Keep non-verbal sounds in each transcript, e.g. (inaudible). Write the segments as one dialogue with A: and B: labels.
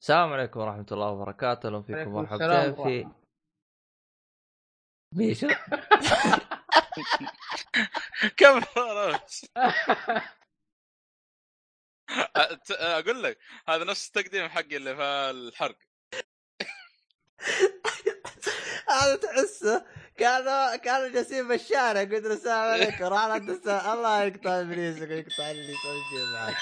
A: السلام عليكم ورحمة الله وبركاته، أهلا فيكم
B: عليكم
A: مرحبتين
B: السلام
A: في
B: ورحمة.
A: ميشو
C: كم عرفت؟ (laughs) أت- اقول لك هذا نفس التقديم حقي اللي في الحرق
A: (laughs) هذا تحسه كانوا كانوا جالسين بالشارع قلت له السلام عليكم راح رد السلام الله يقطع ابليسك ويقطع اللي يسوي شيء معك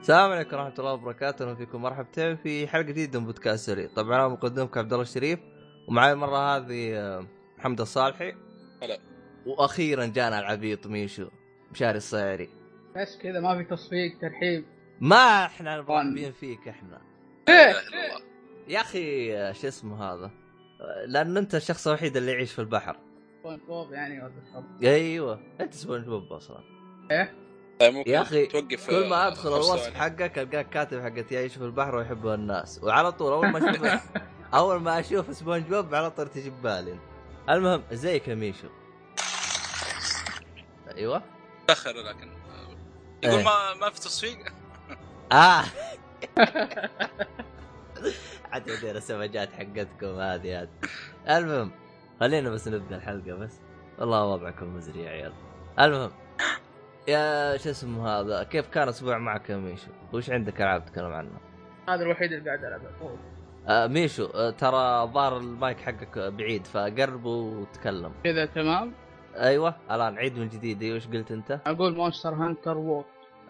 A: السلام عليكم ورحمة الله وبركاته، أهلا فيكم مرحبتين في حلقة جديدة من بودكاست سري، طبعا أنا مقدمكم عبد الله الشريف ومعي المرة هذه آه، محمد الصالحي
C: هلا.
A: وأخيرا جانا العبيط ميشو مشاري الصيعري
B: بس كذا ما في تصفيق ترحيب
A: ما احنا مرحبين فيك احنا
B: ليه؟
A: يا اخي آه، شو اسمه هذا آه، لان انت الشخص الوحيد اللي يعيش في البحر
B: سبونج بوب يعني ولا الحب.
A: ايوه انت سبونج بوب اصلا
C: طيب ممكن
A: يا أخي،
C: توقف
A: كل ما
C: آه،
A: ادخل
C: خمس
A: الوصف
C: ثواني.
A: حقك القاك كاتب حقت يعيش في البحر ويحبه الناس وعلى طول اول ما اشوف اول ما اشوف سبونج بوب على طول تجي ببالي المهم ازيك يا ميشو ايوه
C: تاخر لكن آه،
A: إيه.
C: يقول ما ما في تصفيق
A: اه حتى دي السمجات حقتكم هذه هذه المهم خلينا بس نبدا الحلقه بس والله وضعكم مزري يا عيال المهم يا شو اسمه هذا كيف كان اسبوع معك يا ميشو؟ وش عندك العاب تتكلم عنها؟
B: هذا الوحيد اللي قاعد العبه
A: آه ميشو آه ترى ظهر المايك حقك بعيد فقربه وتكلم
B: كذا تمام
A: ايوه الان عيد من جديد ايوه ايش قلت انت؟
B: اقول مونستر هانتر وور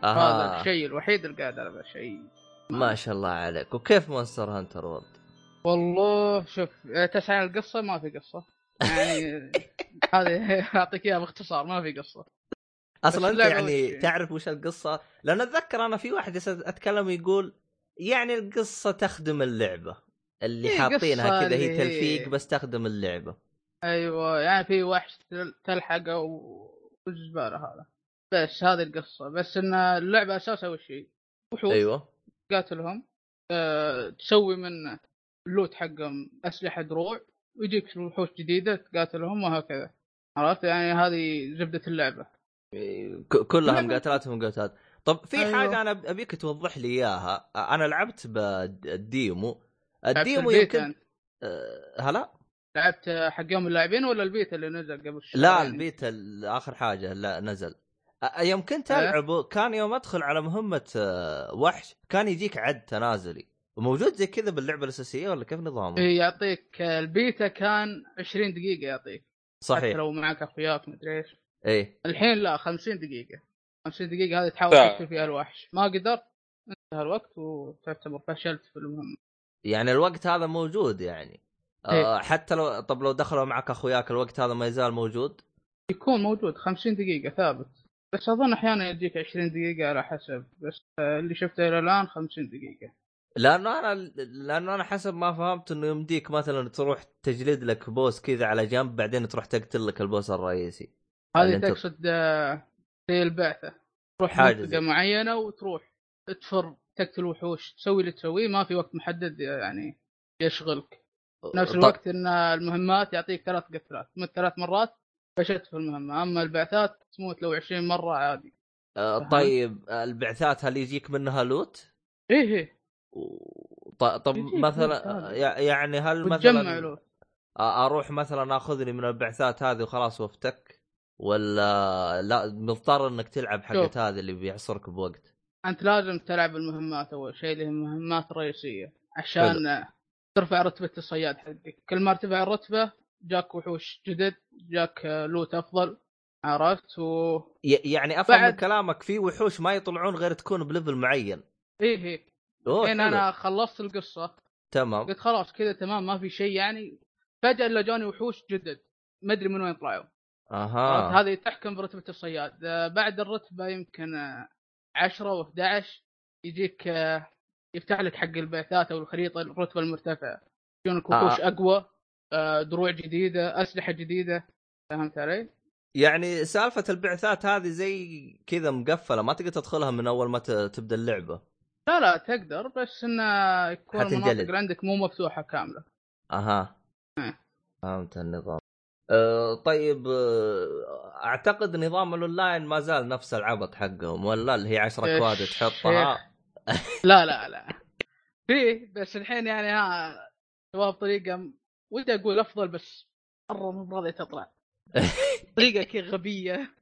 B: هذا
A: اها
B: الشيء الوحيد اللي قاعد العبه شيء
A: ما شاء الله عليك وكيف مونستر هانتر وورد؟
B: والله شوف آه، تسعى عن القصه ما في قصه يعني هذه اعطيك اياها باختصار ما في قصه
A: اصلا
B: بس
A: انت
B: اللعبة
A: يعني
B: وش-
A: تعرف وش القصه؟ لان اتذكر انا في واحد جالس اتكلم ويقول يعني القصه تخدم اللعبه اللي
B: إيه،
A: حاطينها
B: قصة
A: كذا هي
B: اللي هي-
A: تلفيق بس تخدم اللعبه
B: ايوه يعني في وحش تل- تلحقه و- والزباله هذا بس هذه القصه بس ان اللعبه اساسها وش هي؟ وحوش
A: ايوه
B: تقاتلهم أه تسوي من اللوت حقهم اسلحه دروع ويجيك وحوش جديده تقاتلهم وهكذا عرفت يعني هذه زبده اللعبه
A: ك- كلها
B: لا، لا.
A: مقاتلات ومقاتلات طب في
B: أيوة.
A: حاجه انا ابيك توضح لي اياها انا لعبت بالديمو
B: لعبت يعني.
A: الديمو يمكن
B: البيتا أنت.
A: أه، هلا
B: لعبت حق يوم اللاعبين ولا البيتا اللي نزل قبل يعني شهرين؟
A: لا البيت ال- اخر حاجه لا نزل أ- يوم كنت
B: إيه.
A: العبه كان يوم ادخل على مهمه آه، وحش كان يجيك عد تنازلي وموجود زي كذا باللعبه الاساسيه ولا كيف نظامه؟
B: إيه، يعطيك البيتا كان 20 دقيقه يعطيك حتى
A: صحيح
B: لو معك اخوياك مدري ايش
A: ايه
B: الحين لا 50 دقيقة 50 دقيقة هذه تحاول
C: ساعة.
B: تقتل فيها الوحش ما قدرت انتهى الوقت وتعتبر فشلت في المهمة
A: يعني الوقت هذا موجود يعني آه
B: إيه.
A: حتى لو طب لو دخلوا معك اخوياك الوقت هذا ما يزال موجود
B: يكون موجود 50 دقيقة ثابت بس اظن احيانا يجيك 20 دقيقة على حسب بس آه، اللي شفته الى الان 50 دقيقة
A: لانه انا لانه انا حسب ما فهمت انه يمديك مثلا تروح تجلد لك بوس كذا على جنب بعدين تروح تقتل لك البوس الرئيسي اللي
B: هذه
A: يعني أنت-
B: تقصد آه، زي البعثة تروح
A: حاجة
B: منطقة
A: زي-
B: معينة وتروح تفر تقتل وحوش تسوي اللي تسويه ما في وقت محدد يعني يشغلك نفس
A: طب-
B: الوقت ان المهمات يعطيك ثلاث قتلات من ثلاث مرات فشلت في المهمه اما البعثات تموت لو 20 مره عادي
A: آه،
B: أها.
A: طيب آه، البعثات هل يجيك منها لوت؟
B: ايه ايه
A: و- ط- طب
B: يجيك
A: مثلا
B: لوت
A: يع- يعني هل
B: وتجمع
A: مثلا
B: له
A: آه، اروح مثلا اخذني من البعثات هذه وخلاص وافتك ولا لا مضطر انك تلعب حقت
B: شوف.
A: هذه اللي بيحصرك بوقت
B: انت لازم تلعب المهمات اول شيء اللي هي المهمات الرئيسيه عشان ترفع رتبه الصياد حقك كل ما ارتفع الرتبه جاك وحوش جدد جاك آه، لوت افضل عرفت و
A: ي- يعني افهم من
B: بعد-
A: كلامك في وحوش ما يطلعون غير تكون بليفل معين
B: ايه ايه
A: اوه
B: الحين
A: حلو.
B: انا خلصت القصه
A: تمام
B: قلت خلاص كذا تمام ما في شيء يعني فجاه الا جاني وحوش جدد ما ادري من وين طلعوا عرفت؟
A: اها
B: هذه تحكم برتبه الصياد آه، بعد الرتبه يمكن آه، 10 و11 يجيك آه، يفتح لك حق البعثات او الخريطه الرتبه المرتفعه يجونك
A: آه.
B: وحوش اقوى آه، دروع جديده اسلحه جديده فهمت علي؟
A: يعني سالفه البعثات هذه زي كذا مقفله ما تقدر تدخلها من اول ما ت- تبدا اللعبه
B: لا لا تقدر بس انه يكون
A: حتنجلد.
B: المناطق اللي عندك مو مفتوحه كامله
A: اها
B: إيه.
A: فهمت النظام أه طيب أه، اعتقد نظام الاونلاين ما زال نفس العبط حقهم ولا اللي هي 10
B: يا
A: كواد تحطها
B: لا لا لا في بس الحين يعني ها سواها بطريقه م- ودي اقول افضل بس مره مو راضيه
A: (laughs)
B: تطلع طريقه كي غبيه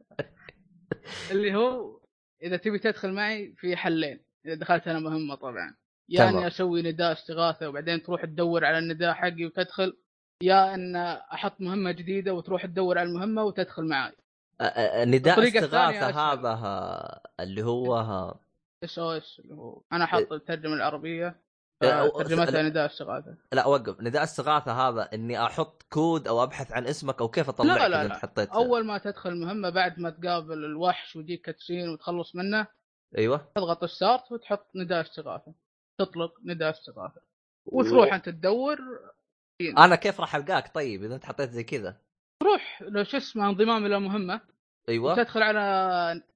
B: اللي هو اذا تبي تدخل معي في حلين اذا دخلت انا مهمه طبعا يا
A: تمام.
B: اني اسوي نداء استغاثه وبعدين تروح تدور على النداء حقي وتدخل يا ان احط مهمه جديده وتروح تدور على المهمه وتدخل معي
A: أه، أه، نداء
B: الطريقة
A: استغاثه
B: الثانية أسهل.
A: هذا ها- اللي هو ها-
B: اس او اس اللي هو انا حاط الترجمه العربيه
A: أه، إيه. أو-
B: ترجمتها نداء استغاثه
A: لا وقف نداء استغاثه هذا اني احط كود او ابحث عن اسمك او كيف اطلعك
B: لا، لا،
A: إذا
B: لا.
A: انت حطيت
B: اول ما تدخل مهمه بعد ما تقابل الوحش ويجيك كاتسين وتخلص منه (laughs)
A: ايوه
B: تضغط ستارت وتحط نداء استغاثه تطلق نداء استغاثه وتروح انت تدور
A: انا كيف راح القاك طيب اذا انت حطيت زي كذا
B: لو شو اسمه انضمام الى مهمه
A: ايوه
B: وتدخل على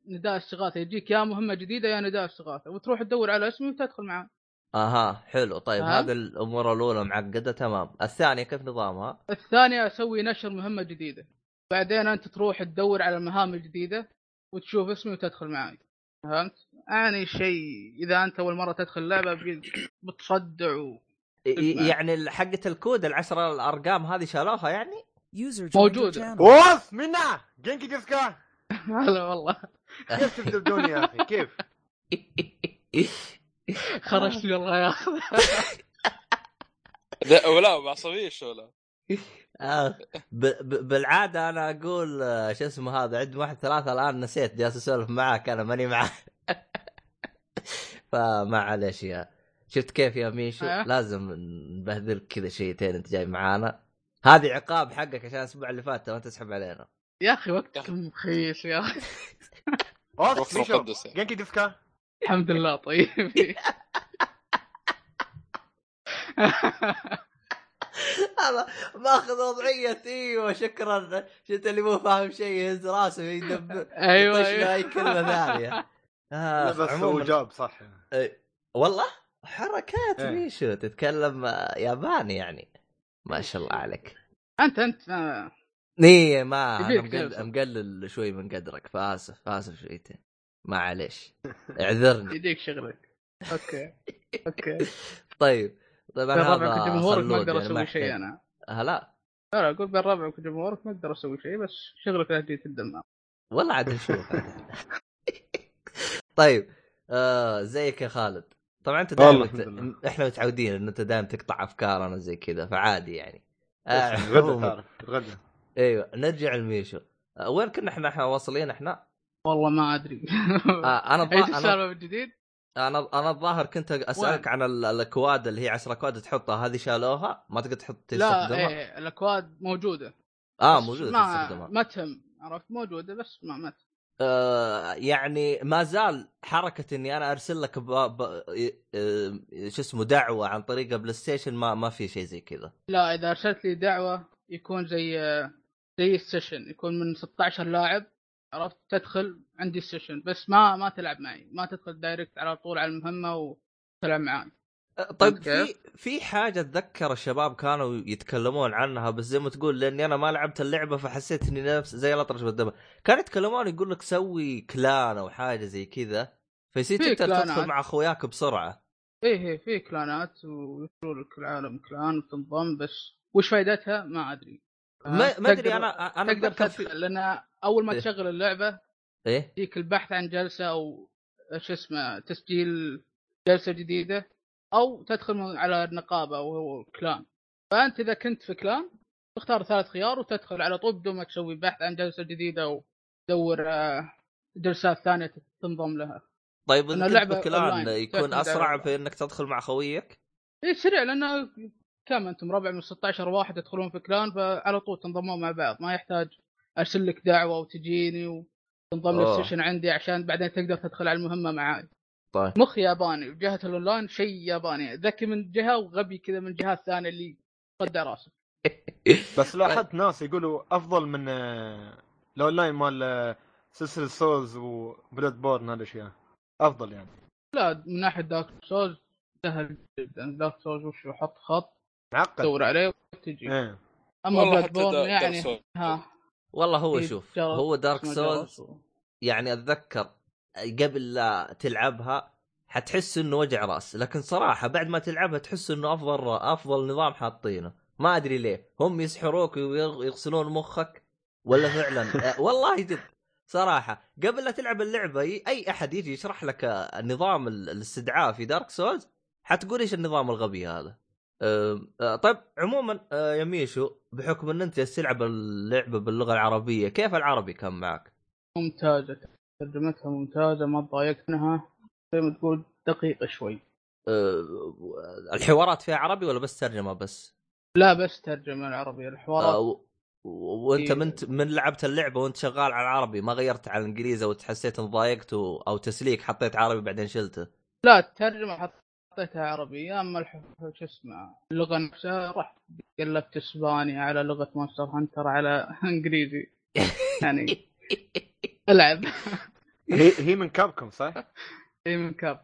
B: نداء استغاثه يجيك يا مهمه جديده يا نداء استغاثه وتروح تدور على اسمي وتدخل معاه
A: اها حلو طيب
B: ها؟
A: هذه الامور الاولى معقده تمام الثانيه كيف نظامها
B: الثانيه اسوي نشر مهمه جديده بعدين انت تروح تدور على المهام الجديده وتشوف اسمي وتدخل معي فهمت؟ يعني شيء اذا انت اول مره تدخل اللعبه بي- بتصدع و...
A: ي-
B: اسمع.
A: يعني حقه الكود العشرة الارقام هذه شالوها يعني
D: User joined your
B: موجودة.
D: channel.
E: وف منا جنكي جسكا
B: هلا والله
E: كيف تبدلون يا اخي كيف؟
B: خرجت والله يا اخي
C: لا ولا بعصبيش ولا
A: آه ب ب بالعاده انا اقول آه، شو اسمه هذا عند واحد ثلاثه الان نسيت جالس اسولف معاك انا ماني معاه (laughs) فما عليش يا شفت كيف يا ميشو
B: آه.
A: لازم نبهذلك كذا شيتين انت جاي معانا هذه عقاب حقك عشان الاسبوع اللي فات ما تسحب علينا (laughs)
B: يا اخي وقتك مخيس يا اخي
E: وف
C: وقت
E: ميشو
C: مقدس يعني.
E: جنكي جسكا
B: الحمد لله طيب
A: هذا ماخذ وضعيه ايوه شكرا شفت اللي مو فاهم شيء يهز راسه يدبر
B: ايوه
A: يطش له
B: ايوه
A: اي
B: (laughs)
A: كلمه ثانيه آه،
E: بس هو
A: عموماً. إيه،
E: جاب صح
A: والله حركات
E: إيه.
A: ميشو تتكلم آه، ياباني يعني ما شاء الله عليك
B: انت انت آه،
A: نيه ما انا
B: يبيك
A: مقلل,
B: تلبس.
A: مقلل شوي من قدرك فاسف اسف شويتين معليش اعذرني
B: يديك شغلك اوكي اوكي
A: طيب طبعا
B: بين ربعك
A: هذا
B: وجمهورك ما
A: خلود
B: اقدر
A: يعني
B: اسوي
A: يحتاج-
B: شيء انا
A: هلا
B: لا لا اقول بين ربعك وجمهورك ما اقدر اسوي شيء بس شغلك لا تجي الدمام
A: والله عاد نشوف (laughs) طيب آه زيك يا خالد طبعا انت دائما
E: والله
A: ت-
E: الحمد لله.
A: احنا متعودين ان انت دائما تقطع افكارنا زي كذا فعادي يعني آه،
E: غدا
A: عموماً.
E: تعرف غدا
A: ايوه نرجع لميشو آه، وين كنا احنا احنا واصلين احنا؟
B: والله ما ادري
A: آه انا الظا-
B: ايش
A: انا
B: السالفه من جديد؟
A: انا انا الظاهر كنت اسالك عن ال- الاكواد اللي هي 10 اكواد تحطها هذه شالوها ما تقدر تحط
B: لا
A: تستخدمها؟
B: ايه الاكواد موجوده
A: اه
B: بس
A: موجوده
B: ما
A: تستخدمها
B: ما تهم عرفت موجوده بس ما ما تهم
A: آه يعني ما زال حركه اني انا ارسل لك ب... ب... ي- آه، شو اسمه دعوه عن طريق بلاي ستيشن ما ما في شيء زي كذا
B: لا اذا ارسلت لي دعوه يكون زي زي السيشن يكون من 16 لاعب عرفت تدخل عندي السيشن بس ما ما تلعب معي ما تدخل دايركت على طول على المهمه وتلعب معي
A: طيب
B: فهمت
A: في
B: كيف؟
A: في حاجه اتذكر الشباب كانوا يتكلمون عنها بس زي ما تقول لاني انا ما لعبت اللعبه فحسيت اني نفس زي الاطرش بالدم كانوا يتكلمون يقول لك سوي كلان او حاجه زي كذا فيصير
B: في آه.
A: تقدر
B: كلانات.
A: تدخل مع اخوياك بسرعه
B: ايه ايه في كلانات ويصيروا لك العالم كلان وتنضم بس وش فائدتها ما ادري
A: ما ما ادري انا انا
B: انا آه، تقدر
A: أتذكر في-
B: تدخل لان اول ما
A: إيه.
B: تشغل اللعبه
A: ايه
B: يجيك البحث عن جلسه او شو اسمه تسجيل جلسه جديده او تدخل من- على النقابه وهو كلان فانت اذا كنت في كلان تختار ثلاث خيار وتدخل على طول بدون ما تسوي بحث عن جلسه جديده او تدور آه، جلسات ثانيه تنضم لها
A: طيب إن
B: أنا
A: كنت
B: اللعبة
A: بكلان
B: أونلاين،
A: يكون
B: تعتمد على
A: اسرع
B: الأونلاين.
A: في انك تدخل مع خويك
B: اي إيه، سريع لانه كم انتم ربع من 16 واحد يدخلون في كلان فعلى طول تنضمون مع بعض ما يحتاج ارسل لك دعوه وتجيني وتنضم
A: أوه.
B: للسيشن عندي عشان بعدين تقدر تدخل على المهمه معاي
A: طيب.
B: مخ ياباني وجهه الاونلاين شيء ياباني ذكي من جهه وغبي كذا من جهه ثانيه اللي صدى راسك
A: طيب.
B: (laughs)
E: بس لاحظت ناس يقولوا افضل من آه، الاونلاين مال آه، سلسله سولز وبلاد بورن هالاشياء افضل يعني
B: لا من ناحيه دارك سولز سهل جدا دارك سولز وش حط خط
E: معقد
B: دور عليه وتجي
E: ايه
B: اما
C: والله
B: بلاد
C: حتى دا-
B: بورن يعني
C: درسوا.
B: ها
A: والله هو
B: في
A: شوف
B: جرس،
A: هو دارك
B: ما
A: سولز
B: جرس.
A: يعني اتذكر قبل لا تلعبها حتحس انه وجع راس لكن صراحه بعد ما تلعبها تحس انه افضل افضل نظام حاطينه ما ادري ليه هم يسحروك ويغسلون مخك ولا فعلا آه، والله جد صراحه قبل لا تلعب اللعبه ي- اي احد يجي يشرح لك آه، نظام ال- الاستدعاء في دارك سولز حتقول ايش النظام الغبي هذا آم، آه، طيب عموما آه، يا ميشو بحكم ان انت جالس تلعب اللعبه باللغه العربيه كيف العربي كان معك
B: ممتازه ترجمتها ممتازه ما تضايقت منها زي ما تقول دقيقه شوي
A: آه، الحوارات فيها عربي ولا بس ترجمه بس؟
B: لا بس ترجمه العربيه
A: آه،
B: الحوارات
A: و- و- وانت
B: إيه.
A: من من لعبت اللعبه وانت شغال على العربي ما غيرت على الانجليزي وتحسيت ان ضايقت و- او تسليك حطيت عربي بعدين شلته.
B: لا الترجمه حطيتها عربيه اما الح... شو اسمه اللغه نفسها رحت قلبت اسباني على لغه مونستر هانتر على (laughs) انجليزي
A: (laughs)
B: يعني العب
E: هي هي من كابكم صح؟
B: اي (laughs) من كاب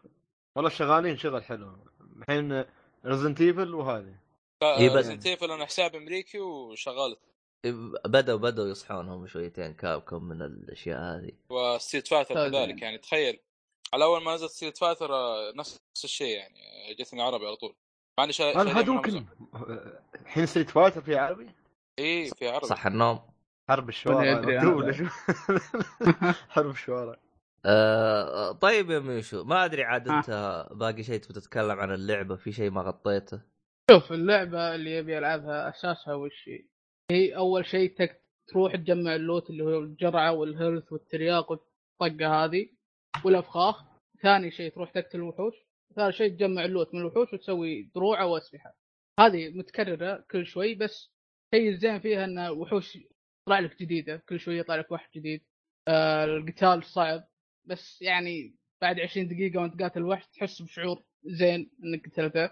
E: والله شغالين شغل حلو الحين ريزنت ايفل وهذه
A: إيه بس. إيه،
C: ريزنت ايفل انا حساب امريكي وشغال
A: بدأوا بدأوا يصحونهم شويتين كابكم من الاشياء هذه.
C: وستيت فاتر
B: طيب.
C: كذلك يعني تخيل على اول ما نزلت ستيت فاتر آه، نفس الشيء يعني آه، جتني عربي على طول مع اني شا- شاريها من
E: الهدوكن
C: أمازون.
E: الحين ستريت فايتر في عربي؟
C: اي في عربي
A: صح النوم.
E: حرب
B: ولا
E: الشوارع
B: يدري
E: مكتوب
B: هذا.
E: ولا شو؟ (laughs) حرب الشوارع
A: آه طيب يا ميشو ما ادري عاد انت باقي شيء تبي تتكلم عن اللعبه في شيء ما غطيته.
B: شوف اللعبه اللي يبي يلعبها اساسها وش هي؟ هي اول شيء تك تروح تجمع اللوت اللي هو الجرعه والهيلث والترياق والطقه هذه والافخاخ ثاني شيء تروح تقتل الوحوش ثالث شيء تجمع اللوت من الوحوش وتسوي دروع واسلحه هذه متكرره كل شوي بس شيء الزين فيها ان الوحوش يطلع لك جديده كل شويه يطلع لك وحش جديد آه القتال صعب بس يعني بعد 20 دقيقه وانت قاتل وحش تحس بشعور زين انك قتلته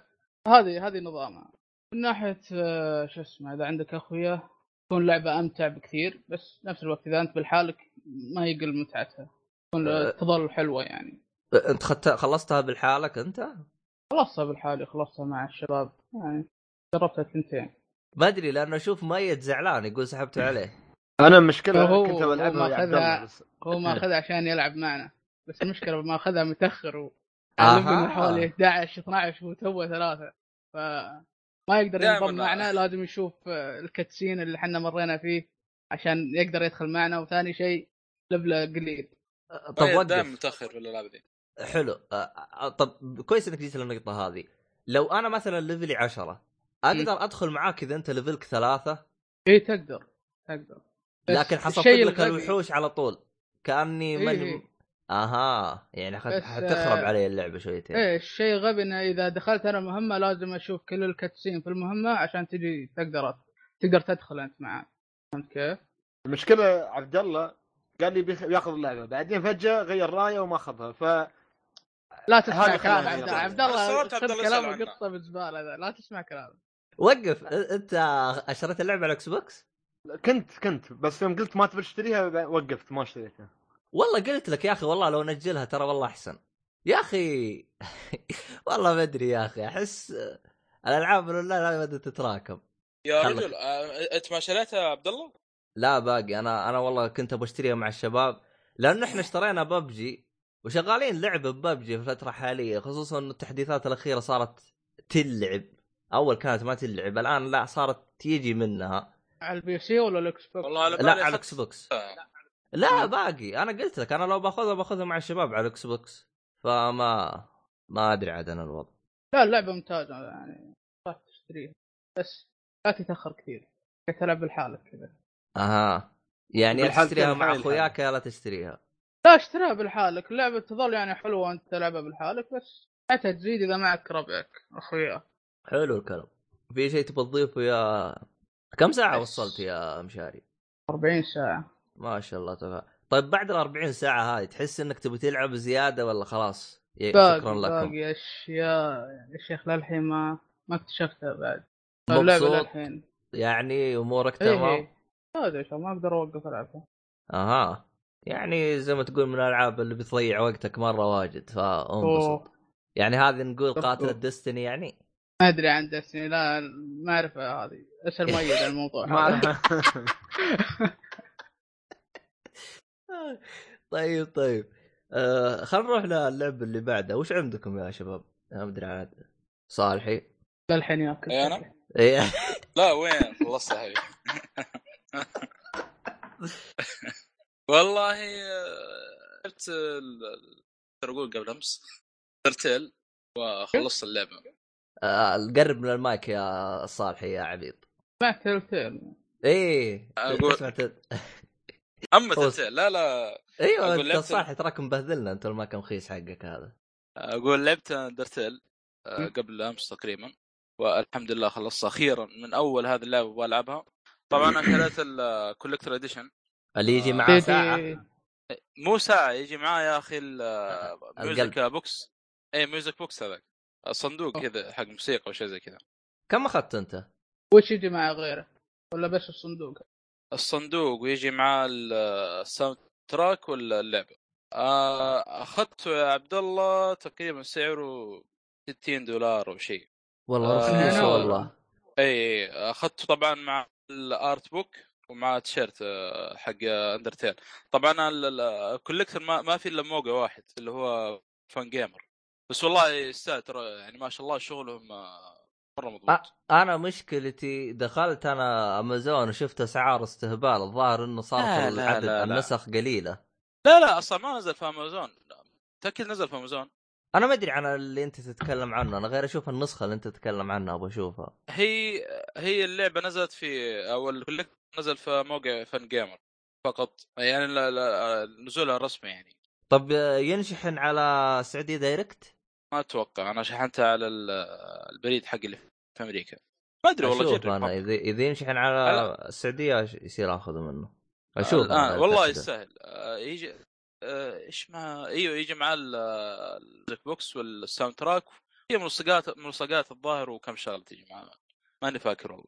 B: هذه هذه نظامها من ناحيه آه، شو اسمه اذا عندك اخويا تكون لعبه امتع بكثير بس نفس الوقت اذا انت بالحالك ما يقل متعتها تكون
A: أه.
B: تظل حلوه يعني
A: آه، انت خدت خلصتها بالحالك انت؟
B: خلصتها بالحالي خلصتها مع الشباب يعني جربتها ثنتين
A: ما ادري لانه اشوف ميت زعلان يقول سحبت عليه.
E: انا المشكله
B: هو-
E: كنت
B: هو
E: بلعبها يا عبد
B: ماخذها-
E: الله بس
B: هو ماخذها عشان يلعب معنا بس المشكله ما اخذها متاخر و
A: آها.
B: علمنا حوالي 11 12 وتو ثلاثه فما يقدر
C: دائماً
B: ينضم
C: آه.
B: معنا لازم يشوف آه، الكتسين اللي احنا مرينا فيه عشان يقدر يدخل معنا وثاني شيء لبله قليل
A: آه، طب
C: طيب دائما
A: وقف
C: متاخر في الالعاب ذي
A: حلو آه، آه، طب كويس انك جيت للنقطه هذه لو انا مثلا ليفلي عشرة اقدر ادخل معاك اذا انت ليفلك ثلاثه
B: اي إيه، تقدر تقدر بس
A: لكن حصلت
B: الشيء
A: لك
B: الغبي-
A: الوحوش على طول كاني
B: إيه
A: من
B: إيه.
A: اها يعني
B: بس،
A: حت-
B: آه،
A: حتخرب علي اللعبه شويتين
B: ايه الشيء غبي انه اذا دخلت انا مهمه لازم اشوف كل الكتسين في المهمه عشان تجي تقدر أت- تقدر تدخل انت معاه فهمت كيف؟
E: المشكله عبد الله قال لي بيخ- بياخذ اللعبه بعدين فجاه غير رايه وما اخذها ف
B: لا تسمع
E: هذا
B: كلام
E: خلاص
B: عبد الله
E: يعني.
B: عبد الله
C: أنا سألت عبد
B: خذ
C: الله
B: كلامه
C: يسأل عنه.
B: قطه بالزباله ذا لا تسمع كلامه
A: وقف آه، انت اشتريت اللعبه على الاكس بوكس
E: كنت كنت بس يوم قلت ما تبي تشتريها ب- وقفت ما اشتريتها
A: والله قلت لك يا اخي والله لو نجلها ترى والله احسن يا اخي (laughs) والله ما ادري يا اخي احس آه، الالعاب الاونلاين هذه بدها تتراكم
C: يا
A: خلك.
C: رجل آه، انت ما شريتها يا عبد الله؟
A: لا باقي انا انا والله كنت ابغى اشتريها مع الشباب لانه احنا اشترينا ببجي وشغالين لعب ببجي في الفتره الحاليه خصوصا انه التحديثات الاخيره صارت تلعب اول كانت ما تلعب الان لا صارت تيجي منها
B: على البي سي ولا الاكس بوكس؟
C: والله على
A: لا
C: بالي
A: على
C: أخذت-
A: الاكس بوكس لا باقي انا قلت لك انا لو باخذها باخذها مع الشباب على الاكس بوكس فما ما ادري عاد انا الوضع
B: لا اللعبه ممتازه يعني راح تشتريها بس لا تتاخر كثير تلعب بالحالة كذا
A: اها يعني يا
E: بالحال
A: تشتريها
E: كان
A: مع
E: حالي
A: اخوياك يا لا تشتريها
B: لا اشتريها بالحالك اللعبه تظل يعني حلوه انت تلعبها بالحالك بس حتى تزيد اذا معك ربعك اخويا
A: حلو الكلام في شيء تبغى تضيفه يا كم ساعه
B: بس.
A: وصلت يا مشاري
B: 40 ساعه
A: ما شاء الله تبارك طيب بعد ال 40 ساعه هاي تحس انك تبي تلعب زياده ولا خلاص ي- شكرا
B: باقي
A: لكم
B: باقي يعني اشياء يا شيخ للحين ما ما اكتشفتها بعد اللعبه
A: مبسوط
B: للحين
A: يعني امورك
B: ايه
A: تمام
B: إيه. هذا يا شيخ ما اقدر اوقف العبها
A: اها يعني زي ما تقول من الالعاب اللي بتضيع وقتك مره واجد فانبسط
B: أوه،
A: يعني هذه نقول قاتل
B: أوه.
A: ديستني يعني (laughs)
B: ما ادري عن دستني لا ما اعرفها هذه
A: (laughs)
B: اسال مؤيد عن الموضوع
E: ما
B: هذا.
E: اعرف
A: طيب طيب آه خلينا نروح للعب اللي بعده وش عندكم يا شباب؟ أنا ما ادري عاد صالحي
B: للحين ياكل
C: إيه أنا؟
A: إيه. (laughs)
C: لا وين خلصتها هي (laughs) والله آه، لعبت ال- ال- ترى اقول قبل امس ترتيل وخلصت اللعبه
A: آه، قرب من المايك يا صالحي يا عبيط
B: ما تلتين
A: ايه
C: أقول-
A: تسمع تد-
C: اما
A: فوز.
C: ترتيل لا لا
A: ايوه
C: أقول
A: انت
C: لعبت-
A: صالحي تراك مبهذلنا انت المايك مخيس حقك هذا
C: اقول لعبت درتيل آه،
B: مم.
C: قبل امس تقريبا والحمد لله خلصت اخيرا من اول هذه اللعبه والعبها طبعا انا شريت الكولكتر اديشن
A: اللي يجي
C: آه.
A: معاه ساعه
B: تيجي
C: مو ساعه يجي معاه يا اخي ال- آه، ميوزك بوكس اي ميوزك بوكس إيه، هذاك صندوق كذا حق موسيقى وشيء زي كذا
A: كم اخذت انت؟
B: وش يجي معه غيره ولا بس الصندوق
C: الصندوق ويجي معاه ال- الساوند تراك ولا اللعبه آه، اخذته يا عبد الله تقريبا سعره 60 دولار او شيء
A: والله
C: آه،
A: رخيص
B: أنا-
A: والله
C: اي اخذته طبعا إيه. مع الارت بوك ومع تيشيرت آه، حق اندرتيل طبعا ال- ال- الكوليكتر ما, ما في الا موقع واحد اللي هو فان جيمر بس والله يستاهل ترى يعني ما شاء الله شغلهم آه، مره مضبوط
A: آه. انا مشكلتي دخلت انا امازون وشفت اسعار استهبال الظاهر انه صارت
C: لا، لا،
A: العدد
C: لا، لا.
A: النسخ قليله
C: لا لا اصلا ما نزل في امازون متاكد نزل في امازون
A: انا ما ادري عن اللي انت تتكلم عنه انا غير اشوف النسخه اللي انت تتكلم عنها ابغى اشوفها
C: هي هي اللعبه نزلت في او الكوليكتر نزل في موقع فان جيمر فقط يعني لا- لا- نزولها رسمي يعني
A: طب آه، ينشحن على سعوديه دايركت؟
C: ما اتوقع انا شحنتها على ال- البريد حقي اللي في امريكا ما ادري والله
A: اشوف
C: جرب
A: انا
C: مرة.
A: اذا اذا ينشحن على السعوديه أش- يصير اخذه منه اشوف
C: الان
A: أنا
C: آه، والله
A: أتأكد.
C: يستاهل آه، يجي آه، ايش ما ايوه يجي معاه ال- البلاك بوكس والساوند تراك هي ملصقات ملصقات الظاهر وكم شغله تجي معاه ماني فاكر والله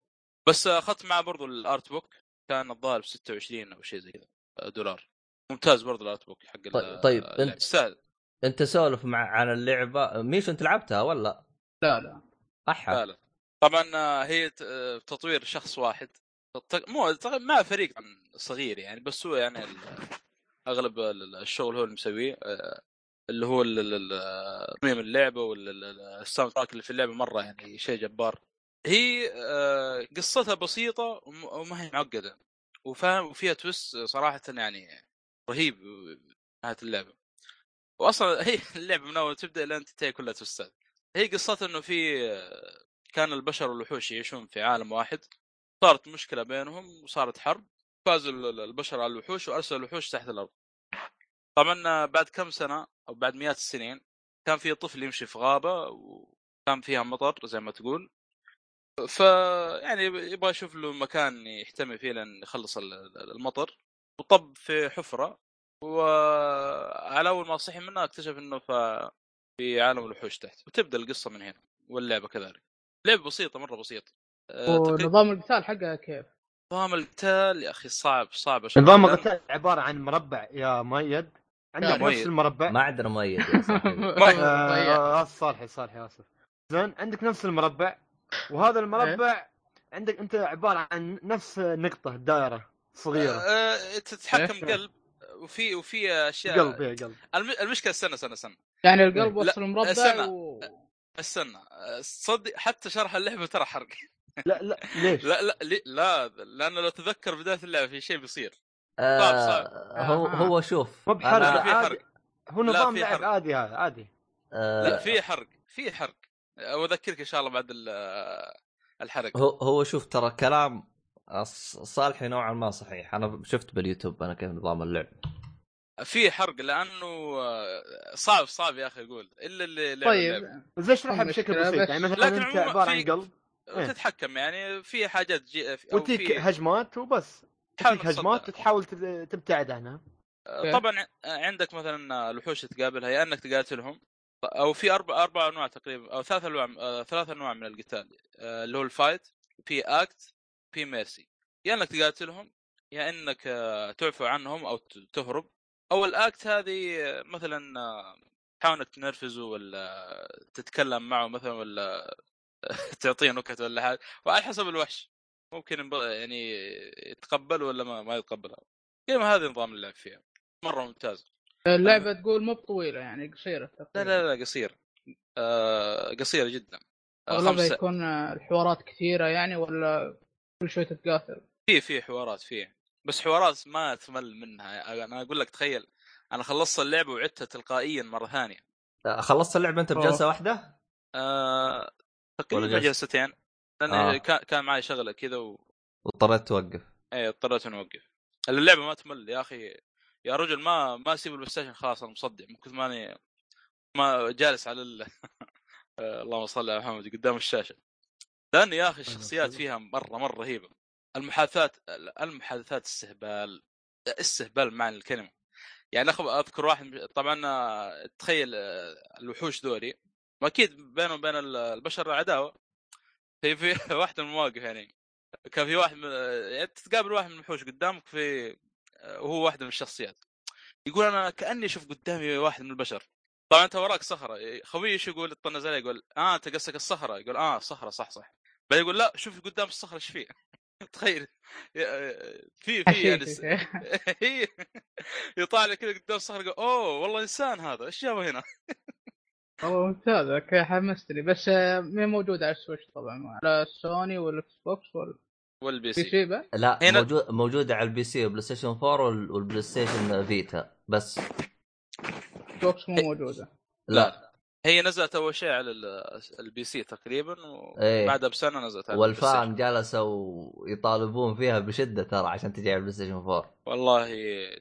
C: بس آه، اخذت معاه برضو الارت بوك كان الظاهر ب 26 او شيء زي كذا آه، دولار ممتاز برضو الارت بوك حق ال- يعني
A: طيب- طيب،
C: اللعبة.
A: أنت-
C: يستاهل
A: انت سولف مع عن اللعبه ميشو انت لعبتها ولا؟
B: لا لا
A: احا
C: فعلا طبعا آه، هي ت- آه، تطوير شخص واحد تق- مو تق- مع فريق طبعاً صغير يعني بس هو يعني ال- اغلب ال- ال- الشغل هو اللي مسويه آه، اللي هو ال- ال- ال- آه، تصميم اللعبه والساوند تراك اللي في اللعبه مره يعني شيء جبار هي آه، قصتها بسيطه وم- وما هي معقده وفاهم وفيها تويست صراحه يعني رهيب نهايه اللعبه واصلا هي (laughs) اللعبه من اول تبدا الى انت تنتهي كلها تويستات هي قصتها انه في آه، كان البشر والوحوش يعيشون في عالم واحد صارت مشكله بينهم وصارت حرب فازوا ال- ال- البشر على الوحوش وارسلوا الوحوش تحت الارض طبعا بعد كم سنه او بعد مئات السنين كان في طفل يمشي في غابه وكان فيها مطر زي ما تقول ف يعني يبغى يشوف له مكان يحتمي فيه لان يخلص ال- ال- المطر وطب في حفره وعلى اول ما صحي منها اكتشف انه ف- في عالم الوحوش تحت وتبدا القصه من هنا واللعبه كذلك لعبه بسيطه مره بسيطه أه، تقريبا
B: ونظام القتال حقها
C: (laughs)
B: كيف؟
C: نظام القتال يا اخي صعب صعب أشوف.
E: (laughs) نظام
C: لأن-
E: القتال عباره عن مربع يا مؤيد
B: يا
E: عندك
C: مؤيد.
E: نفس المربع
A: ما عندنا مؤيد يا
C: (laughs)
A: صاحبي.
C: طيب.
B: ضيع.
E: آه، اسف صالحي صالحي اسف زين عندك نفس المربع وهذا المربع عندك انت عباره عن نفس نقطه دائره صغيره
C: أه، تتحكم
B: إيه.
C: قلب وفي وفي اشياء
E: قلب يا قلب
C: الم- المشكله استنى استنى استنى
B: يعني القلب
E: لا،
B: وصل مربع
C: استنى.
B: و...
C: استنى أه، تصدق حتى شرح اللعبه ترى حرق
E: لا لا ليش؟
C: لا لا لي- لا لانه لو تذكر بدايه اللعبه في شيء بيصير
A: آه،
C: صعب.
A: هو
B: آه.
A: هو شوف
E: مو بحرق
C: لا، في
A: أنا-
E: عادي هو نظام
C: في
E: لعب
C: حرق.
E: عادي هذا عادي
A: آه،
C: لا في حرق في حرق واذكرك ان شاء الله بعد ال- الحرق
A: هو هو شوف ترى كلام الص- صالحي نوعا ما صحيح انا شفت باليوتيوب انا كيف نظام اللعب
C: في حرق لانه آه، صعب صعب يا اخي اقول الا اللي لعب اللعبة.
B: طيب
E: بس اشرحها بشكل
B: المشكلة
E: بسيط
B: بس-
E: يعني مثلا
C: لكن
E: انت
C: عموما
E: عباره
C: في-
E: عن قلب إيه.
C: وتتحكم يعني في حاجات جي... أو
E: وتجيك
C: في
E: هجمات وبس
C: تحاول
E: تجيك
C: تصدق.
E: هجمات تحاول تب- تبتعد عنها
C: آه، طبعا ع- عندك مثلا الوحوش تقابلها يا انك تقاتلهم او في اربع اربع انواع تقريبا او ثلاث انواع آه، ثلاث انواع من القتال آه، اللي هو الفايت في اكت في ميرسي يا انك تقاتلهم يا انك آه، تعفو عنهم او ت- تهرب او الاكت هذه آه، مثلا آه، تحاول انك تنرفزه ولا تتكلم معه مثلا ولا (laughs) تعطيه نكت ولا حاجه وعلى حسب الوحش ممكن ينب- يعني يتقبل ولا ما, ما يتقبلها كلمة هذه نظام اللعب فيها مره ممتاز
B: اللعبه تقول مو بطويله يعني قصيره
C: لا
A: إيه.
C: لا لا قصير آه قصيره جدا آه،
B: اغلبها
C: خمسة
B: يكون آه، الحوارات كثيره يعني ولا كل شوي تتقاتل
C: في في حوارات في بس حوارات ما تمل منها انا اقول لك تخيل انا خلصت اللعبه وعدتها تلقائيا مره ثانيه
A: آه، خلصت اللعبه انت بجلسه واحده؟
C: آه تقريبا
A: ولا جلسة؟
C: جلستين لان
A: آه.
C: آه. كان معي شغله كذا و...
A: واضطريت توقف
C: اي إيه، اضطريت اني اوقف اللعبه ما تمل يا اخي يا رجل ما ما اسيب البلاي ستيشن خلاص انا مصدع من كثر ماني ما جالس على ال... (laughs) آه، اللهم صل على محمد قدام الشاشه لان يا اخي الشخصيات فيها مره مره رهيبه المحادثات المحادثات استهبال استهبال معنى الكلمه يعني أخب- اذكر واحد طبعا آه، تخيل آه، الوحوش ذولي ما اكيد بينهم وبين ال- البشر عداوه في في (laughs) واحد من المواقف يعني كان في واحد من يعني تتقابل واحد من الوحوش قدامك في آه، وهو واحد من الشخصيات يقول انا كاني اشوف قدامي واحد من البشر طبعا انت وراك صخره خوي ايش يقول يطنز عليه يقول اه انت قصدك الصخره يقول اه الصخره صح صح بعدين يقول لا شوف قدام الصخره ايش فيه (laughs) تخيل في في
A: إيه،
B: (laughs)
C: يعني س- (laughs) هي يطالع كذا قدام الصخره يقول اوه والله انسان هذا ايش جابه هنا؟
B: والله ممتاز اوكي حمستني بس آه، ما موجود على السويتش طبعا على السوني والاكس بوكس والبي
C: والبي سي
B: سي بقى
A: لا
C: هنا-
A: موجود موجوده على البي سي والبلاي ستيشن 4 وال- والبلاي ستيشن فيتا بس
B: اكس بوكس
A: إيه.
B: مو موجوده
A: لا
C: هي نزلت اول شيء على ال- البي سي تقريبا
A: إيه.
C: وبعدها بسنه نزلت على البلاي ستيشن.
A: والفان جلسوا يطالبون فيها بشده ترى عشان تجي على البلاي ستيشن 4
C: والله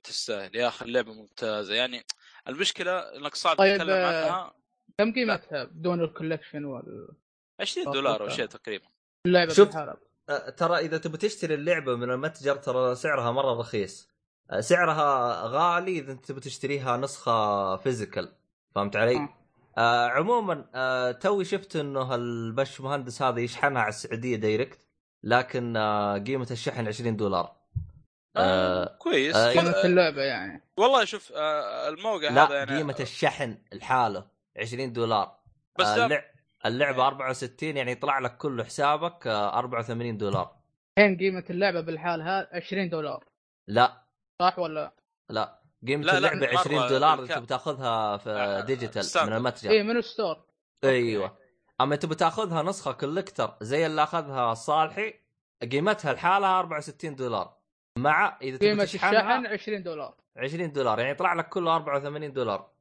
C: تستاهل يا اخي اللعبه ممتازه يعني المشكله انك صعب
B: طيب،
C: تتكلم
B: آه،
C: عنها
B: كم قيمتها بدون الكولكشن واللعبه
C: 20 دولار او
B: أتوقع.
C: شيء تقريبا
A: شوف.
B: بالحالة؟
A: أه، ترى اذا تبي تشتري اللعبه من المتجر ترى سعرها مره رخيص أه، سعرها غالي اذا انت تبي تشتريها نسخه فيزيكال فهمت علي؟
B: آه.
A: آه عموما آه توي شفت انه البش مهندس هذا يشحنها على السعوديه دايركت لكن آه قيمه الشحن 20 دولار آه،
C: آه كويس
A: آه،
C: خل-
B: قيمه اللعبه يعني
C: والله شوف آه الموقع هذا
A: لا
C: يعني
A: قيمه الشحن لحاله 20 دولار
C: بس
A: آه
C: لا-
A: اللع- اللعبه
C: إيه.
A: 64 يعني يطلع لك كله حسابك آه 84 دولار
B: الحين قيمه اللعبه بالحالها 20 دولار
A: لا
B: صح ولا
A: لا قيمه
C: لا، لا،
A: اللعبه
C: مرة
A: 20 دولار
C: الك-
A: انت بتاخذها في
C: آه،
A: ديجيتال من
C: ستاندرد.
A: المتجر
B: اي إيه، من الستور
A: ايوه اما تبي تاخذها نسخه كولكتر زي اللي اخذها صالحي قيمتها لحالها 64 دولار مع اذا
B: قيمه
A: تبي
B: الشحن
A: تشحنها
B: 20 دولار
A: 20 دولار يعني يطلع لك كله 84 دولار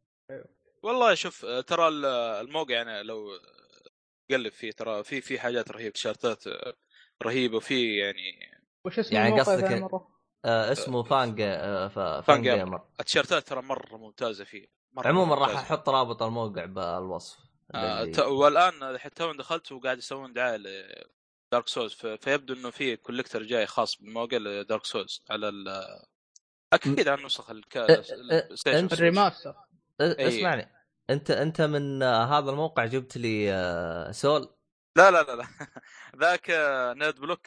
C: والله شوف آه، ترى ال- الموقع يعني لو تقلب فيه ترى في في حاجات رهيبه تيشيرتات آه، رهيبه وفي يعني
B: وش اسم
A: يعني
B: الموقع
A: قصدك-
B: ثاني مرة؟
A: آه اسمه فان جا- آه فا-
C: فان
A: فان
C: جيمر. آه،
A: جيمر
C: التيشيرتات ترى مره ممتازه فيه مرة
A: عموما راح
C: ممتازة.
A: احط رابط الموقع بالوصف
C: آه،
A: الذي-
C: ت- والان حتى تو دخلت وقاعد يسوون دعايه لدارك سولز فيبدو انه في كوليكتر جاي خاص بمواقع دارك سولز على ال اكيد على النسخ الك...
A: أه،
C: الستيشن
A: أنت-
C: سويتش.
B: الريماستر
A: آه،
C: إيه.
A: اسمعني انت انت من آه هذا الموقع جبت لي آه سول
C: لا لا لا (laughs) لا ذاك آه، نيرد بلوك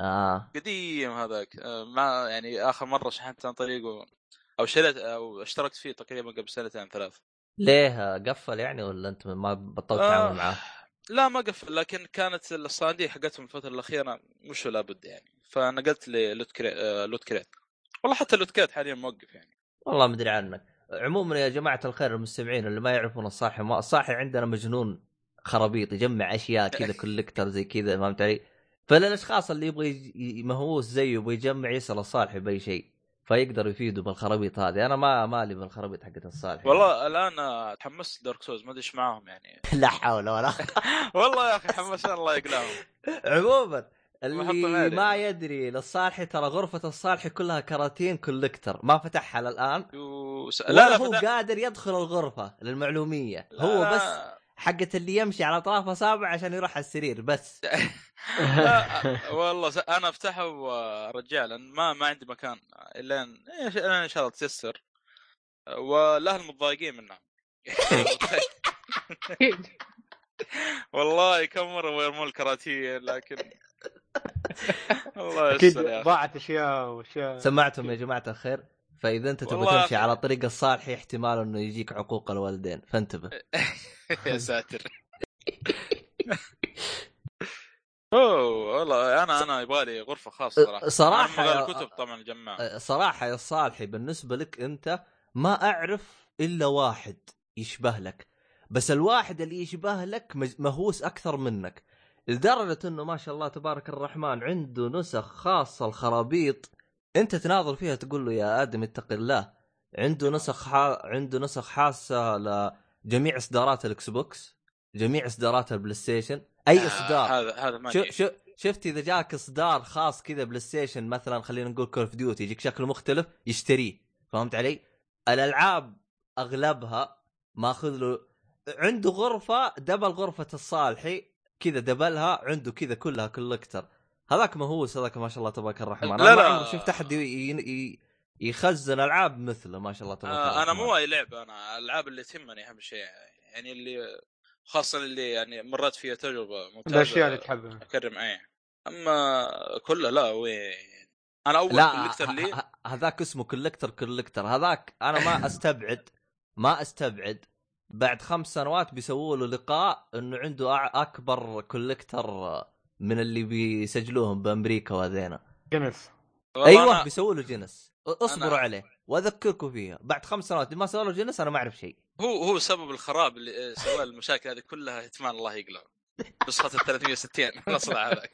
A: اه
C: قديم هذاك آه، ما يعني اخر مره شحنت عن طريقه او شريت او اشتركت فيه تقريبا قبل سنتين ثلاث
A: ليه آه، قفل يعني ولا انت ما بطلت
C: آه.
A: تعامل معاه؟
C: لا ما قفل لكن كانت الصناديق حقتهم الفتره الاخيره مش لابد يعني فنقلت للوت كريت آه، لوت كريت والله حتى لوت كريت حاليا موقف يعني
A: والله ما ادري عنك عموما يا جماعه الخير المستمعين اللي ما يعرفون الصاحي ما الصاحي عندنا مجنون خرابيط يجمع اشياء كذا كولكتر زي كذا فهمت علي؟ فللاشخاص اللي يبغى يج- ي- مهووس زيه يبغى يجمع يسال الصالحي باي شيء فيقدر يفيده بالخرابيط هذه انا ما مالي بالخرابيط حقت الصالحي
C: والله الان آه، تحمست دارك سوز ما ادري ايش معاهم يعني
A: (laughs)
C: (laughs)
A: لا حول ولا قوة.
C: والله يا اخي حمسان الله يقلاهم
A: عموما
C: حطوا
A: اللي
C: مالي.
A: ما يدري للصالحي ترى غرفه الصالحي كلها كراتين كولكتر ما فتحها للان
C: يوس...
A: لا لا هو
C: فتح-
A: قادر يدخل الغرفه للمعلوميه
C: لا،
A: هو
C: لا. أه،
A: بس حقت اللي يمشي على اطراف اصابعه عشان يروح على السرير بس
C: لا، والله س- انا افتحه وارجع لان ما ما عندي مكان الا ان إيش- إلا ان شاء الله تسسر والاهل
A: (laughs)
C: متضايقين (laughs) منها
B: اكيد
C: والله كم مره ويرمون الكراتين
A: (laughs)
C: لكن الله
E: اكيد
C: يستر يا اخي
E: ضاعت اشياء واشياء
A: سمعتم يا جماعه الخير فاذا انت
C: والله
A: تبغى
C: يا
A: تمشي
C: أخي.
A: على الطريق الصالح احتمال انه يجيك عقوق الوالدين فانتبه
C: (laughs) إيه،
A: (laughs)
C: يا ساتر اوه والله انا انا يبغالي غرفه خاصه صراحه
A: أه، صراحة
C: أنا
A: يا-
C: من غير الكتب طبعا الجماعه
A: أه، صراحه يا صالحي بالنسبه لك انت ما اعرف الا واحد يشبه لك بس الواحد اللي يشبه لك مج- مهووس اكثر منك لدرجه انه ما شاء الله تبارك الرحمن عنده نسخ خاصه الخرابيط انت تناظر فيها تقول له يا ادم اتق الله عنده
C: نعم.
A: نسخ حا... عنده نسخ خاصه لجميع اصدارات الاكس بوكس جميع اصدارات البلاي ستيشن اي
C: آه،
A: اصدار
C: هذا هذا ما
A: شو
C: يجي.
A: شو شفت اذا جاك اصدار خاص كذا بلاي ستيشن مثلا خلينا نقول كول اوف ديوتي يجيك شكله مختلف يشتريه فهمت علي؟ الالعاب اغلبها ماخذ له عنده غرفه دبل غرفه الصالحي كذا دبلها عنده كذا كلها كولكتر هذاك مهووس هذاك ما شاء الله تبارك الرحمن
C: لا،
A: انا ما
C: لا.
A: عمري شفت احد ي- ي- ي- يخزن العاب مثله ما شاء الله تبارك
C: آه،
A: الرحمن
C: انا مو اي لعبه انا الالعاب اللي تهمني اهم شيء يعني اللي خاصه اللي يعني مرت فيها تجربه ممتازه
E: الاشياء اللي تحبها
C: اكرم اي اما كله لا وين انا اول
A: لا
C: كوليكتر لي
A: ه- ه- هذاك اسمه كولكتر كولكتر هذاك انا ما استبعد ما استبعد بعد خمس سنوات بيسووا له لقاء انه عنده أع- اكبر كولكتر من اللي بيسجلوهم بامريكا وهذينا
E: جنس
C: والله
A: ايوه
C: أنا...
A: بيسووا له جنس أ- اصبروا
C: أنا-
A: عليه واذكركم فيها بعد خمس سنوات ما سووا له جنس انا ما اعرف شيء
C: هو هو سبب الخراب اللي سوى المشاكل هذه كلها هتمان الله يقلعه نسخة ال (laughs) 360 الاصلع هذاك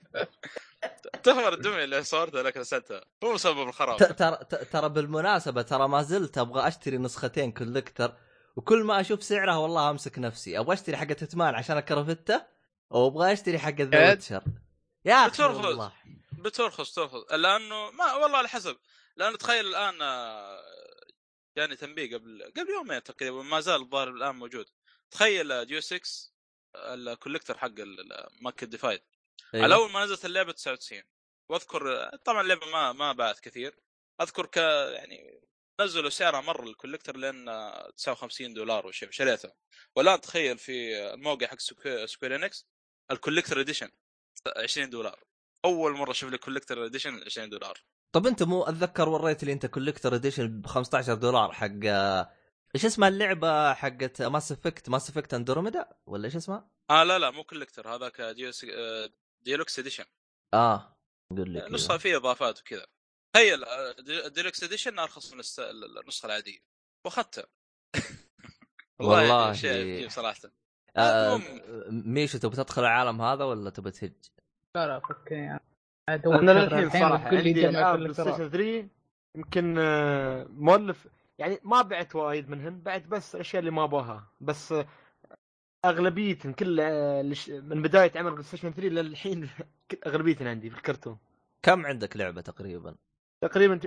C: تفر الدمية اللي صورتها لك رسلتها هو سبب
A: ت-
C: الخراب
A: ترى ت- ترى بالمناسبه ترى ما زلت ابغى اشتري نسختين كولكتر وكل ما اشوف سعرها والله امسك نفسي ابغى اشتري حقه تتمان عشان الكرفته وابغى اشتري حقه ذا
B: عاد.
A: ويتشر يا اخي
C: بترفض.
A: والله
C: بترخص ترخص لانه ما والله على حسب لانه تخيل الان آه، جاني تنبيه قبل قبل يومين تقريبا ما زال الظاهر الان موجود تخيل آه، جيو 6 الكوليكتر حق آه، ال- ال- ماركت ديفايد
A: إيه.
C: على اول ما نزلت اللعبه 99 واذكر طبعا اللعبه ما ما باعت كثير اذكر ك يعني نزلوا سعرها مره الكوليكتر لان 59 دولار وشيء شريتها والان تخيل في الموقع حق سكوير انكس الكوليكتر اديشن 20 دولار اول مره اشوف لك كوليكتر اديشن 20 دولار
A: طب انت مو اتذكر وريت لي انت كولكتر اديشن ب 15 دولار حق ايش اسمها اللعبه حقت ماس افكت ماس افكت اندروميدا ولا ايش اسمها؟
C: اه لا لا مو كوليكتر هذاك ديوس آه، ديلوكس اديشن
A: اه قول لي
C: نسخه
A: كذا.
C: فيها اضافات وكذا تخيل آه، دي- ديلوكس اديشن ارخص من الس- النسخه العاديه (laughs) واخذتها
A: والله.
C: يعني
A: يعني
C: شيء عجيب صراحه
A: آه
C: المهم.
A: ميشو تبي تدخل العالم هذا ولا تبي تهج؟
B: لا لا فكني يعني.
E: انا للحين صراحه عندي العاب بلاي ستيشن 3 يمكن آه، مؤلف يعني ما بعت وايد منهم بعت بس الاشياء اللي ما ابغاها بس آه، اغلبيتهم كل آه، الش- من بدايه عمل بلاي ستيشن 3 للحين (laughs) كل- اغلبيتهم عندي في الكرتون
A: كم عندك لعبه تقريبا؟
E: تقريبا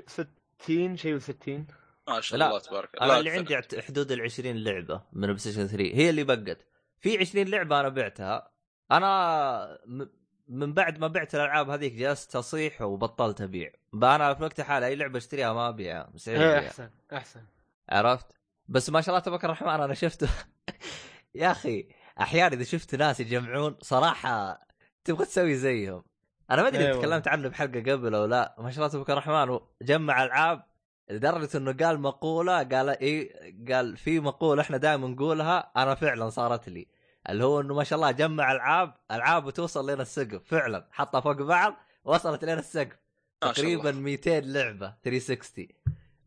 E: 60 شيء و60
C: ما شاء
A: لا،
C: الله تبارك الله
A: انا اللي
C: أكثر.
A: عندي عت- حدود ال 20 لعبه من بلاي ستيشن 3 هي اللي بقت في 20 لعبه انا بعتها انا م- من بعد ما بعت الالعاب هذيك جلست اصيح وبطلت ابيع انا في وقت حالي اي لعبه اشتريها ما ابيعها مستحيل ابيعها
E: احسن احسن
A: عرفت بس ما شاء الله تبارك الرحمن انا شفت (laughs) يا اخي احيانا اذا شفت ناس يجمعون صراحه تبغى تسوي زيهم انا ما ادري
E: أيوة.
A: أيوة. تكلمت عنه بحلقه قبل او لا ما شاء الله تبارك الرحمن جمع العاب لدرجه انه قال مقوله قال اي قال في مقوله احنا دائما نقولها انا فعلا صارت لي اللي هو انه ما شاء الله جمع العاب العاب وتوصل لين السقف فعلا حطها فوق بعض وصلت لين السقف
C: ما شاء الله.
A: تقريبا 200 لعبه 360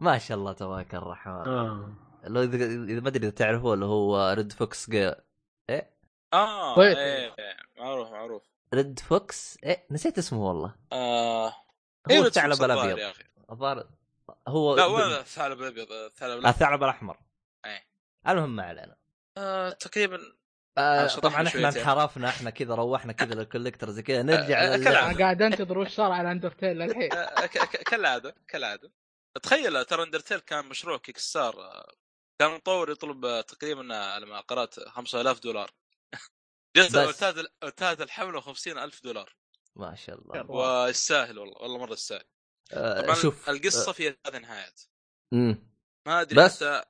A: ما شاء الله تبارك الرحمن
E: آه.
A: لو اذا إذا- ما ادري اذا تعرفوه اللي هو ريد فوكس جي...
C: اه
B: كويس.
C: إيه، إيه، معروف معروف
A: ريد فوكس إيه نسيت اسمه والله
C: آه إيه،
A: هو
C: بس
A: الثعلب طيب.
C: الظاهر
A: الابيض
C: يا اخي
A: الظاهر هو
C: لا وين الثعلب الابيض الثعلب الابيض
A: الثعلب الاحمر
C: إيه.
A: المهم ما علينا
C: آه، تقريبا
A: آه
C: شرحنا
A: طبعا احنا
C: شويتين.
A: انحرفنا احنا كذا روحنا كذا للكوليكتر زي كذا نرجع
C: آه،
A: لل-
C: كلام.
B: انا قاعد انتظر وش صار على اندرتيل للحين
C: آه، ك- ك- كالعاده كالعاده تخيل ترى اندرتيل كان مشروع كيك ستار آه، كان المطور يطلب آه، تقريبا آه، على ما قرات 5000 دولار (laughs) جت
A: بس.
C: انتهت انتهت الحمله 50000 دولار
A: ما شاء الله
C: آه. والساهل والله والله مره الساهل
A: آه
C: طبعا
A: شوف
C: القصه فيها ثلاث نهايات
A: مم.
C: ما ادري
A: بس.
C: حتى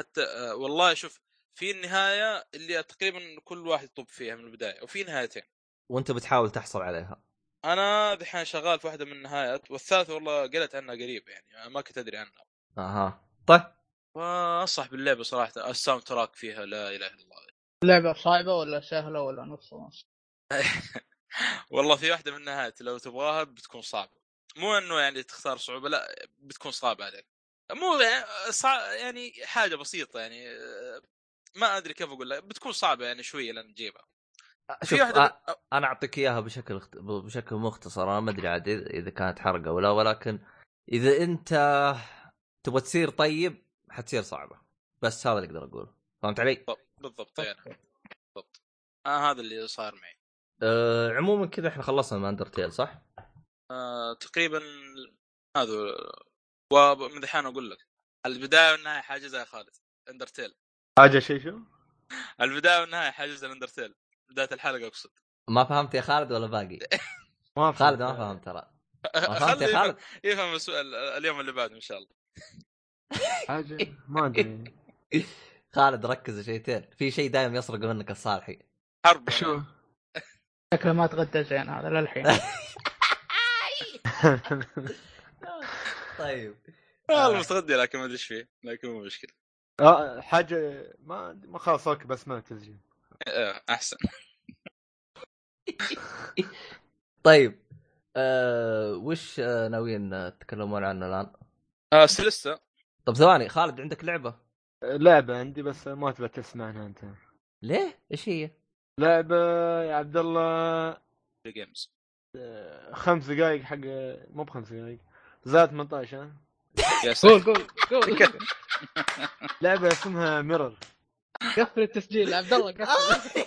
C: حتى آه، والله شوف في النهايه اللي تقريبا كل واحد يطب فيها من البدايه وفي نهايتين
A: وانت بتحاول تحصل عليها
C: انا دحين شغال في واحده من النهايات والثالثه والله قريت عنها قريب يعني ما كنت ادري عنها
A: اها طيب
C: فانصح باللعبه صراحه الساوند تراك فيها لا اله الا الله
B: اللعبه صعبه ولا سهله ولا نص ونص
C: والله في واحده من النهايات لو تبغاها بتكون صعبه مو انه يعني تختار صعوبه لا بتكون صعبه عليك مو يعني صع... يعني حاجه بسيطه يعني آه، ما ادري كيف اقول لك بتكون صعبه يعني شويه لان تجيبها
A: شوف
C: في واحده
A: آه،
C: من...
A: انا اعطيك اياها بشكل اخت... بشكل مختصر انا ما ادري عاد اذا إذا كانت حرقه ولا ولكن اذا انت تبغى تصير طيب حتصير صعبه بس هذا اللي اقدر اقوله فهمت علي؟
C: بالضبط يعني بالضبط آه هذا اللي صار معي
A: أه عموما كذا احنا خلصنا من اندرتيل صح؟
C: آه تقريبا هذا ومن دحين اقول لك البدايه والنهايه حاجزها يا خالد اندرتيل
E: حاجه شيء شو؟
C: البدايه والنهايه حاجزها الاندرتيل بدايه الحلقه اقصد
A: ما فهمت يا خالد ولا باقي؟
E: ما
A: خالد ما فهم ترى ما فهمت
C: خلي-
A: يا خالد؟
C: يفهم السؤال اليوم اللي بعده ان شاء الله
E: حاجه ما ادري
A: خالد ركز شيتين في شيء دائم يسرق منك الصالحي
C: حرب
E: (laughs)
C: يعني. (laughs)
E: شو؟
B: شكله ما تغدى زين هذا
E: (laughs)
B: للحين
A: طيب
C: والله متغدي لكن ما ادري ايش فيه لكن مو مشكله
E: آه، حاجه ما ما خلاص اوكي بس ما تسجيل
C: آه، احسن
A: طيب أه وش آه، ناويين تتكلمون عنه الان؟
C: آه، بس لسه
A: طب ثواني خالد عندك لعبه
E: لعبه عندي بس ما تبى تسمع عنها انت
A: ليه؟ ايش هي؟
E: لعبه يا عبد الله
C: جيمز
E: آه، خمس دقائق حق مو بخمس دقائق زائد 18 ها
C: يا
B: قول
C: ساتر
B: قول
E: (laughs)
B: قول
E: لعبه اسمها ميرور
B: قفل التسجيل عبد الله
E: آه.
B: قفل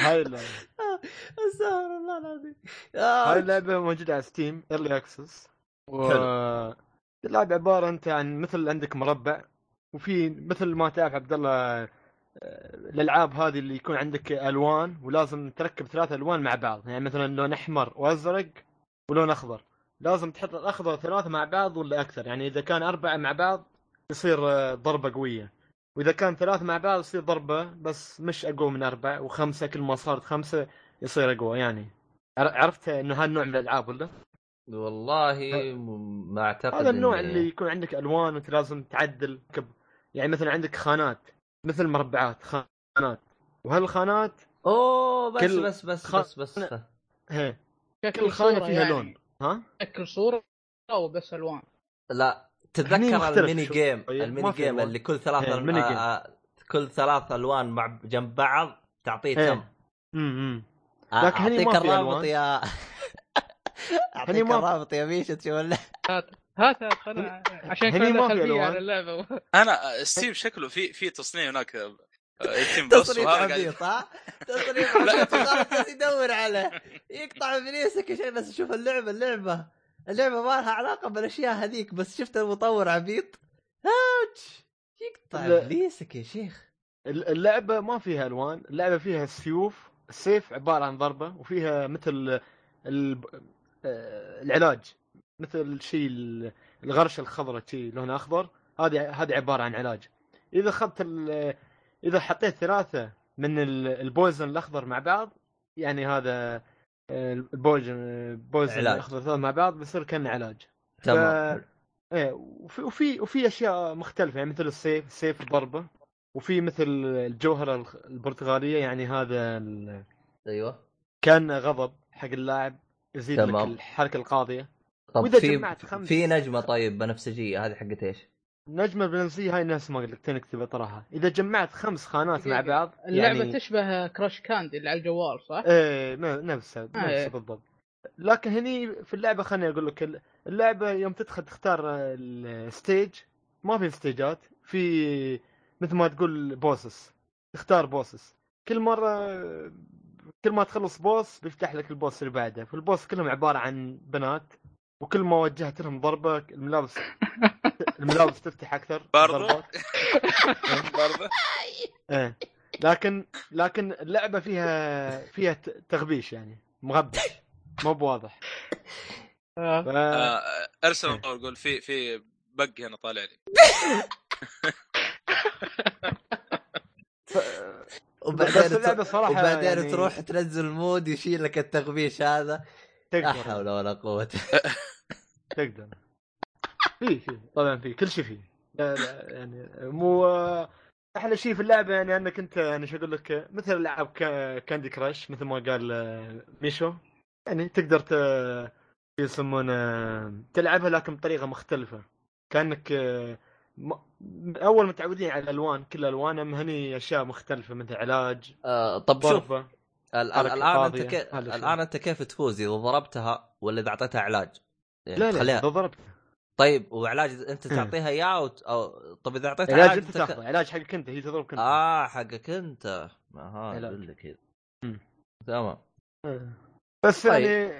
E: هاي اللعبه
A: استغفر الله العظيم
E: هاي اللعبه موجوده على ستيم ايرلي اكسس و اللعبه عباره انت عن مثل عندك مربع وفي مثل ما تعرف عبد الله آه، الالعاب هذه اللي يكون عندك الوان ولازم تركب ثلاث الوان مع بعض يعني مثلا لون احمر وازرق ولون اخضر لازم تحط الاخضر ثلاثه مع بعض ولا اكثر يعني اذا كان اربعه مع بعض يصير آه، ضربه قويه واذا كان ثلاث مع بعض يصير ضربه بس مش اقوى من اربع وخمسه كل ما صارت خمسه يصير اقوى يعني عر- عرفت انه هالنوع من الالعاب ولا؟
A: والله م- ما اعتقد
E: هذا النوع
A: إني-
E: اللي يكون عندك الوان وانت لازم تعدل كب يعني مثلا عندك خانات مثل مربعات خانات وهالخانات
A: اوه بس
E: كل-
A: بس بس
E: خ-
A: بس بس
E: هي
B: شكل
E: كل خانه
B: صورة
E: فيها
B: يعني.
E: لون ها
B: شكل صورة أو بس ألوان
A: لا
E: هني
A: تتذكر
E: مختلف
A: الميني
E: شوي. إيه،
A: جيم
E: ما
A: الميني
E: في
A: جيم
E: ألوان.
A: اللي كل ثلاث
E: إيه،
A: أل-
E: الميني جيم.
A: آ- آ- كل ثلاث الوان مع جنب بعض تعطيه
E: إيه.
A: تم
E: امم
A: آ-
E: لكن هني ما
A: اعطيك
E: في
A: الرابط
E: ألوان.
A: يا اعطيك
E: ما-
A: الرابط يا ميشة تشوف له.
B: هات هات هات أنا عشان
E: هني
B: كان لها
E: ما في
B: خلفية
E: ألوان. يعني
B: على اللعبة
C: انا آه، ستيف شكله في في تصنيع هناك آه، يتم بس
A: تصريف
C: وهذا
A: عبيط
C: قاعد-
A: (laughs) ها؟ تصريف عبيط (laughs) خلاص بس يدور عليه يقطع ابليسك شيء بس شوف اللعبه اللعبه اللعبه ما لها علاقه بالاشياء هذيك بس شفت المطور عبيط هاتش يقطع
E: لا.
A: ابليسك يا شيخ
E: اللعبه ما فيها الوان اللعبه فيها سيوف السيف عباره عن ضربه وفيها مثل ال... آه، العلاج مثل شيء ال- الغرشه الخضراء شيء لونها اخضر هذه هذه عباره عن علاج اذا اخذت ال... اذا حطيت ثلاثه من ال- البويزن الاخضر مع بعض يعني هذا آه، البويزن البويزن
A: علاج.
E: الاخضر ثلاثه مع بعض بيصير كان علاج
A: تمام
E: ايه وفي وفي وفي اشياء مختلفه يعني مثل السيف سيف ضربه وفي مثل الجوهره الخ- البرتغاليه يعني هذا ال-
A: ايوه
E: كان غضب حق اللاعب يزيد لك
A: تمام.
E: الحركه القاضيه
A: طب
E: وإذا
A: في
E: جمعت خمس-
A: في نجمه طيب بنفسجيه هذه حقت ايش؟
E: نجمه بنفسجيه هاي الناس ما قلت تكتب طرحها اذا جمعت خمس خانات مع بعض
B: اللعبة
E: يعني
B: تشبه كراش كاندي اللي على الجوال صح؟
E: ايه ن- نفسها نفسها
B: إيه.
E: بالضبط لكن هني في اللعبه خليني اقول لك ال- اللعبه يوم تدخل تختار الستيج ما في ستيجات في مثل ما تقول بوسس تختار بوسس كل مره كل ما تخلص بوس بيفتح لك البوس اللي بعده فالبوس كلهم عباره عن بنات وكل ما وجهت لهم ضربه
B: (laughs)
E: الملابس الملابس تفتح اكثر
C: برضو؟
E: (laughs) ضربات.
C: برضه
E: ايه لكن لكن اللعبه فيها فيها ت- تغبيش يعني مغبش مو بواضح
B: آه.
E: ف...
C: آه، ارسل
E: إيه.
C: المطور قول في في بق هنا طالع لي
E: بس
A: وبعدين
E: اللعبه
A: تروح-
E: صراحه
A: وبعدين
E: يعني
A: تروح تنزل المود يشيل لك التغبيش هذا لا
E: تقدر
A: حول ولا قوه
E: تقدر في في طبعا في كل شيء في لا لا يعني مو احلى شيء في اللعبه يعني انك انت يعني شو اقول لك مثل العاب كا- كاندي كراش مثل ما قال آه، ميشو يعني تقدر ت شو يسمونه تلعبها لكن بطريقه مختلفه كانك آه، م- اول متعودين على الالوان كل الوان اما هني اشياء مختلفه مثل علاج
A: آه، طب شوف
E: ضربه
A: ال- ال-
E: حركة
A: الان انت
E: فاضية.
A: كيف
E: هذا شيء.
A: الان انت كيف تفوز اذا ضربتها ولا اذا اعطيتها علاج؟ يعني
E: لا لا
A: تخليها
E: إذا ضربت
A: طيب وعلاج انت
E: مم.
A: تعطيها اياه وت... أو... طب اذا اعطيتها
E: علاج
A: علاج
E: انت
A: تك-
E: تاخذه علاج حقك انت هي تضربك انت
A: اه حقك انت اها
E: علاج.
A: اقول لك كذا
E: إيه، مم.
A: تمام
E: آه. بس
A: طيب.
E: يعني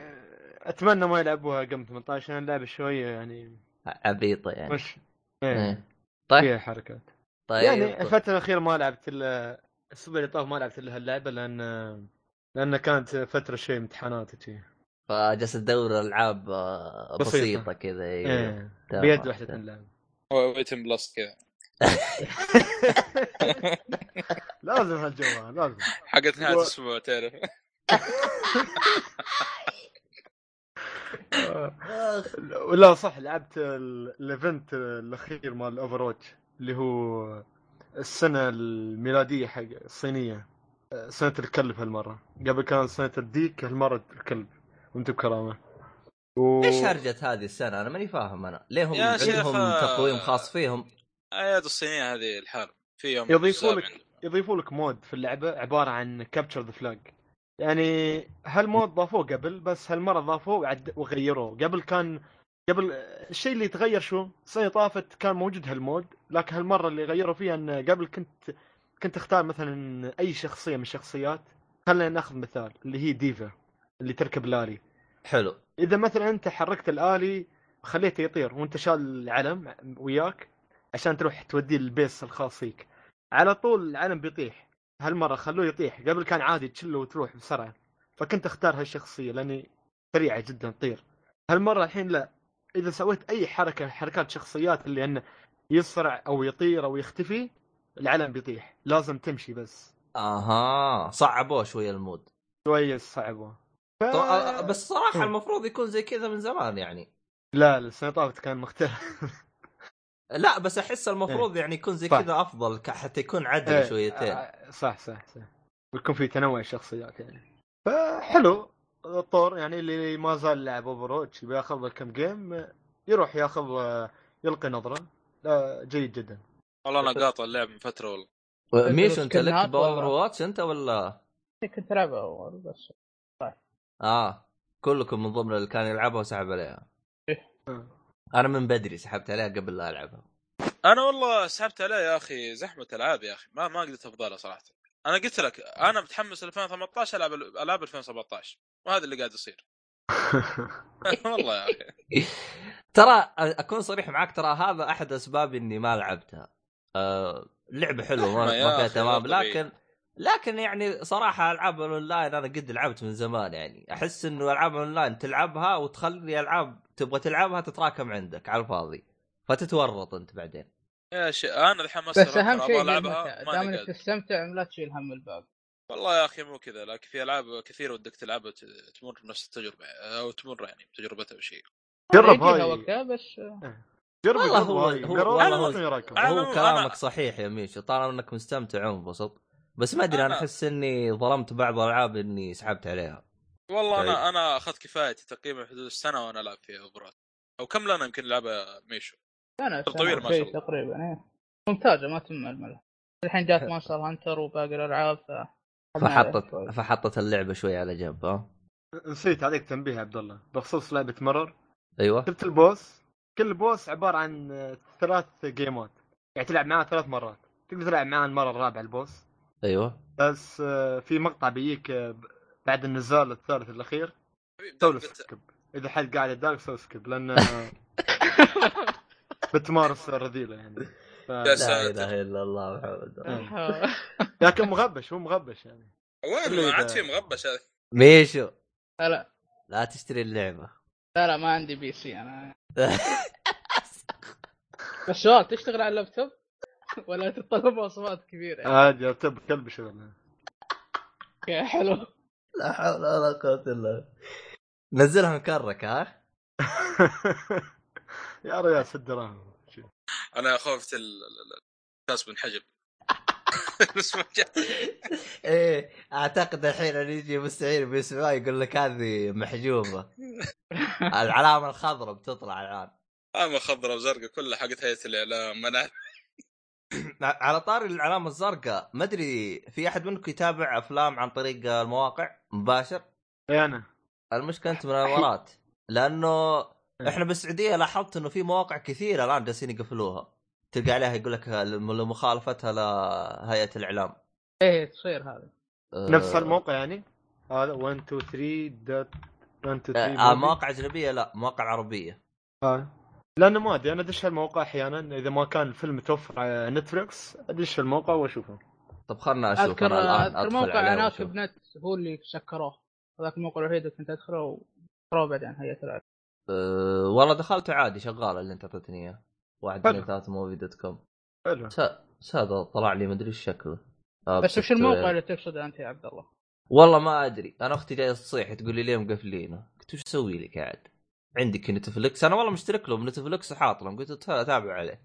E: اتمنى ما يلعبوها قم 18 لان اللعبه شويه يعني
A: عبيطه يعني
E: مش ايه
A: إيه. طيب
E: فيها حركات
A: طيب
E: يعني الفتره الاخيره ما لعبت الا الاسبوع اللي طاف ما لعبت الا هاللعبه لان لان كانت فتره شوي امتحانات وشي
A: أيوه. فجالس تدور العاب آه،
E: بسيطة.
A: بسيطه كذا ايوه
E: ايه
A: تمام.
E: بيد واحده
A: تمام.
E: اللعبه
C: ويتم بلس كذا
E: لازم هالجو لازم
C: حقت نهايه
E: و-
C: الاسبوع تعرف (laughs)
A: آخ.
E: ولا صح لعبت ال- الايفنت الاخير مال الاوفر واتش اللي هو السنه الميلاديه حق الصينيه سنه الكلب هالمره قبل كان سنه الديك هالمره الكلب وانت بكرامه و...
A: ايش هرجة هذه السنه انا ماني فاهم انا ليه هم
C: يا شيخ،
A: عندهم
C: آه،
A: تقويم خاص فيهم
C: اياد الصينيه هذه الحال في يوم
E: يضيفوا
C: سابع
E: لك-
C: عنده.
E: يضيفوا لك مود في اللعبه عباره عن كابتشر ذا فلاج يعني هالمود ضافوه قبل بس هالمره ضافوه وعد- وغيروه قبل كان قبل الشيء اللي تغير شو السنه طافت كان موجود هالمود لكن هالمره اللي غيروا فيها ان قبل كنت كنت تختار مثلا اي شخصيه من الشخصيات خلينا ناخذ مثال اللي هي ديفا اللي تركب الالي
A: حلو
E: اذا مثلا انت حركت الالي خليته يطير وانت شال العلم وياك عشان تروح توديه للبيس الخاص فيك على طول العلم بيطيح هالمره خلوه يطيح قبل كان عادي تشله وتروح بسرعه فكنت اختار هالشخصيه لاني سريعه جدا تطير هالمره الحين لا اذا سويت اي حركه حركات شخصيات اللي انه يسرع او يطير او يختفي العلم بيطيح لازم تمشي بس
A: اها صعبوه شويه المود
E: شويه صعبه ف...
A: طب- آه، آه، بس صراحه
E: مم.
A: المفروض يكون زي كذا من زمان يعني
E: لا لا، السنه طافت كان مختلف (laughs)
A: لا بس احس المفروض يعني يكون زي
E: صح.
A: كذا افضل ك- حتى يكون
E: طيب. إيه،
A: عدل شويتين
E: آه، صح صح صح ويكون في تنوع الشخصيات يعني فحلو الطور يعني اللي ما زال لاعب اوفروتش بياخذ له كم جيم آه، يروح ياخذ آه، يلقي نظره لا جيد
A: (laughs)
E: جدا
C: والله انا قاطع اللعب من فتره والله
A: ميشو انت لك
B: سكنات
A: باور
B: ولا-
A: واتش انت ولا
B: كنت العبها اول بس
A: اه كلكم من ضمن اللي كان يلعبها وسحب عليها
E: آه.
A: انا من بدري سحبت عليها قبل لا العبها
C: انا والله سحبت عليه يا اخي زحمه العاب يا اخي ما ما قدرت افضلها صراحه انا قلت لك انا متحمس 2018 العب العاب 2017 وهذا اللي قاعد يصير (laughs) والله يا اخي
A: (laughs) ترى أ- اكون صريح معاك ترى هذا احد اسباب اني ما لعبتها أه لعبه حلوه ما,
C: رحمة يا
A: ما فيها
C: أخي،
A: تمام
C: مو طبيعي.
A: لكن لكن يعني صراحه العاب الاونلاين انا قد لعبت من زمان يعني احس انه العاب الاونلاين تلعبها وتخلي العاب تبغى تلعبها تتراكم عندك على الفاضي فتتورط انت بعدين
C: يا شيخ انا الحين ما
B: بس اهم شيء
C: العبها
B: المتعة. دام
C: ماني
B: انك
C: قادر
B: تستمتع لا تشيل هم الباقي
C: والله يا اخي مو كذا لكن في العاب كثيره ودك تلعبها وت- تمر نفس التجربه او تمر يعني بتجربتها او شيء
E: جرب
B: يجيها
E: هاي
B: وقتها بس
E: جرب
A: والله
E: جرب
A: هو-
E: هاي
A: هو-
E: جرب
A: والله
E: هاي
A: هو-
E: وتعطيني رايك.
C: أنا-
A: هو
C: أنا-
A: كلامك صحيح يا ميشو طالما انك مستمتع ومنبسط بس ما ادري انا
C: أنا-
A: احس اني ظلمت بعض الالعاب اني سحبت عليها
C: والله انا
A: طيب.
C: انا اخذت كفايتي تقريبا في حدود السنه وانا العب فيها اوفرات او كم لنا يمكن لعبه ميشو
B: انا
C: طيب، طويل ما شاء الله.
B: تقريبا إيه. ممتازه ما تمل ملها الحين
C: (laughs)
B: جات مونستر هانتر وباقي الالعاب ف
A: فحطت فحطت اللعبه شوي على جنب ها
E: نسيت عليك تنبيه يا عبد الله بخصوص لعبه مرر
A: ايوه
E: شفت البوس كل بوس عباره عن آه، ثلاث جيمات يعني تلعب معاه ثلاث مرات تقدر تلعب معاه المره الرابعه البوس
A: ايوه
E: بس آه، في مقطع بيجيك آه، ب- بعد النزال الثالث الاخير
C: حبيبي،
E: سوي له
C: دقت-
E: سكيب اذا حد قاعد يداك سوي سكيب لان آه، بتمارس الرذيله يعني ف...
C: يا
A: لا
C: ساتر.
A: اله الا الله محمد (laughs)
E: لكن مغبش هو مغبش يعني
C: والله ما عاد في مغبش هذا
A: ميشو
B: لا لا
A: لا تشتري اللعبه
B: (laughs) لا لا ما عندي بي سي
A: (laughs)
B: انا بس سؤال تشتغل على اللابتوب (laughs) ولا تتطلب مواصفات
A: آه.
B: كبيره
E: عادي ارتب كلب شغل
B: يا حلو
A: لا حول ولا قوه الا بالله نزلها مكرك ها
E: (laughs) يا ريال ست دراهم
C: انا خفت ال- ال- ال- الكاس بنحجب (laughs) بس ما جاء.
A: ايه اعتقد الحين اللي يجي مستعير بيسمعها يقول لك هذه محجوبه العلامه الخضراء بتطلع الان
C: اما خضراء آه، وزرقاء كلها حقت هيئه الاعلام ما انا
A: على طاري العلامه الزرقاء ما ادري في احد منكم يتابع افلام عن طريق المواقع مباشر
E: إي انا
A: المشكله
B: (laughs)
A: انت من الامارات لانه
B: إيه.
A: احنا بالسعوديه لاحظت انه في مواقع كثيره الان جالسين يقفلوها تلقى عليها يقول لك لمخالفتها لهيئه الاعلام
B: ايه تصير هذا
A: آه،
E: نفس الموقع يعني هذا 1 2 3 دوت 1 2
A: آه
E: 3
A: مواقع اجنبيه لا مواقع عربيه
E: آه. لانه ما ادري انا ادش الموقع احيانا اذا ما كان الفيلم متوفر على نتفلكس ادش الموقع واشوفه
A: طب خلنا اشوف
B: اذكر
A: أنا الان
B: اذكر
A: أدخل
B: موقع
A: عليه
B: هناك
A: وأشوف.
B: بنت هو اللي سكروه هذاك الموقع الوحيد اللي كنت ادخله وسكروه بعدين هيئه الاعلام
A: أه والله دخلت عادي شغاله اللي انت اعطيتني اياه واحد
E: حلو.
A: من ثلاثة موفي دوت كوم
E: حلو
A: س- هذا طلع لي مدري ايش شكله آه،
B: بس وش
A: بشكل-
B: الموقع اللي تقصده انت يا عبد الله؟
A: والله ما ادري انا اختي جايه تصيح تقول لي ليه مقفلينه قلت وش اسوي لك قاعد عندك نتفليكس انا والله مشترك لهم نتفليكس وحاط لهم قلت أت- اتابع عليه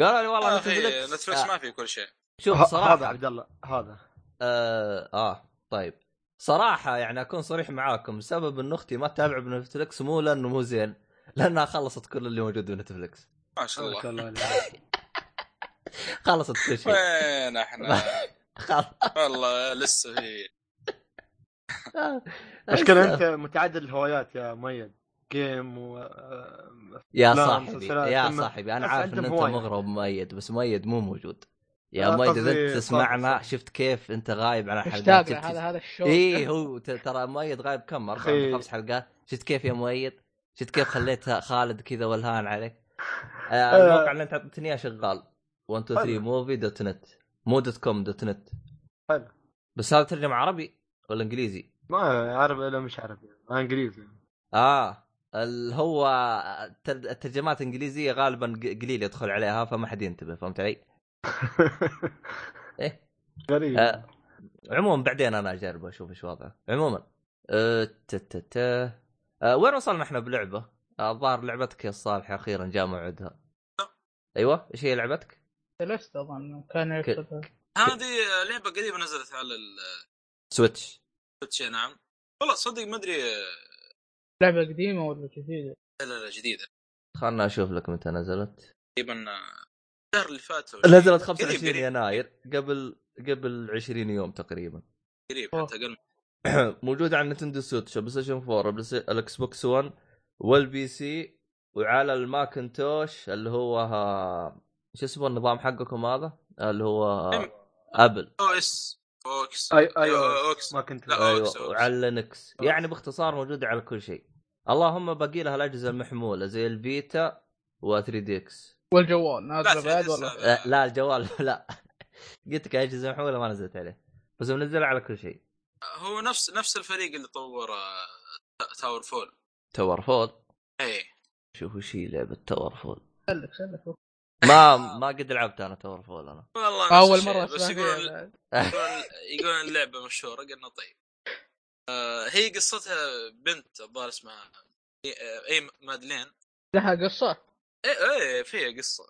A: قالوا لي والله آه.
C: يا اخي
A: نتفليكس
C: آه، نتفلكس ما في كل شيء
A: شوف
E: ه- هذا
A: صراحه
E: عبد الله هذا
A: آه, اه طيب صراحه يعني اكون صريح معاكم سبب ان اختي ما تتابع بنتفليكس مو لانه مو زين لانها خلصت كل اللي موجود بنتفليكس
C: ما شاء
E: ما شاء
C: الله
E: الله عليك.
A: خلصت كل
C: طيب.
A: شيء
C: وين احنا
A: (laughs) خلاص
C: والله لسه في
A: (laughs)
E: مشكلة انت متعدد الهوايات يا مؤيد جيم و آه،
A: يا
E: لا،
A: صاحبي
E: مسلسلات،
A: يا
E: أما-
A: صاحبي انا
E: بس
A: عارف ان
E: عندهم
A: انت
E: هواية.
A: مغرب مؤيد بس مؤيد مو موجود
E: لا،
A: يا مؤيد اذا
E: قصدي
A: انت تسمعنا
E: صاحبي.
A: شفت كيف انت غايب عن
B: مش
A: الحلقات
B: تابع هذا هذا الشو
A: اي إيه، هو ت- ترى مؤيد غايب كم
E: أخي.
A: 4 خمس حلقات شفت كيف يا مؤيد شفت كيف خليت خالد كذا ولهان عليك آه، الموقع اللي انت اعطيتني اياه شغال 1 2 3
E: حلو.
A: موفي دوت نت مو دوت كوم دوت نت
E: حلو.
A: بس هذا ترجم عربي ولا انجليزي؟
E: ما عربي ولا مش عربي انا انجليزي
A: اه اللي هو التر- الترجمات الانجليزيه غالبا ق- قليل يدخل عليها فما حد ينتبه فهمت علي؟ إيه.
E: (laughs) غريب
A: آه. عموما بعدين انا اجربه اشوف ايش وضعه. عموما آه، تا- تا- تا. آه، وين وصلنا احنا بلعبه؟ آه، الظاهر لعبتك يا الصالح اخيرا جاء موعدها. ايوه ايش هي لعبتك؟
B: سلست اظن كان يقصد
C: هذه لعبه قريبه نزلت على السويتش
A: سويتش
C: نعم والله صدق ما آه، ادري
B: لعبه قديمه ولا جديده؟
C: لا لا لا، جديده
A: خلنا اشوف لك متى نزلت.
C: تقريبا آه، الشهر اللي فات ولا شيء.
A: نزلت
C: قريب-
A: 25
C: قريب-
A: يناير قبل قبل 20 يوم تقريبا.
C: قريب حتى اقل
A: موجود على نتندو سويتش بلاي ستيشن 4 بلاي ستيشن- الاكس بوكس 1 والبي سي وعلى الماكنتوش اللي هو ها- شو اسمه النظام حقكم هذا؟ اللي هو ها- ابل
C: او اس اوكس
E: اي
A: أيوه.
E: اي
C: أو- اوكس
E: ما كنت
C: لا، أيوه، أوكس، أوكس.
A: ايوه وعلى لينكس يعني باختصار موجوده على كل شيء اللهم باقي لها الاجهزه المحموله زي الفيتا و 3 دي اكس
B: والجوال
C: لا
B: نازله بعد
C: تنسى
B: ولا
C: هذا.
A: آه، لا الجوال (laughs) لا قلت لك اجهزه محموله ما نزلت عليه بس منزلها على كل شيء
C: هو نفس نفس الفريق اللي طور آه، إيه. تا- تاور فول
A: تور فول
C: اي
A: شوفوا شي لعبه تور (laughs) فول
B: سلك سلك
A: ما ما قد لعبت انا تور فول انا
C: والله نفس
B: اول
C: الشيء،
B: مره
C: بس
B: اسمع
C: يقولون
B: فيها.
C: يقولون- يقولون اللعبه مشهوره قلنا طيب آه، هي قصتها بنت الظاهر اسمها آه، إي- اي مادلين
B: لها قصه
C: ايه ايه فيها قصه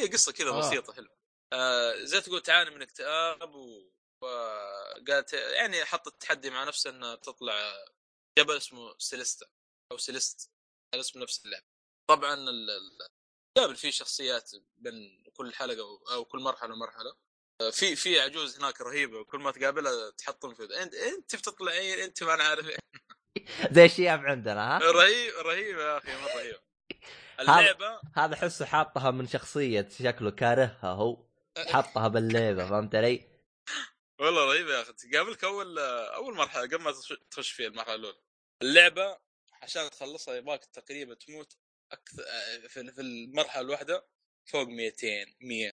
C: هي قصه كذا
B: آه.
C: بسيطه حلوه آه زي تقول تعاني من اكتئاب و... وقالت يعني حطت تحدي مع نفسها انها تطلع جبل اسمه سيليستا او سيليست على اسم نفس اللعبه طبعا ال- ال- قابل فيه شخصيات بين كل حلقه و- او كل مرحله ومرحله آه، في في عجوز هناك رهيبه وكل ما تقابلها تحطم في انت انت بتطلعين انت ما انا عارف إيه.
A: زي الشياب عندنا ها
C: رهيب رهيب يا اخي مره رهيب اللعبه
A: هذا حسه حاطها من شخصية شكله كارهها هو
C: إيه.
A: حطها باللعبة فهمت علي؟
C: والله رهيبه يا اخي تقابلك اول اول مرحله قبل ما تخش- تخش فيها المرحله الاولى اللعبه آه، عشان تخلصها يباك تقريبا تموت اكثر في في المرحله الواحده فوق 200 100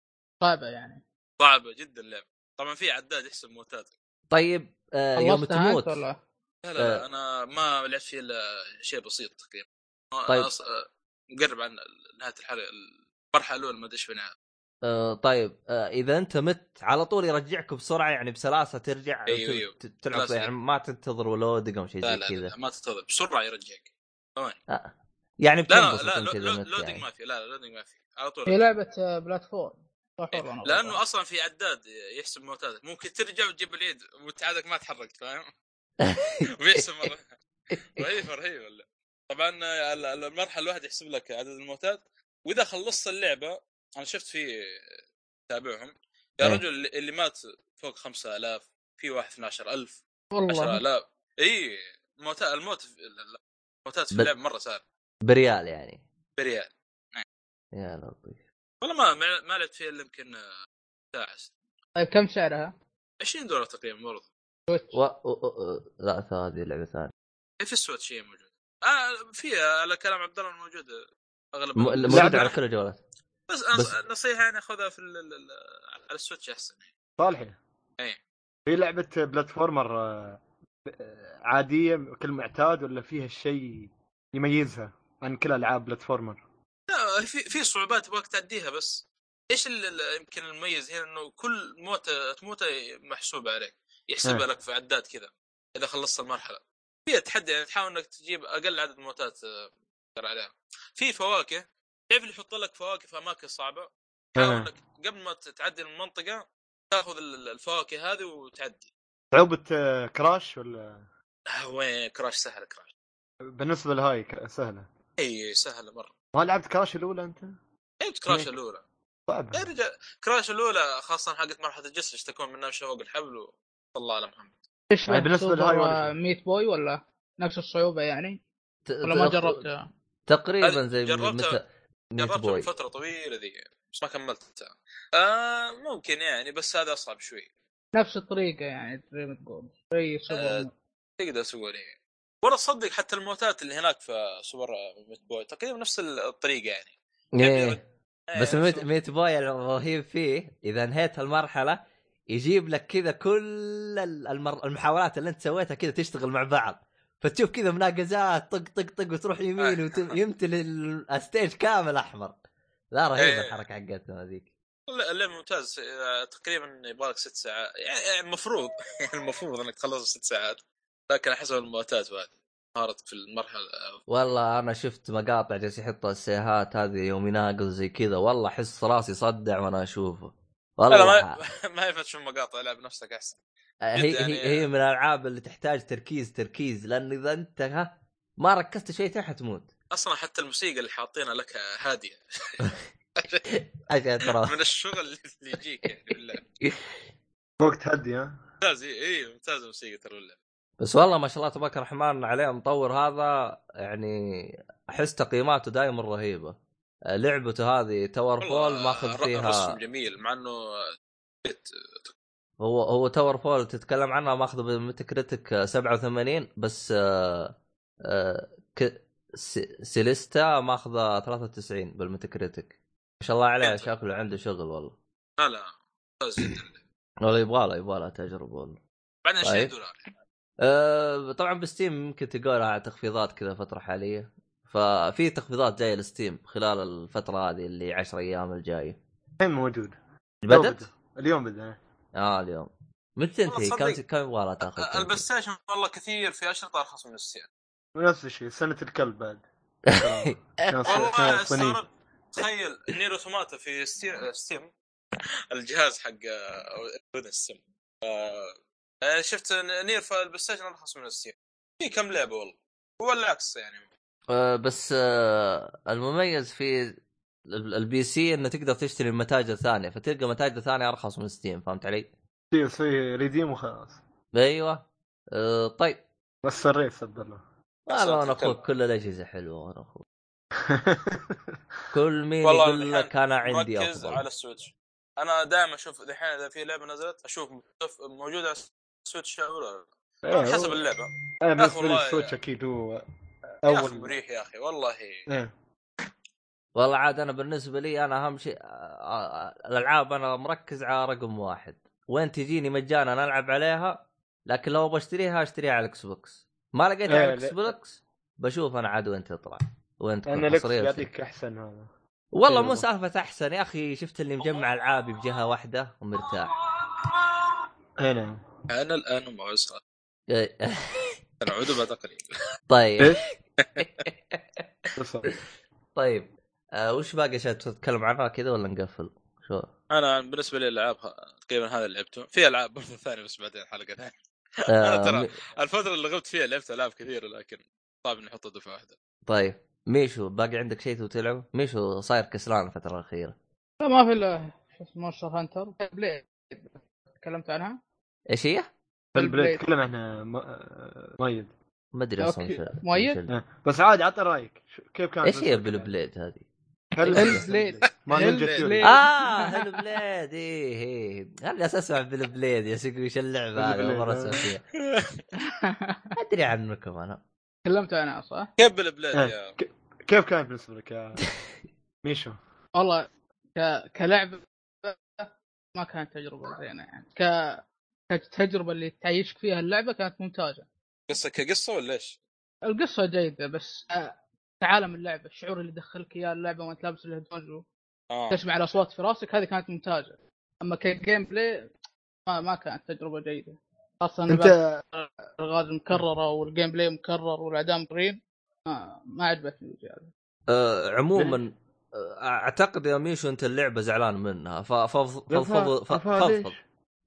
B: صعبه يعني
C: صعبه جدا اللعبه طبعا في عداد يحسب موتات
A: طيب آه يوم
B: خلصتها أنت
A: تموت
B: ولا؟
C: لا لا, لا
A: آه.
C: انا ما لعبت فيه الا شيء بسيط تقريبا
A: طيب.
C: طيب مقرب عن نهايه الحلقه المرحله الاولى ما ادري ايش بنها
A: آه طيب آه اذا انت مت على طول يرجعك بسرعه يعني بسلاسه ترجع
C: أيوه،
A: وت-
C: أيوه.
A: ت- تلعب
C: سلاسة.
A: يعني ما تنتظر ولو دقم شيء
C: لا
A: زي
C: لا,
A: كذا
C: لا ما تنتظر بسرعه يرجعك
A: يعني
C: لا
A: بتنبسط
C: لا
A: انت
C: لا
A: اذا
C: لو-
A: مت
C: لودنج
A: يعني
C: ما في لا لا لودنج ما في على طول
B: هي لعبه آه، بلاتفورم صح
C: إيه،
B: والله أنا
C: لانه
B: غلطان.
C: اصلا في عداد يحسب موتاتك ممكن ترجع وتجيب العيد وتعادك ما تحركت
A: (laughs)
C: فاهم؟ ويحسب مره رهيب رهيب ولا طبعا ال- ال- المرحله الواحد يحسب لك عدد الموتات واذا خلصت اللعبه انا شفت في تابعهم يا
A: إيه.
C: رجل اللي- اللي مات فوق 5000 في واحد 12000
B: والله
C: 10000 اي موت الموت في- ال- ال- الموتات في
A: بل-
C: اللعبه مره صار
A: بريال يعني
C: بريال
A: يا لطيف
C: والله ما ما- ما لعبت فيها الا يمكن آه، ساعه
B: طيب كم سعرها؟
C: 20 دولار تقريبا برضه
B: سويتش
A: و... و... و... لا هذه لعبه ثانيه
C: في السويتش شيء موجود آه في على كلام عبد الله موجود اغلب
A: م... موجود
E: لعبة-
A: على كل الجوالات
C: بس, أنا
A: بس-
C: نصيحه يعني خذها في ال- ال- ال- على السويتش احسن
E: صالحي
C: إيه.
E: في لعبه بلاتفورمر آه، آه، عاديه كالمعتاد ولا فيها شيء يميزها عن كل العاب بلاتفورمر
C: لا في في صعوبات تبغاك تعديها بس ايش ال- ال- يمكن المميز هنا انه كل موته تموته محسوبه عليك يحسبها
E: إيه.
C: لك في عداد كذا اذا خلصت المرحله فيها تحدي يعني تحاول انك تجيب اقل عدد موتات آه، تقدر عليها في فواكه تعرف اللي يحط لك فواكه في اماكن صعبه حاول
E: إيه.
C: انك قبل ما تعدي المنطقه تاخذ ال- ال- الفواكه هذه وتعدي
E: صعوبه آه، كراش ولا
C: آه، وين كراش سهله كراش
E: بالنسبه لهاي ك- سهله
C: اي سهله مره
E: ما لعبت كراش الاولى انت؟
C: لعبت كراش
E: ليه؟
C: الاولى
E: صعبه
C: يا رجال إيه، كراش الاولى خاصه حقت مرحله الجسر يشتكون منها مشى فوق الحبل و الله على محمد
B: ايش
E: يعني بالنسبة لهاي
B: بالنسبه
E: ولا-
B: ميت بوي ولا نفس الصعوبه يعني
A: ت...
B: ولا ما
A: ت-
B: جربتها؟
A: تقريبا زي
C: جربتها-
A: متى ميت
C: جربتها
A: بوي
C: فتره طويله ذي بس ما كملتها آه ممكن يعني بس هذا اصعب شوي
B: نفس الطريقه يعني زي ما تقول زي
C: آه.
B: سوبر مان.
C: تقدر تقول ايه ولا تصدق حتى الموتات اللي هناك في سوبر ميت بوي تقريبا نفس الطريقه يعني
A: إيه.
C: إيه،
A: بس
C: نفس
A: ميت... ميت بوي الرهيب فيه اذا انهيت المرحله يجيب لك كذا كل ال- المر... المحاولات اللي انت سويتها كذا تشتغل مع بعض فتشوف كذا مناقزات طق طق طق وتروح يمين
C: آه.
A: ويمتلي الستيج كامل احمر لا
C: إيه.
A: رهيبه الحركه حقتهم هذيك
C: لا اللعب ممتاز آه، تقريبا يبغالك ست ساعات يعني يعني المفروض (laughs) المفروض انك تخلص ست ساعات لكن حسب الموتات وهذه مهارتك في المرحله آه،
A: والله انا شفت مقاطع جالس يحطوا السيهات هذه يوم يناقض زي كذا والله احس راسي صدع وانا اشوفه
C: لا
A: والله
C: ما (laughs) ما ينفع تشوف مقاطع لعب نفسك احسن
A: هي
C: جد يعني-
A: هي هي من الالعاب اللي تحتاج تركيز تركيز لان اذا انت ها ما ركزت شيء تحت تموت
C: اصلا حتى الموسيقى اللي حاطينها لك هاديه
A: عشان ترى
C: من الشغل اللي يجيك يعني بالله
E: وقت هدي ها
C: ممتاز اي إي، ممتاز الموسيقى ترى بالله
A: بس والله ما شاء الله تبارك الرحمن عليه المطور هذا يعني احس تقييماته دائما رهيبه لعبته هذه تاور فول
C: والله
A: ماخذ
C: الر- الرسم
A: فيها
C: جميل مع انه
A: هو هو تاور فول تتكلم عنها ماخذه بميتا كريتك 87 آه، بس آه، آه، ك- س- سيليستا ماخذه 93 بالميتا كريتك ما شاء الله عليه
C: أنت.
A: شكله عنده شغل والله
C: لا لا ممتاز جدا
A: والله يبغى لها يبغى لها تجربه والله
C: بعدين 20
A: طيب.
C: دولار
A: أه طبعا بستيم يمكن تلقوا لها تخفيضات كذا فتره حاليه ففي تخفيضات جايه لستيم خلال الفتره هذه اللي 10 ايام الجايه
E: الحين موجود اليوم
A: بدت؟
E: اليوم بدا
A: اه اليوم متى
C: والله
A: تنتهي؟
C: تصدق.
A: كم كم يبغى لها تاخذ؟
C: البلاي ستيشن والله كثير في اشرطه ارخص من السيارة
E: ونفس الشيء سنه الكلب بعد عشان صيني.
C: والله
E: صيني.
C: استغربت تخيل نير اوتوماتا في ستي- ستيم الجهاز حق بدون السم آه، آه، شفت نير في البلاي ستيشن ارخص من الستيم في كم لعبه والله هو العكس يعني
A: أه بس أه المميز في ال- البي سي انه تقدر تشتري من متاجر ثانيه فتلقى متاجر ثانيه ارخص من ستيم فهمت علي؟
E: في في ريديم وخلاص
A: ايوه أه طيب
E: بس الريس عبد الله (laughs)
A: والله انا
C: أحسنت.
A: اخوك كل الاجهزه حلوه انا اخوك كل مين
C: والله
A: يقول لك انا عندي
C: مركز
A: افضل
C: على السويتش انا دائما اشوف دحين اذا في لعبه نزلت اشوف مف- موجوده على السويتش او لا
E: إيه،
C: حسب
E: هو-
C: اللعبه
E: انا
C: يا أخي
E: بالنسبه لي
C: والله-
E: السويتش اكيد هو
C: يا اخي
E: اول
C: مريح يا اخي والله
E: إيه.
A: والله عاد انا بالنسبه لي انا اهم شيء آه، الالعاب انا مركز على رقم واحد وين تجيني مجانا العب عليها لكن لو بشتريها اشتريها على الاكس بوكس ما لقيتها على
E: إيه،
A: الاكس
E: لا.
A: بوكس بشوف انا عاد وين تطلع وين
E: لان
A: تكون
E: الاكس
A: حصريه فيه.
E: يعطيك احسن هذا
A: والله
E: إيه
A: مو
E: والله.
A: سالفه احسن يا اخي شفت اللي
E: (laughs)
A: مجمع العابي بجهه واحده ومرتاح (laughs)
E: اي نعم
C: انا الان مع اسره
A: إيه.
C: العود بعد قليل
A: طيب
E: إيش؟ بالضبط.
A: طيب آه وش باقي اشياء تتكلم عنها كذا ولا نقفل؟
E: (laughs)
A: شو
C: انا بالنسبه لي الالعاب ه- تقريبا هذا اللي لعبته في العاب (laughs) برضه ثانيه بس بعدين حلقه ثانيه أنا ترى-
A: آه، مي-
C: الفتره اللي غبت فيها لعبت العاب كثيره لكن صعب اني احطها دفعه واحده
A: طيب ميشو باقي عندك شيء تبغى تلعبه؟ ميشو صاير كسلان الفترة الأخيرة
B: لا ما في الا شو اسمه مونستر هانتر بليد تكلمت عنها (laughs)
A: ايش هي؟
E: البلاي تكلم عنها م- مؤيد
A: ما ادري اصلا
B: أوكي.
A: وش- وش
B: مؤيد؟
A: ال-
E: إيه. بس عادي عطى رايك شو- كيف كان
A: ايش هي بالبليد هذه؟
B: البليد.
E: ما نينجا
B: البليد.
E: ثيوري
A: اه هلو بليد ايه ايه انا جالس اسمع بالبليد يا سيقو وش اللعبة
E: هلو
A: هذه
E: بليد،
A: مرة
E: آه.
A: اسمع فيها ادري عنكم انا
B: تكلمت عنها صح؟
C: كيف بالبلاد
E: إيه.
C: يا
E: كيف كان بالنسبه لك يا ميشو؟
B: والله ك... كلعبة ما كانت تجربة زينة يعني ك... كتجربة اللي تعيشك فيها اللعبة كانت ممتازة
C: قصه كقصه ولا ايش؟
B: القصة جيدة بس آه، عالم اللعبة الشعور اللي دخلك اياه اللعبة وانت لابس الهيدفونز
C: اه
B: وتسمع الاصوات في راسك هذه كانت ممتازة اما كجيم بلاي ما ما كانت تجربة جيدة خاصة إن بعد
E: انت
B: الغاز مكررة والجيم بلاي مكرر والاعدام قريب ما, ما عجبتني الجهاز.
A: آه عموما آه، اعتقد يا ميشو انت اللعبة زعلان منها ف- فف- فضفض
E: أفا- أفا ليش؟
A: فضفض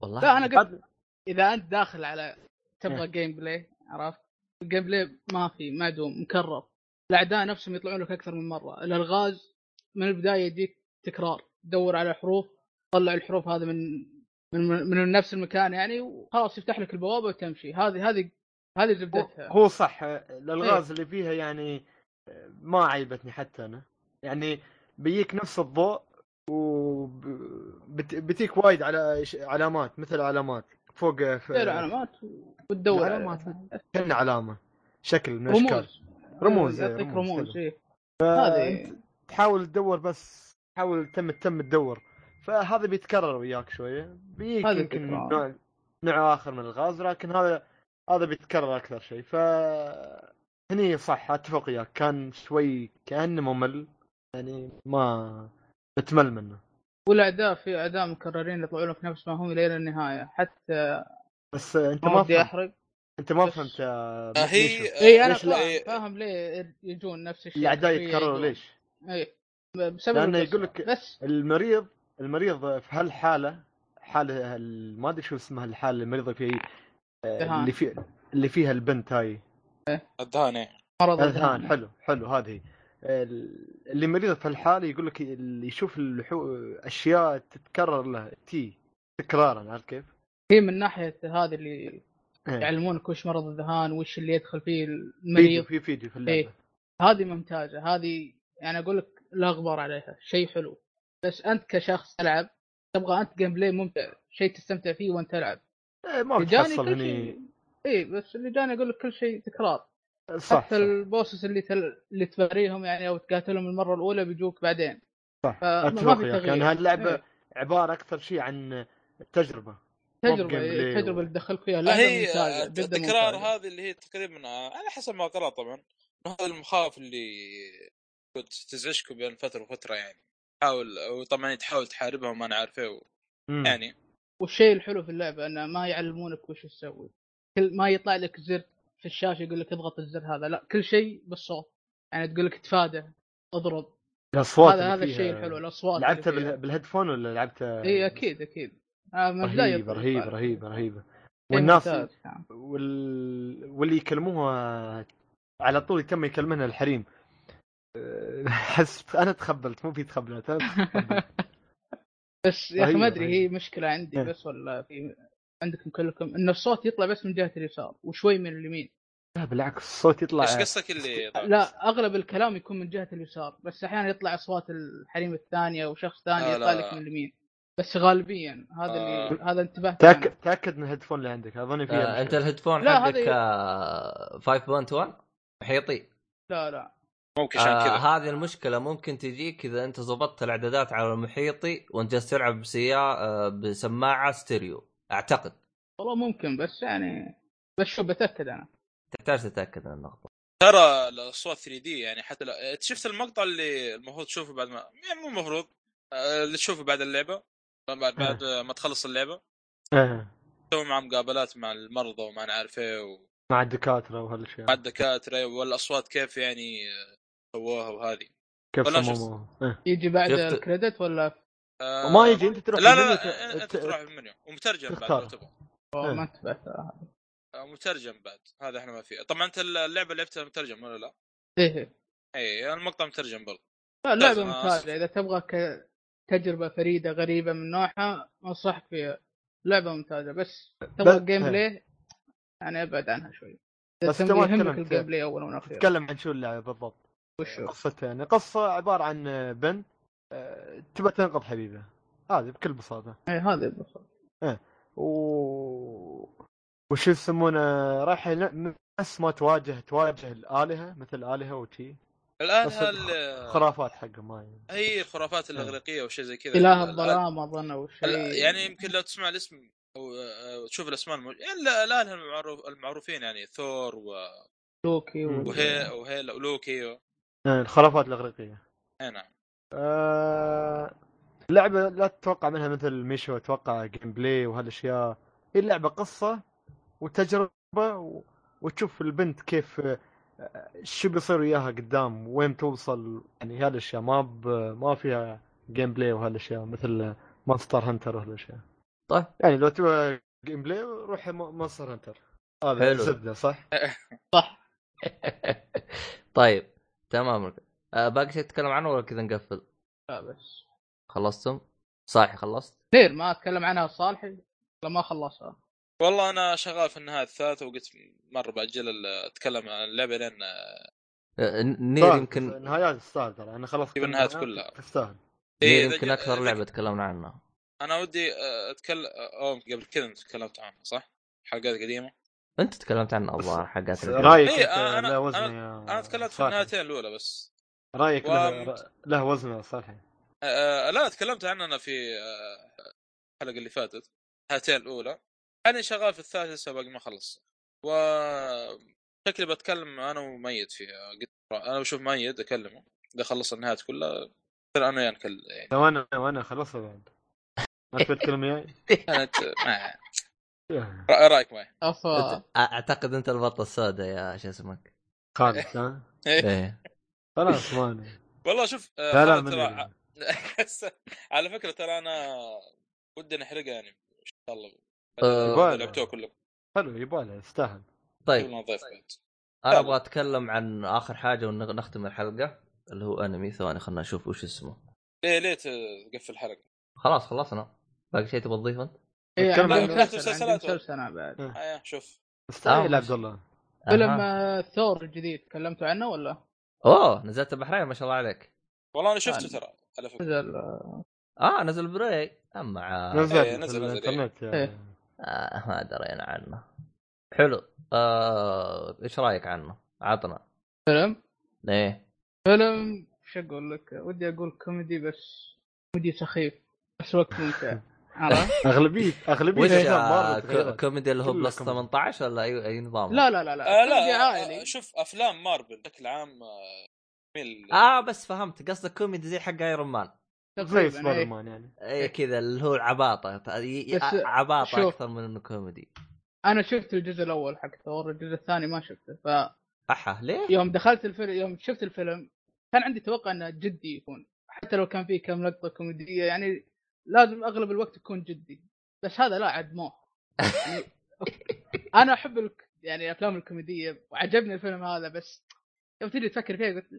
A: والله
B: لا انا قلت
E: قد-
B: اذا انت داخل على تبغى جيم بلاي عرفت الجيم بلاي ما في معدوم مكرر الاعداء نفسهم يطلعون لك اكثر من مره الالغاز من البدايه يجيك تكرار دور على حروف طلع الحروف هذه من من من نفس المكان يعني وخلاص يفتح لك البوابه وتمشي هذه هذه هذه زبدتها
E: هو صح الالغاز اللي فيها يعني ما عيبتني حتى انا يعني بيجيك نفس الضوء وبتيك وايد على ش- علامات مثل علامات فوق ف-
B: تصير علامات وتدور
E: العلامات.
B: عليها.
E: كأنه علامه شكل من الاشكال
B: رموز
E: رموز، إيه،
B: يعطيك
E: رموز،
B: رموز
E: حلو.
B: إيه.
E: هذه
B: هذه
E: تحاول تدور بس تحاول تم تم تدور فهذا بيتكرر وياك شويه بيجيك
B: هذا
E: يمكن
B: التكرار.
E: نوع نوع اخر من الغاز لكن هذا هذا بيتكرر اكثر شيء ف هني صح اتفق وياك كان شوي كانه ممل يعني ما بتمل منه
B: والاعداء في اعداء مكررين يطلعون لك نفس ما هم لين النهايه حتى
E: بس انت
B: ما
E: ما
B: ودي
E: فهمت
B: احرق
E: انت ما
B: بس-
E: فهمت يا
C: آه، هي
E: ميشو.
C: آه،
B: اي انا
C: ليش لا-
B: فاهم,
C: إيه،
B: فاهم ليه يجون نفس الشيء
E: الاعداء
B: شوية
E: يتكرروا
B: يجون.
E: ليش؟
B: اي بسبب
E: لأنه
B: القصة.
E: يقول لك-
B: بس
E: المريض المريض في هالحاله حاله هال- ما ادري شو اسمها الحاله اللي المريضه فيه آه،
B: دهان.
E: اللي في اللي فيها البنت هاي
C: الدهان إيه.
B: مرض
E: الان
B: الدهان
E: حلو حلو هذه ال- اللي مريضه في الحاله يقول لك اللي يشوف اللحو... اشياء تتكرر له تي تكرارا عرفت كيف؟
B: هي من ناحيه هذه اللي
E: إيه.
B: يعلمونك وش مرض الذهان وش اللي يدخل فيه
E: فيديو
B: المريض
E: في فيديو في اللعبه
B: إيه. هذه ممتازه هذه يعني اقول لك لا غبار عليها شيء حلو بس انت كشخص تلعب تبغى انت جيم بلاي ممتع شيء تستمتع فيه وانت تلعب
E: إيه. ما
B: اللي جاني
E: بتحصل
B: كل
E: هني
B: شيء اي بس اللي جاني اقول لك كل شيء تكرار
E: صح
B: حتى البوسس اللي تل... اللي تباريهم يعني او تقاتلهم المره الاولى بيجوك بعدين
E: صح
B: فما- آه، ما
E: اتفق
B: في
E: وياك
B: تغيير.
E: يعني هاللعبه
B: إيه.
E: عباره اكثر شيء عن التجربه
B: تجربه
E: Game
B: إيه،
E: Play
B: التجربه
E: و-
B: اللي تدخلك فيها
C: آه،
B: لعبه
C: هي
B: ممتازه
C: آه،
B: جدا
C: التكرار
B: ممتازه
C: هذا اللي هي تقريبا آه، على حسب ما قرأت طبعا إنه هذا المخاوف اللي كنت تزعجكم بين فتره وفتره يعني تحاول وطبعا تحاول تحاربها وما انا عارف إيه و-
E: مم.
C: يعني
B: والشيء الحلو في اللعبه انه ما يعلمونك وش تسوي كل ما يطلع لك زر في الشاشه يقول لك اضغط الزر هذا لا كل شيء بالصوت يعني تقول لك تفادى اضرب
E: الاصوات
B: هذا
E: اللي
B: هذا
E: فيها.
B: الشيء الحلو الاصوات
E: لعبتها بال- بالهيدفون ولا لعبتها
B: اي اكيد اكيد آه، من البداية
E: رهيب رهيب
B: يطلع.
E: رهيب رهيبه
B: شيء
E: والناس
B: ممتاز كان.
E: وال... واللي يكلموها على طول يتم يكلمنا الحريم (laughs) أه، حس انا تخبلت مو في تخبلت انا تخبلت
B: بس يا اخي ما
E: رهيب،
B: ادري
E: رهيب.
B: هي مشكله عندي
E: إيه.
B: بس ولا في عندكم كلكم ان الصوت يطلع بس من جهه اليسار وشوي من اليمين
E: لا بالعكس الصوت يطلع
C: ايش قصدك اللي
B: لا اغلب الكلام يكون من جهه اليسار بس احيانا يطلع اصوات الحريم الثانيه وشخص ثاني
C: آه،
B: يطلع
C: لا.
B: لك من اليمين بس غالبيا هذا
C: آه.
B: اللي هذا انتبهت
E: تاكد
B: أنا.
E: تاكد من الهيدفون اللي عندك اظن فيها
A: آه انت
E: مشكلة.
A: الهيدفون
B: لا،
A: حقك
B: هذه-
A: آه، 5.1 محيطي
B: لا لا
C: ممكن عشان
A: آه
C: كذا
A: هذه المشكله ممكن تجيك اذا انت ضبطت الاعدادات على محيطي وانت جالس تلعب بسيارة آه بسماعه ستيريو اعتقد
B: والله ممكن بس يعني بس شو بتاكد انا
A: تحتاج تتاكد من النقطه
C: ترى الصوره 3 دي يعني حتى لا أنت شفت المقطع اللي المفروض تشوفه بعد ما يعني مو المفروض آه، اللي تشوفه بعد اللعبه بعد بعد ما تخلص اللعبه
E: آه.
C: سووا مع مقابلات مع المرضى وما أنا عارف ايه ومع
E: مع الدكاتره وهالاشياء
C: الدكاتره والاصوات كيف يعني آه، سووها وهذه
E: كيف
C: ولا
E: صمموها آه.
B: يجي بعد
A: شفت-
B: الكريدت ولا
C: آه،
E: وما يجي انت تروح
C: لا لا,
E: المنيو
C: لا
E: ت-
C: انت تروح المنيو ومترجم بعد
E: تختار.
C: لو تبغى
B: أوه،
E: إيه.
B: ما تبعت
C: آه، مترجم بعد هذا احنا ما فيه طبعا انت اللعبه لعبتها مترجم ولا لا؟
B: ايه
C: اي المقطع مترجم برضه
B: لا، لعبه
C: ممتاز، أنا آسف.
B: ممتازه اذا تبغى ك- تجربه فريده غريبه من نوعها انصحك فيها لعبه ممتازه بس تبغى
E: بس-
B: جيم
E: إيه.
B: بلاي يعني ابعد عنها شوي
E: بس
B: بس
E: أنت ما
B: يهمك
E: تكلمت.
B: الجيم بلاي اولا واخيرا
E: تتكلم عن شو اللعبه بالضبط
B: وشو
E: قصتها يعني قصه عباره عن بنت آه، تبى تنقذ حبيبها هذه بكل بساطه
B: اي هذا البصر
E: و وش يسمونه راح ن- نفس ما تواجه تواجه الالهه مثل الالهه وشي
C: الان
E: بس
C: هال
E: خرافات حقهم هاي
C: هي الخرافات
E: نعم.
C: الاغريقيه وشيء زي كذا
B: اله
C: ال-
B: الظلام اظن او
C: ال-
B: شيء
C: آه، يعني يمكن لو تسمع الاسم او أو آه، تشوف الاسماء الموج... يعني الا الان المعروف المعروفين يعني ثور و...
B: توكي
E: مم.
C: وهي وهيلا ولوكي و...
E: آه، الخرافات الاغريقيه
C: اي نعم
E: آه، اللعبه لا تتوقع منها مثل ميشو اتوقع جيم بلاي وهالاشياء هي اللعبه قصه وتجربه و... وتشوف البنت كيف آه، شو بيصير وياها قدام وين توصل يعني هالاشياء ما ب... ما فيها جيم بلاي وهالاشياء مثل مونستر هانتر وهالاشياء
A: طيب
E: يعني لو تبغى جيم بلاي روح م- مونستر هانتر هذا
A: حلو.
E: زبده صح؟
B: صح
A: (laughs) طيب تمام آه باقي شيء تتكلم عنه ولا كذا نقفل
B: لا بس
A: خلصتم صاحي خلصت
B: كثير ما اتكلم عنها صالحي لا ما خلصها
C: والله انا شغال في النهايه الثالثه وقلت مره باجل ال- اتكلم عن اللعبه لان
A: آه،
E: طيب،
A: نير يمكن
E: النهايات تستاهل ترى انا خلصت
C: جيب النهايات كلها.
E: تستاهل
A: نير
C: إيه، إذا
A: يمكن
C: جا-
A: اكثر
C: إذا
A: لعبه تكلمنا عنها
C: انا ودي آه، اتكلم او قبل كذا تكلمت عنها صح؟ حلقات قديمه
A: انت تكلمت عن الظاهر حقات الجو.
E: رايك
C: إيه،
E: أنت آه.
C: أنا-
E: له وزن
C: أنا-
E: يا
C: انا تكلمت في
E: صالح.
C: النهايتين الاولى بس
E: رايك له,
C: ومت-
E: له وزن يا صالحي
C: آه، لا تكلمت عنها انا في آه، الحلقه اللي فاتت النهايتين الاولى انا شغال في الثالثه لسه باقي ما خلص و شكلي بتكلم انا وميت فيها قلت انا بشوف ميت اكلمه اذا خلص النهايات كلها ترى انا وياه نكلم يعني
E: لو انا لو انا خلصها بعد ما تبي تتكلم وياي؟
C: كانت ما
E: يا
C: رأ- رايك معي
B: افا
A: أ- اعتقد انت البطه السوداء يا شو اسمك
E: (laughs) خالص ها
C: إيه.
A: ايه
E: خلاص ما
C: (laughs)
E: أنا.
C: والله شوف آه،
E: لا لا
C: أنا ترى
E: من
C: على فكره ترى انا ودي نحرقها يعني ان شاء الله
A: آه،
E: يبالي.
C: لعبتوها كلكم
E: حلو يبالي يستاهل
A: طيب
C: قبل ما نضيف بعد
A: انا ابغى اتكلم عن اخر حاجه ونختم الحلقه اللي هو انمي ثواني خلنا نشوف وش اسمه
C: ليه ليه تقفل الحلقه؟
A: خلاص خلصنا باقي شيء تبغى تضيفه انت؟
B: إيه،
E: نتكلم
B: عندي
E: عن
B: مسلسل
C: مسلسلات
B: عندي
C: ولا؟
B: مسلسل انا بعد
E: آه.
C: آه شوف
E: مستحيل
A: آه،
E: عبد الله
B: فيلم
A: أها.
B: آه، ثور الجديد تكلمتوا عنه ولا؟
A: اوه نزلت البحرين ما شاء الله عليك
C: والله انا شفته
B: آه.
C: ترى على فكره
B: نزل آه،
A: اه نزل براي اما عاد.
E: نزل
C: إيه،
E: في
C: نزل، نزل،
E: الانترنت
B: إيه.
E: يا-
A: آه ما درينا عنه حلو آه ايش رايك عنه؟ عطنا
B: فيلم
A: ايه
B: فيلم شو اقول لك؟ ودي اقول كوميدي بس كوميدي سخيف بس وقت ممتع عرفت؟
E: اغلبيه
A: وش
E: اغلبيه الأفلام
A: آه،
E: مرة
A: كو-
E: تغيرت.
A: كوميدي اللي هو
E: كله
A: بلس
E: كوميدي.
A: 18 ولا اي اي نظام؟
B: لا لا لا لا
C: آه
B: كوميدي
C: لا آه
B: عائلي
C: شوف افلام مارفل بشكل عام آه، جميل
A: اه بس فهمت قصدك كوميدي زي حق ايرون مان
E: زي
B: تقريبا
E: سبايدر
B: إيه.
E: مان يعني
A: اي كذا اللي هو العباطه ت- ي- ي-
B: بس
A: عباطه
B: شوف.
A: اكثر من انه كوميدي
B: انا شفت الجزء الاول حق ثور الجزء الثاني ما شفته ف
A: احا ليه؟
B: يوم دخلت الفيلم يوم شفت الفيلم كان عندي توقع انه جدي يكون حتى لو كان فيه كم لقطه كوميديه يعني لازم اغلب الوقت يكون جدي بس هذا لا عاد ما يعني انا احب الك... يعني الافلام الكوميديه وعجبني الفيلم هذا بس يوم تجي تفكر فيها قلت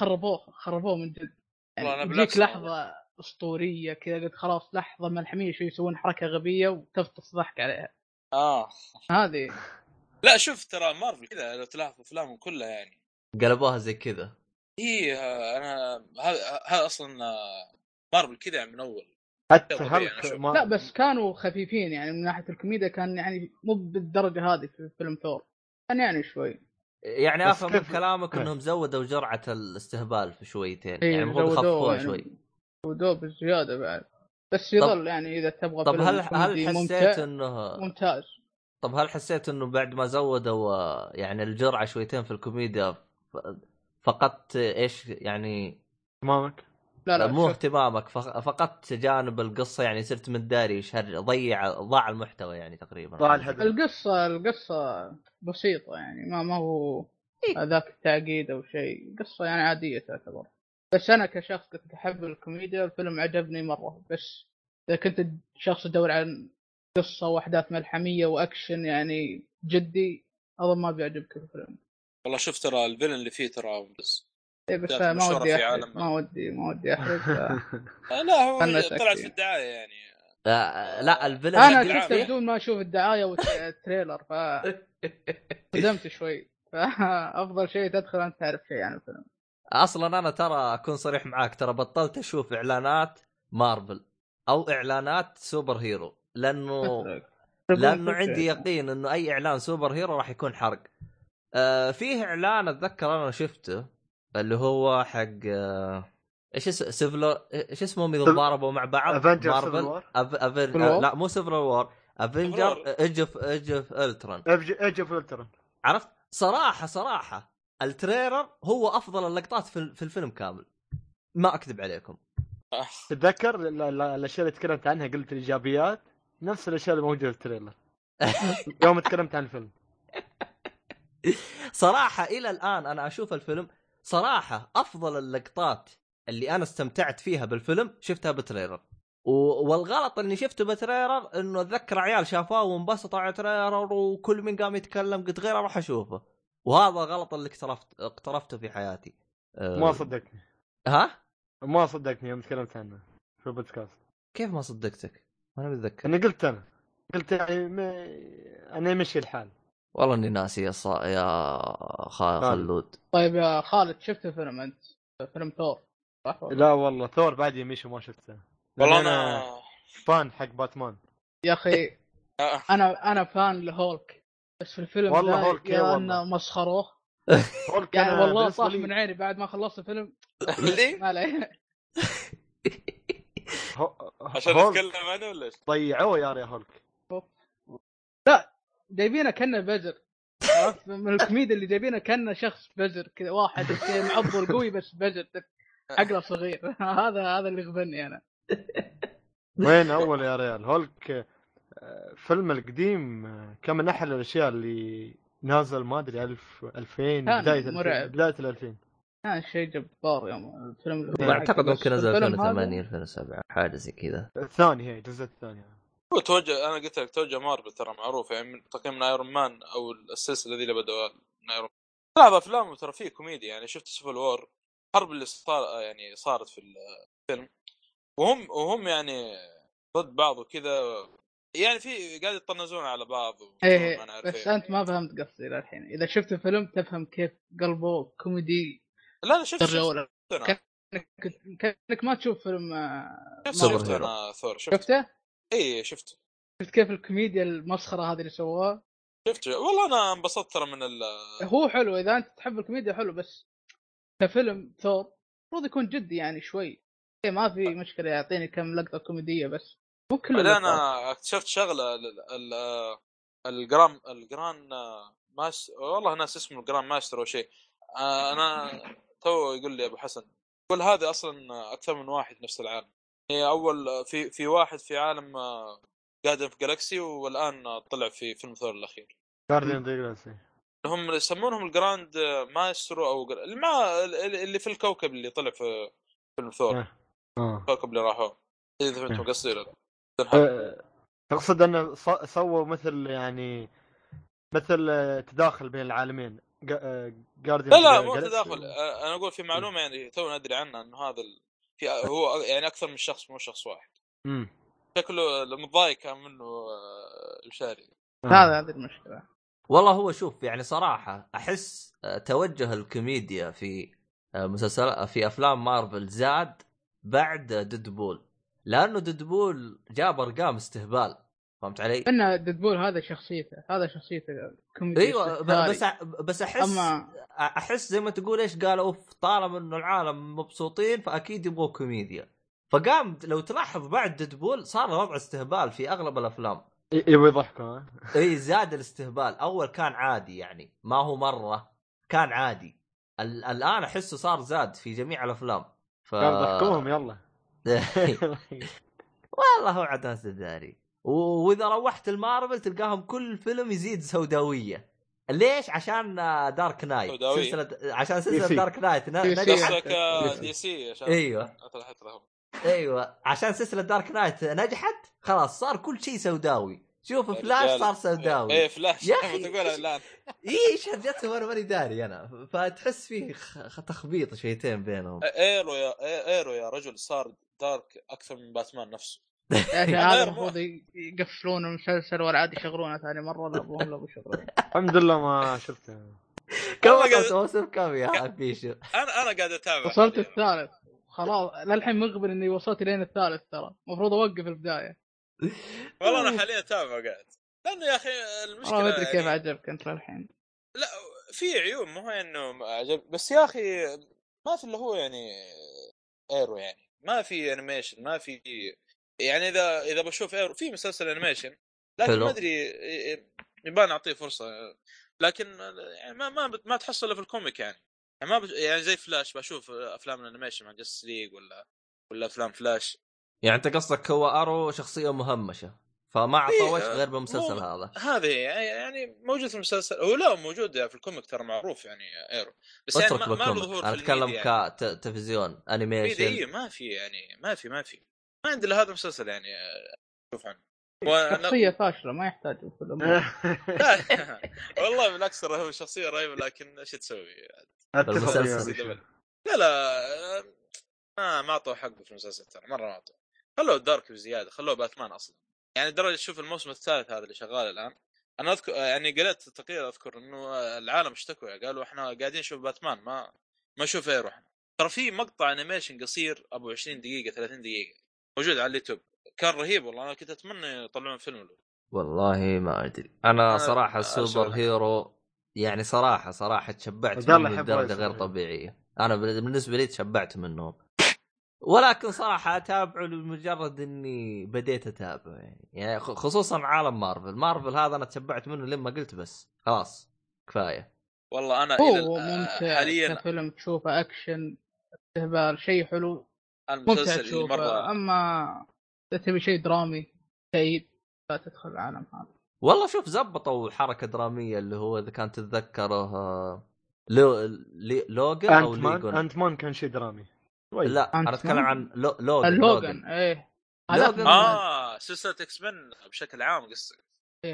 B: خربوه خربوه من جد
C: والله أنا
B: يعني
C: بالعكس
B: تجيك لحظه اسطوريه كذا قلت خلاص لحظه ملحميه شو يسوون حركه غبيه وتفطس ضحك عليها
C: اه
B: هذه
C: لا شوف ترى مارفل كذا لو تلاحظ افلامهم كلها يعني
A: قلبوها زي كذا
C: هي آه، انا هذا هذا اصلا آه، مارفل كذا يعني من اول
E: حتى
C: طبيعي، أنا
E: هلك
C: أشوف.
E: ما
B: لا بس كانوا خفيفين يعني من ناحيه الكوميديا كان يعني مو بالدرجه هذه في فيلم ثور كان يعني شوي
A: يعني
E: بس
A: افهم
E: كيف-
A: من كلامك انهم زودوا جرعه الاستهبال في شويتين
B: إيه،
A: يعني المفروض يخففوها
B: زودوه يعني.
A: شوي
B: ودوب الزياده بعد بس يظل يعني اذا تبغى
A: طب
B: فيلم
A: هل
B: كوميدي
A: هل حسيت
B: ممتع-
A: انه
B: ممتاز
A: طب هل حسيت انه بعد ما زودوا آه، يعني الجرعه شويتين في الكوميديا ف- فقدت ايش يعني
E: تمامك
B: لا لا
A: مو
B: شوف،
A: اهتمامك فق- فقدت جانب القصه يعني صرت متداري ايش هر- ضيع ضاع المحتوى يعني تقريبا
E: ضاع الهدف.
B: القصه القصه بسيطه يعني ما ما هو هذاك التعقيد او شيء قصه يعني عاديه تعتبر بس انا كشخص كنت احب الكوميديا الفيلم عجبني مره بس اذا كنت شخص يدور عن قصه واحداث ملحميه واكشن يعني جدي اظن ما بيعجبك الفيلم
C: والله شوف ترى الفيلن اللي فيه ترى بس
B: إيه بس
C: ذات
B: ما
C: مشهورة
B: ودي
C: في
B: احرق
C: عالم-
B: ما ودي ما ودي
A: (laughs)
B: احرق ف-
C: آه، لا هو
B: خلنا
C: طلعت
B: نتأكد.
C: في الدعايه يعني
A: آه، لا الفيلم
B: انا
A: اللي قلت
B: شفته
A: فيه-
B: بدون ما اشوف الدعايه والتريلر ف صدمت شوي (laughs) فافضل شيء تدخل انت تعرف شيء عن الفيلم
A: (laughs) اصلا انا ترى اكون صريح معاك ترى بطلت اشوف اعلانات مارفل او اعلانات سوبر هيرو
B: (laughs)
A: لانه لانه عندي يقين انه اي اعلان سوبر هيرو راح يكون حرق. آه فيه اعلان اتذكر انا شفته اللي هو حق آه ايش اسمه سيفلو ايش اسمهم اذا
E: Civil-
A: ضاربوا مع بعض؟
E: (laughs) Avengers Civil
A: مارفل
E: War؟
A: أف... أف...
B: Civil War؟
A: لا مو سيفل وور افنجر
C: War.
A: ايج اوف ايج اوف الترون
E: ايج اوف الترن
A: عرفت؟ صراحه صراحه التريلر هو افضل اللقطات في, في الفيلم كامل ما اكذب عليكم
C: آه،
E: تتذكر ال- ال- الاشياء اللي تكلمت عنها قلت الايجابيات نفس الاشياء اللي موجوده في التريلر يوم تكلمت عن الفيلم
A: صراحه الى الان انا اشوف الفيلم صراحه افضل اللقطات اللي انا استمتعت فيها بالفيلم شفتها بتريلر و... والغلط اني شفته بتريلر انه اتذكر عيال شافوه وانبسطوا على تريلر وكل من قام يتكلم قلت غير اروح اشوفه وهذا غلط اللي اقترفت اقترفته في حياتي أه...
E: ما صدقتني
A: ها
E: ما صدقتني يوم تكلمت عنه في البودكاست
A: كيف ما صدقتك؟ ما انا متذكر
E: انا قلت انا قلت يعني ما... انا يمشي الحال
A: والله اني ناسي يا صا... يا خا...
E: خالد.
A: خلود
B: طيب يا خالد شفت الفيلم انت فيلم ثور صح ولا؟
E: لا والله ثور بعد يمشي وما شفته
C: والله
E: لأن
C: انا
E: فان حق باتمان
B: يا اخي
C: آه،
B: انا انا فان لهولك بس في الفيلم
E: والله
B: ذا
E: هولك، إيه
B: يا
E: والله.
B: انه مسخروه
E: هولك
B: يعني
E: أنا
B: والله
E: بالنسبة
B: طاح
E: لي-
B: من عيني بعد ما خلصت الفيلم
C: آه. (laughs) ليه؟
B: ما عليه (laughs)
E: هو-
C: عشان
E: هولك
C: اتكلم عنه ولا ايش؟
E: ضيعوه يا يا هولك
B: جايبينه كانه بزر عرفت؟ من الكوميديا اللي جايبينه كانه شخص بزر كذا واحد كذا معضل قوي بس بزر عقله صغير (laughs) هذا هذا اللي غبني انا
E: وين اول يا ريال هولك آه، فيلم القديم آه، كان من احلى الاشياء اللي نازل ما ادري 1000 2000
B: كان
E: بدايه الألفين-
B: مرعب.
E: بدايه ال 2000
B: كان شيء جبار يوم الفيلم الأول
A: اعتقد
B: حقه، إيه، بس
A: ممكن نزل
B: الفيلم هذا
A: 2008 2007 حاجه زي كذا
E: الثاني هي الجزء الثاني
C: هو توجه انا قلت لك توجه مارفل ترى معروف يعني من تقييم ايرون مان او السلسله ذي اللي بدأوا من ايرون مان. بعض افلامه ترى فيه كوميديا يعني شفت سيفل وور الحرب اللي صار يعني صارت في الفيلم وهم وهم يعني ضد بعض وكذا يعني في قاعد يطنزون على بعض و-
B: ايه
C: أنا عارف
B: بس
C: إيه.
B: انت ما فهمت قصدي للحين اذا شفت الفيلم تفهم كيف قلبه كوميدي
C: لا انا شفت
B: درجه
C: شفت
B: اولى
C: انا
B: كنت- كانك ما تشوف فيلم آه،
C: شفت-
A: سوبر
C: شفت
A: هيرو.
C: انا ثور شفت
B: شفته
C: اي شفت
B: شفت كيف الكوميديا المسخره هذه اللي سووها
C: شفت والله انا انبسطت ترى من ال
B: هو حلو اذا انت تحب الكوميديا حلو بس كفيلم ثور المفروض يكون جدي يعني شوي إيه ما في مشكله يعطيني كم لقطه كوميديه بس مو كل
C: بعدين
B: اللقطات.
C: انا اكتشفت شغله ال- ال- ال- الجرام الجران ماس والله ناس اسمه الجران ماستر او شيء آه، انا تو يقول لي ابو حسن يقول هذا اصلا اكثر من واحد نفس العالم هي اول في في واحد في عالم جاردن في جالكسي والان آه، طلع في فيلم ثور الاخير
E: جارديان ذا جلاكسي
C: هم يسمونهم الجراند آه، ماسترو او جر- اللي مع اللي في الكوكب اللي طلع في فيلم ثور
E: آه. اه
C: الكوكب اللي راحوا اذا فهمتم قصدي ولا لا؟
E: آه، تقصد انه ص- سووا مثل يعني مثل آه، تداخل بين العالمين آه، جارديان
C: لا لا مو تداخل آه، انا اقول في معلومه يعني تونا ادري عنها انه هذا ال... في هو يعني اكثر من شخص مو شخص واحد شكله المتضايق كان منه آه، الشاري
A: آه.
B: هذا هذه المشكله
A: والله هو شوف يعني صراحه احس آه، توجه الكوميديا في آه، مسلسل في افلام مارفل زاد بعد ديدبول لانه ديدبول جاب ارقام استهبال فهمت علي؟
B: ان ديدبول هذا شخصيته هذا شخصيته
C: أيوة،
B: كوميدي
A: ايوه ب-
B: استهتاري.
A: بس أ- بس احس
B: اما
A: احس زي ما تقول ايش قال اوف طالما انه العالم مبسوطين فاكيد يبغوا كوميديا فقام لو تلاحظ بعد ديدبول صار وضع استهبال في اغلب الافلام
E: يبغى يضحكوا ها؟
A: اي زاد الاستهبال اول كان عادي يعني ما هو مره كان عادي ال- الان احسه صار زاد في جميع الافلام ف
E: قالوا
A: (laughs)
E: ضحكوهم (laughs) يلا
A: والله هو عاد استداري و- واذا روحت المارفل تلقاهم كل فيلم يزيد سوداويه ليش عشان آه، دارك نايت
C: سوداوية.
A: سلسله عشان
E: دي سي.
A: سلسله دارك نايت ن-
B: دي سي.
A: نجحت
C: قصدك آه، دي سي عشان
B: إيه.
A: ايوه
C: طلعت لهم
A: ايوه عشان سلسله دارك نايت نجحت خلاص صار كل شيء سوداوي شوف فلاش
C: رجال.
A: صار سوداوي إيه،
C: ايه فلاش (laughs)
A: يا أخي.
C: تقول الان
A: اي ايش جتهم وانا ماني داري انا فتحس فيه خ- تخبيط شيتين بينهم
C: ايرو يا إي- ايرو يا رجل صار دارك اكثر من باتمان نفسه
B: يا (laughs) أخي
C: غير
B: يعني هذا
C: مو-
B: المفروض يقفلون المسلسل ولا عاد يشغلونه ثاني مره لا ابوهم لا أبو
C: (laughs)
B: يشغلونه
C: آه،
E: الحمد لله ما
A: (laughs)
E: شفته
A: كم
C: والله قاعد-
A: وصلت موسم كم يا بيشو
C: انا انا قاعد اتابع
B: وصلت الثالث خلاص للحين مخبر اني وصلت لين الثالث ترى المفروض اوقف البدايه
C: والله
B: (laughs)
C: انا حاليا اتابع قاعد لانه يا اخي المشكله
B: والله ما ادري كيف
C: يعني-
B: عجبك انت للحين
C: لا في عيوب مو هي انه ما عجب بس يا اخي ما في اللي هو يعني ايرو يعني ما في انيميشن ما في يعني اذا اذا بشوف ايرو في مسلسل انيميشن لكن
A: حلو.
C: ما ادري يبان اعطيه فرصه لكن يعني ما ما بت- ما تحصله في الكوميك يعني يعني ما بش... يعني زي فلاش بشوف افلام الانيميشن مع جاستس ليج ولا ولا افلام فلاش
A: يعني انت قصدك هو ارو شخصيه مهمشه فما
C: إيه،
A: عطى وجه غير
C: مو-
A: بالمسلسل هذا
C: هذه يعني موجود في المسلسل هو لا موجود في الكوميك ترى معروف يعني ايرو بس يعني
A: اترك
C: ما, ما له
A: بالكوميك
C: ظهور
A: انا
C: في الميديا إيه،
A: اتكلم
C: يعني.
A: كتلفزيون انيميشن
C: اي ما في يعني ما في ما في ما عندي الا هذا المسلسل يعني آه، اشوف عنه وأنا-
B: شخصيه فاشله ما يحتاج في
C: آه،
B: الامور
C: (laughs) لا، والله بالعكس ترى هو شخصيه رهيبه لكن ايش تسوي؟
E: اتفق يا
A: المسلسل.
E: بيشو.
C: لا لا آه، ما ما اعطوه حقه في المسلسل ترى مره ما اعطوه خلوه دارك بزياده خلوه باتمان اصلا يعني درجة شوف الموسم الثالث هذا اللي شغال الان انا اذكر آه، يعني قريت تقرير اذكر انه آه، العالم اشتكوا قالوا احنا قاعدين نشوف باتمان ما ما نشوف ايرو احنا ترى في مقطع انيميشن قصير ابو 20 دقيقه 30 دقيقه موجود على اليوتيوب كان رهيب والله انا كنت اتمنى يطلعون فيلم له
A: والله ما ادري انا
C: أنا-
A: صراحه
C: أنا
A: السوبر
C: أشغل.
A: هيرو يعني صراحه صراحه تشبعت
E: عبد الله
A: منه
E: يحب
A: بدرجه
E: السوبر
A: غير
E: هيرو.
A: طبيعيه انا بال- بالنسبه لي تشبعت منهم ولكن صراحه اتابعه لمجرد اني بديت اتابعه يعني, يعني خ- خصوصا عالم مارفل مارفل هذا انا تشبعت منه لما قلت بس خلاص كفايه
C: والله انا الى
B: هو
C: ال- آه،
B: ممتع
C: حاليا
B: كفيلم تشوفه اكشن استهبال شيء حلو ممتع
C: المسلسل اللي
B: تشوفه
C: مره
B: اما اذا تبي شيء درامي كئيب لا تدخل العالم هذا
A: والله شوف زبطوا حركه دراميه اللي هو اذا كان تتذكره آه، لو لي- لوجن او
E: انت مان
A: ليجون
E: انت مان كان شيء درامي شوي.
A: لا
B: أنت
A: انا اتكلم
B: مان؟
A: عن لو- لوجن
B: اللوجن ايه هذاك
A: لوجن.
B: من-
C: اه سلسله اكس من بشكل عام قصدك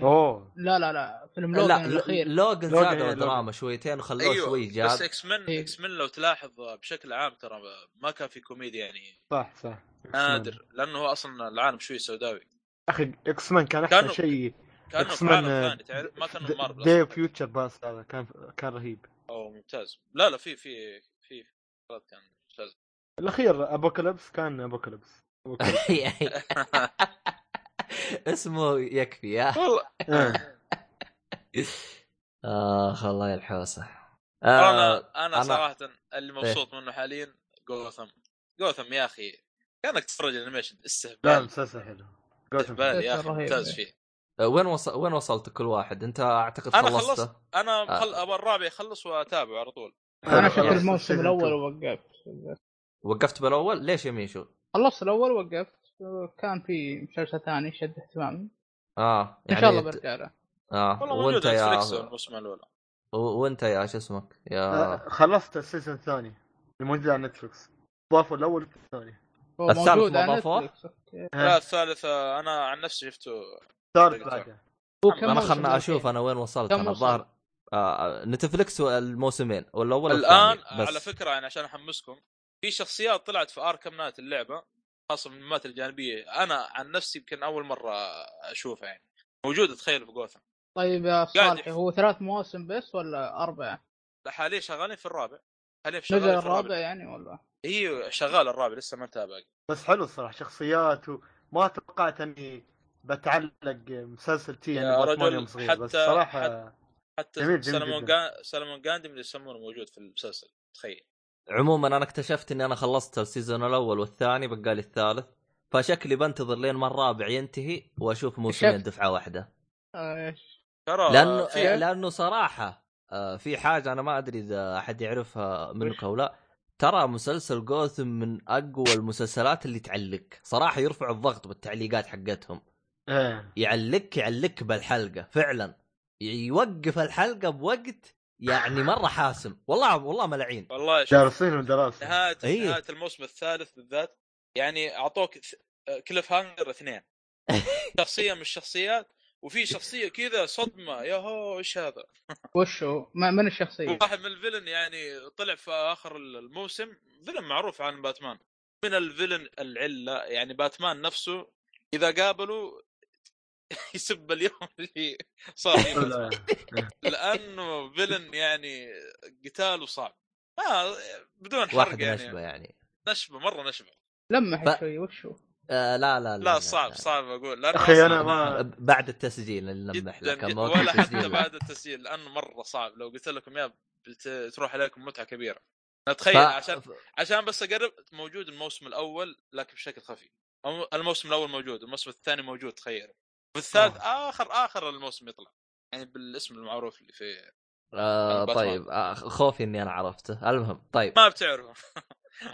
E: اوه
B: إيه. لا لا لا فيلم لوجن
A: لا
B: الاخير
A: لوجن
E: لوجن،
A: زادوا
E: إيه،
A: الدراما شويتين وخلوه
C: ايوه
A: شوي
C: بس
A: (laughs) جاد
C: اكس من
B: إيه.
C: اكس من لو تلاحظ بشكل عام ترى ما كان في كوميديا يعني
E: صح صح
C: نادر لانه هو اصلا العالم شوي سوداوي
E: اخي اكس مان كان احسن
C: كانوا-
E: شيء
C: كانه
E: X-Men،
C: في عالم
E: آه،
C: ثاني تعرف ما كانوا مارفل
E: دي
C: أصلاً.
E: فيوتشر باس هذا كان كان رهيب
C: او ممتاز لا لا في في في شغلات كان ممتاز
E: الاخير ابوكاليبس كان ابوكاليبس
A: (laughs)
E: أبوكاليبس.
A: اسمه يكفي يا
C: (laughs) والله
E: آه.
A: اخ الله يا الحوسه آه
C: انا انا
A: أنا- إيه.
C: صراحه اللي مبسوط منه حاليا جوثم جوثم يا اخي كانك تتفرج انيميشن
E: لا
C: استهبال
E: مسلسل حلو
C: استهبال يا اخي
B: رهيب.
C: ممتاز فيه
A: آه، وين وصل وين وصلت كل واحد انت اعتقد
C: انا
A: خلصته
C: خلصت انا
A: آه.
C: خل... ابغى الرابع يخلص واتابع على طول
B: انا
E: حلو،
B: شفت
E: خلاص.
B: الموسم
E: Season
B: الاول
E: two.
B: ووقفت
A: وقفت بالاول ليش يا ميشو؟
B: خلصت الاول ووقفت كان في مسلسل ثاني شد اهتمامي
A: اه
B: ان
A: يعني
B: شاء الله
A: ت-
B: برجع له
A: اه
C: والله موجود
A: وانت
C: على
A: يا
C: نتفلكس الموسم الاول
A: و- وانت يا شو اسمك؟ يا
E: آه، خلصت السيزون الثاني الموجود على نتفلكس ضافوا الاول والثاني
B: هو
A: الثالث
B: موجود
A: ما
B: على
A: ضافوه؟
B: Netflix. أوكي.
C: لا الثالث آه، انا عن نفسي شفته
E: الثالث
C: آه.
E: بعده
B: هو كم
A: انا
B: موسم
A: خلنا اشوف
B: الحين؟
A: انا وين وصلت
B: كم
A: انا
B: وصل؟
A: الظاهر آه نتفلكس الموسمين والاول
C: الان
A: والثاني، بس.
C: على فكره يعني عشان احمسكم في شخصيات طلعت في اركم نايت اللعبه خاصه من المهمات الجانبيه انا عن نفسي يمكن اول مره اشوفها يعني موجود تخيل في جوثم
B: طيب يا
C: قاعد-
B: صالحي هو ثلاث مواسم بس ولا اربعه؟
C: حاليا شغالين في الرابع حاليا شغالين
B: نزل
C: في
B: الرابع
C: الرابع
B: يعني ولا؟
C: ايوه شغال الرابع لسه ما انتهى باقي
E: بس حلو الصراحه شخصيات وما توقعت اني بتعلق مسلسل تي
C: يا
E: يعني باتمان
C: رجل،
E: يوم صغير بس
C: حتى-
E: صراحه جميل،
C: حتى
E: جميل
C: سلمون
E: جداً.
C: جا... سلمون جاندي من اللي يسمونه موجود في المسلسل تخيل
A: عموما انا اكتشفت اني انا خلصت السيزون الاول والثاني بقالي الثالث فشكلي بنتظر لين ما الرابع ينتهي واشوف موسمين
B: اكتشفت.
A: دفعه واحده
B: آه،
C: ترى
A: لانه
C: في-
B: في-
A: لانه صراحه إيه، آه، في حاجه انا ما ادري اذا احد يعرفها منك
B: وش؟
A: او لا ترى مسلسل جوثم من اقوى المسلسلات اللي تعلق صراحه يرفع الضغط بالتعليقات حقتهم
E: ايه
A: يعلق يعلق بالحلقه فعلا يوقف الحلقه بوقت يعني مره حاسم والله والله ملعين
C: والله شوف
E: جالسين ودراسه
C: نهايه
A: إيه.
C: نهايه الموسم الثالث بالذات يعني اعطوك كليف هانجر اثنين شخصيه من الشخصيات
A: (laughs)
C: وفي شخصيه كذا صدمه يا هو ايش هذا؟
B: وش هو؟ ما- من
A: إيه.
B: الشخصيه؟
C: واحد من الفيلن يعني طلع في اخر الموسم فيلن معروف عن باتمان من الفيلن العله يعني باتمان نفسه اذا قابلوا (laughs) يسب اليوم اللي صار فيه باتمان. (laughs)
E: لا،
C: لانه فيلن يعني قتاله صعب آه بدون حرق
A: واحد
C: يعني
A: نشبه يعني
C: نشبه مره نشبه
B: لمح
A: ف-
B: شوي وش هو؟
A: آه لا لا لا,
C: لا صعب صعب اقول لانه
E: اخي انا
C: أصلاً
E: ما
A: بعد التسجيل نلمح
C: جدا
A: لك
C: جدا
A: أما وقت
C: آه. ولا حتى
A: التسجيل لا.
C: بعد التسجيل لانه مره صعب لو قلت لكم يا بت- تروح عليكم متعه كبيره أنا اتخيل طيب، عشان
A: ف...
C: عشان بس اقرب موجود الموسم الاول لكن بشكل خفي أم- الموسم الاول موجود الموسم الثاني موجود تخيل والثالث
A: آه.
C: اخر اخر الموسم يطلع يعني بالاسم المعروف اللي في
A: آه
C: باتمان.
A: طيب آه خوفي اني انا عرفته المهم طيب
C: ما بتعرفه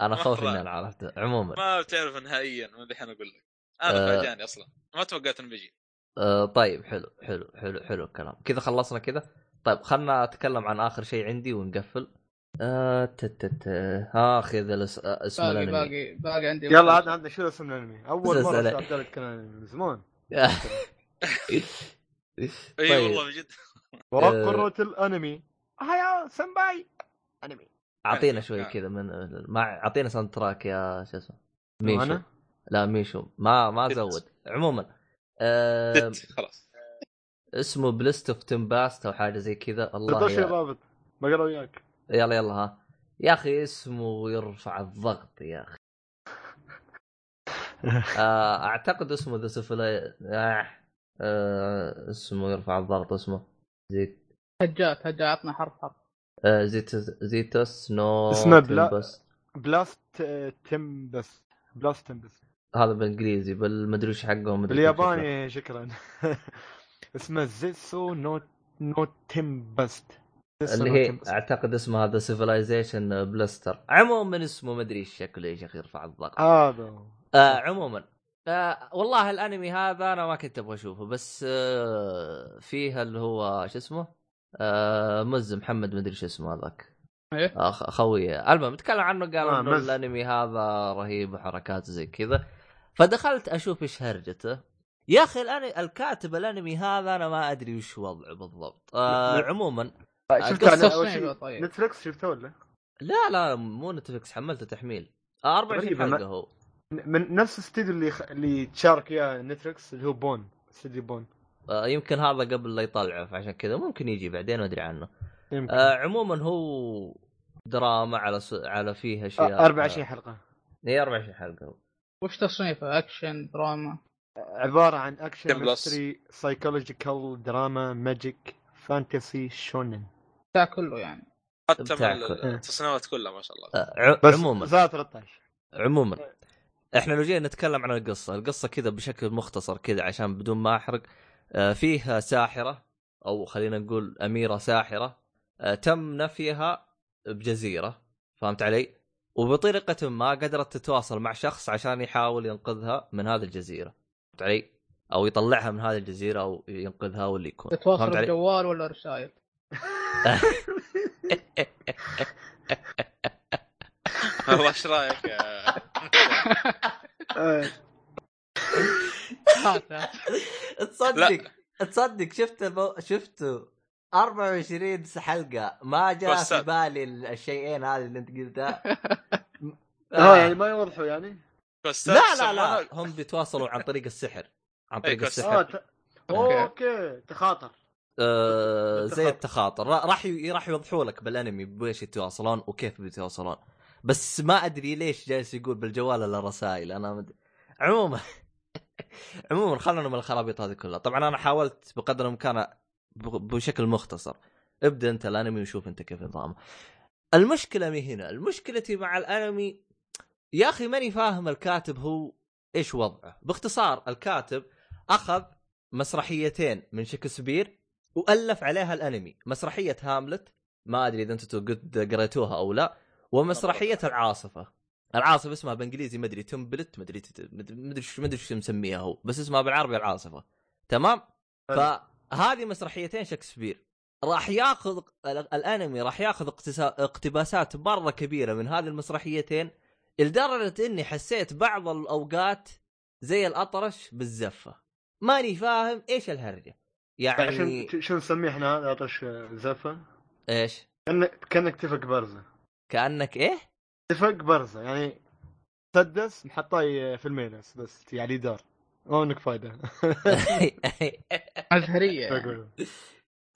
A: انا
C: مرة.
A: خوفي اني انا عرفته عموما
C: ما بتعرفه نهائيا ما دحين اقول لك انا
A: طيب. آه.
C: فاجاني اصلا ما توقعت انه بيجي
A: آه طيب حلو حلو حلو حلو الكلام كذا خلصنا كذا طيب خلنا اتكلم عن اخر شيء عندي ونقفل آه تت تت اخ اذا الأس- آه، اسم
B: باقي
A: الأنمي.
B: باقي باقي عندي
E: يلا عاد عندنا شو اسم الانمي اول مره
A: مسلسل.
E: شو عبد الله يتكلم عن الأنمي، من زمان
A: آه. (laughs)
C: (laughs) اي
A: طيب.
C: والله من جد
A: آه.
E: ورق قرة الانمي هيا سمباي انمي
A: اعطينا شوي
C: نعم.
A: كذا من مع اعطينا ساوند تراك يا شو اسمه ميشو
E: وانا
A: لا ميشو ما ما
C: دت.
A: زود عموما آه
C: دت (laughs) خلاص
A: اسمه بليست اوف تمباست او حاجه زي كذا الله
E: تقدرش
A: يا...
E: رابط بقرا وياك
A: يلا يلا ها يا اخي اسمه يرفع الضغط يا اخي آه، اعتقد اسمه ذا سفلاي آه. آه، اسمه يرفع الضغط اسمه زيت
B: هجات هجات عطنا حرف حرف
A: آه، زيتوس زيتوس نو
E: اسمه بلا-
A: تمبس.
E: بلاست آه، تمبس بلاست تمبس
A: هذا بالانجليزي بالمدري ايش حقهم مدري كيف شكله.
E: بالياباني شكرا (laughs) اسمه زيسو نو نو تمبست زيسو
A: اللي
E: نو
A: هي
E: تمبست.
A: اعتقد اسمها هذا سيفلايزيشن بلاستر عموما اسمه مدري ايش شكله يا شيخ يرفع الضغط
E: هذا هو.
A: آه عموما آه والله الانمي هذا انا ما كنت ابغى اشوفه بس آه فيه اللي هو شو اسمه آه مز محمد مدري شو اسمه هذاك
B: إيه.
A: آه خ- خويه المهم تكلم عنه قال
E: آه،
A: انه
E: مز.
A: الانمي هذا رهيب وحركاته زي كذا فدخلت اشوف ايش هرجته يا اخي الانمي الكاتب الانمي هذا انا ما ادري وش وضعه بالضبط آه
E: لا.
A: عموما
E: طيب،
A: آه،
E: شفت
A: قصة
E: أنا أول
B: صعبة،
E: شيء
B: طيب.
E: نتفلكس شفته ولا؟
A: لا لا مو نتفلكس حملته تحميل آه 24
E: غريب، ما-
A: حلقه هو
E: من نفس الاستديو اللي خ... اللي تشارك اياه نتفلكس اللي هو بون استديو بون
A: آه، يمكن هذا قبل لا يطلعه فعشان كذا ممكن يجي بعدين ما ادري عنه
E: يمكن
A: آه عموما هو دراما على س... على فيه اشياء
E: آه، 24 حلقه
A: آه، إيه، 24 حلقه هو.
B: وش تصنيفه؟ اكشن دراما
E: عباره عن
C: كم
E: اكشن
C: بلس؟
E: ميستري سايكولوجيكال دراما ماجيك فانتسي شونن
B: بتاع كله يعني
C: حتى من
A: بتاع-
C: ال- التصنيفات كلها ما شاء الله
A: آه ع...
E: بس
A: عموما
E: زائد 13
A: عموما احنا لو جينا نتكلم عن القصه، القصه كذا بشكل مختصر كذا عشان بدون ما احرق آه، فيها ساحره او خلينا نقول اميره ساحره آه، تم نفيها بجزيره فهمت علي؟ وبطريقه ما قدرت تتواصل مع شخص عشان يحاول ينقذها من هذه الجزيره فهمت علي؟ او يطلعها من هذه الجزيره او ينقذها واللي يكون
B: تتواصل
A: فهمت علي؟
B: بالجوال ولا رسائل؟
C: والله ايش رايك يا
E: آه،
B: هات هات.
A: تصدق تصدق شفت بو... شفته 24 حلقه ما جاء في
C: توسعت.
A: بالي الشيئين هذه اللي انت قلتها آه.
E: اه يعني ما يوضحوا يعني؟
C: كوستات
A: لا لا
C: سموها-
A: لا هم بيتواصلوا عن طريق السحر عن
C: أي
A: طريق
C: قصة.
E: اه
A: السحر
E: ت...
B: أوكي.
E: اوكي تخاطر
A: آه زي
E: التخاطر.
A: التخاطر را- راح ي- راح يوضحوا لك بالانمي بايش يتواصلون وكيف بيتواصلون (laughs) بس ما ادري ليش جالس يقول بالجوال الا رسائل انا مد... عموما عموما خلونا من الخرابيط هذه كلها طبعا انا حاولت بقدر الامكان ب- بشكل مختصر ابدا انت الانمي وشوف انت كيف نظامه المشكله مي هنا المشكلتي مع الانمي يا اخي ماني فاهم الكاتب هو ايش وضعه باختصار الكاتب اخذ مسرحيتين من شكسبير والف عليها الانمي مسرحيه هاملت ما ادري اذا انتم قد قريتوها او لا ومسرحيه العاصفه العاصفه اسمها بالانجليزي ما ادري تمبلت ما ادري ما ادري ما ادري شو مسميها هو بس اسمها بالعربي العاصفه تمام فهذه مسرحيتين شكسبير راح ياخذ الانمي راح ياخذ اقتسا... اقتباسات مره كبيره من هذه المسرحيتين لدرجه اني حسيت بعض الاوقات زي الاطرش بالزفه ماني فاهم ايش الهرجه يعني
E: شو شو نسميه آه، احنا هذا عطش زفه؟
A: ايش
E: كانك كانك تفك برزه
A: كانك ايه
E: تفك برزه يعني مسدس محطاه في المينس بس يعني دار ما منك
A: (laughs)
E: (laughs) فايده
B: ازهريه يعني.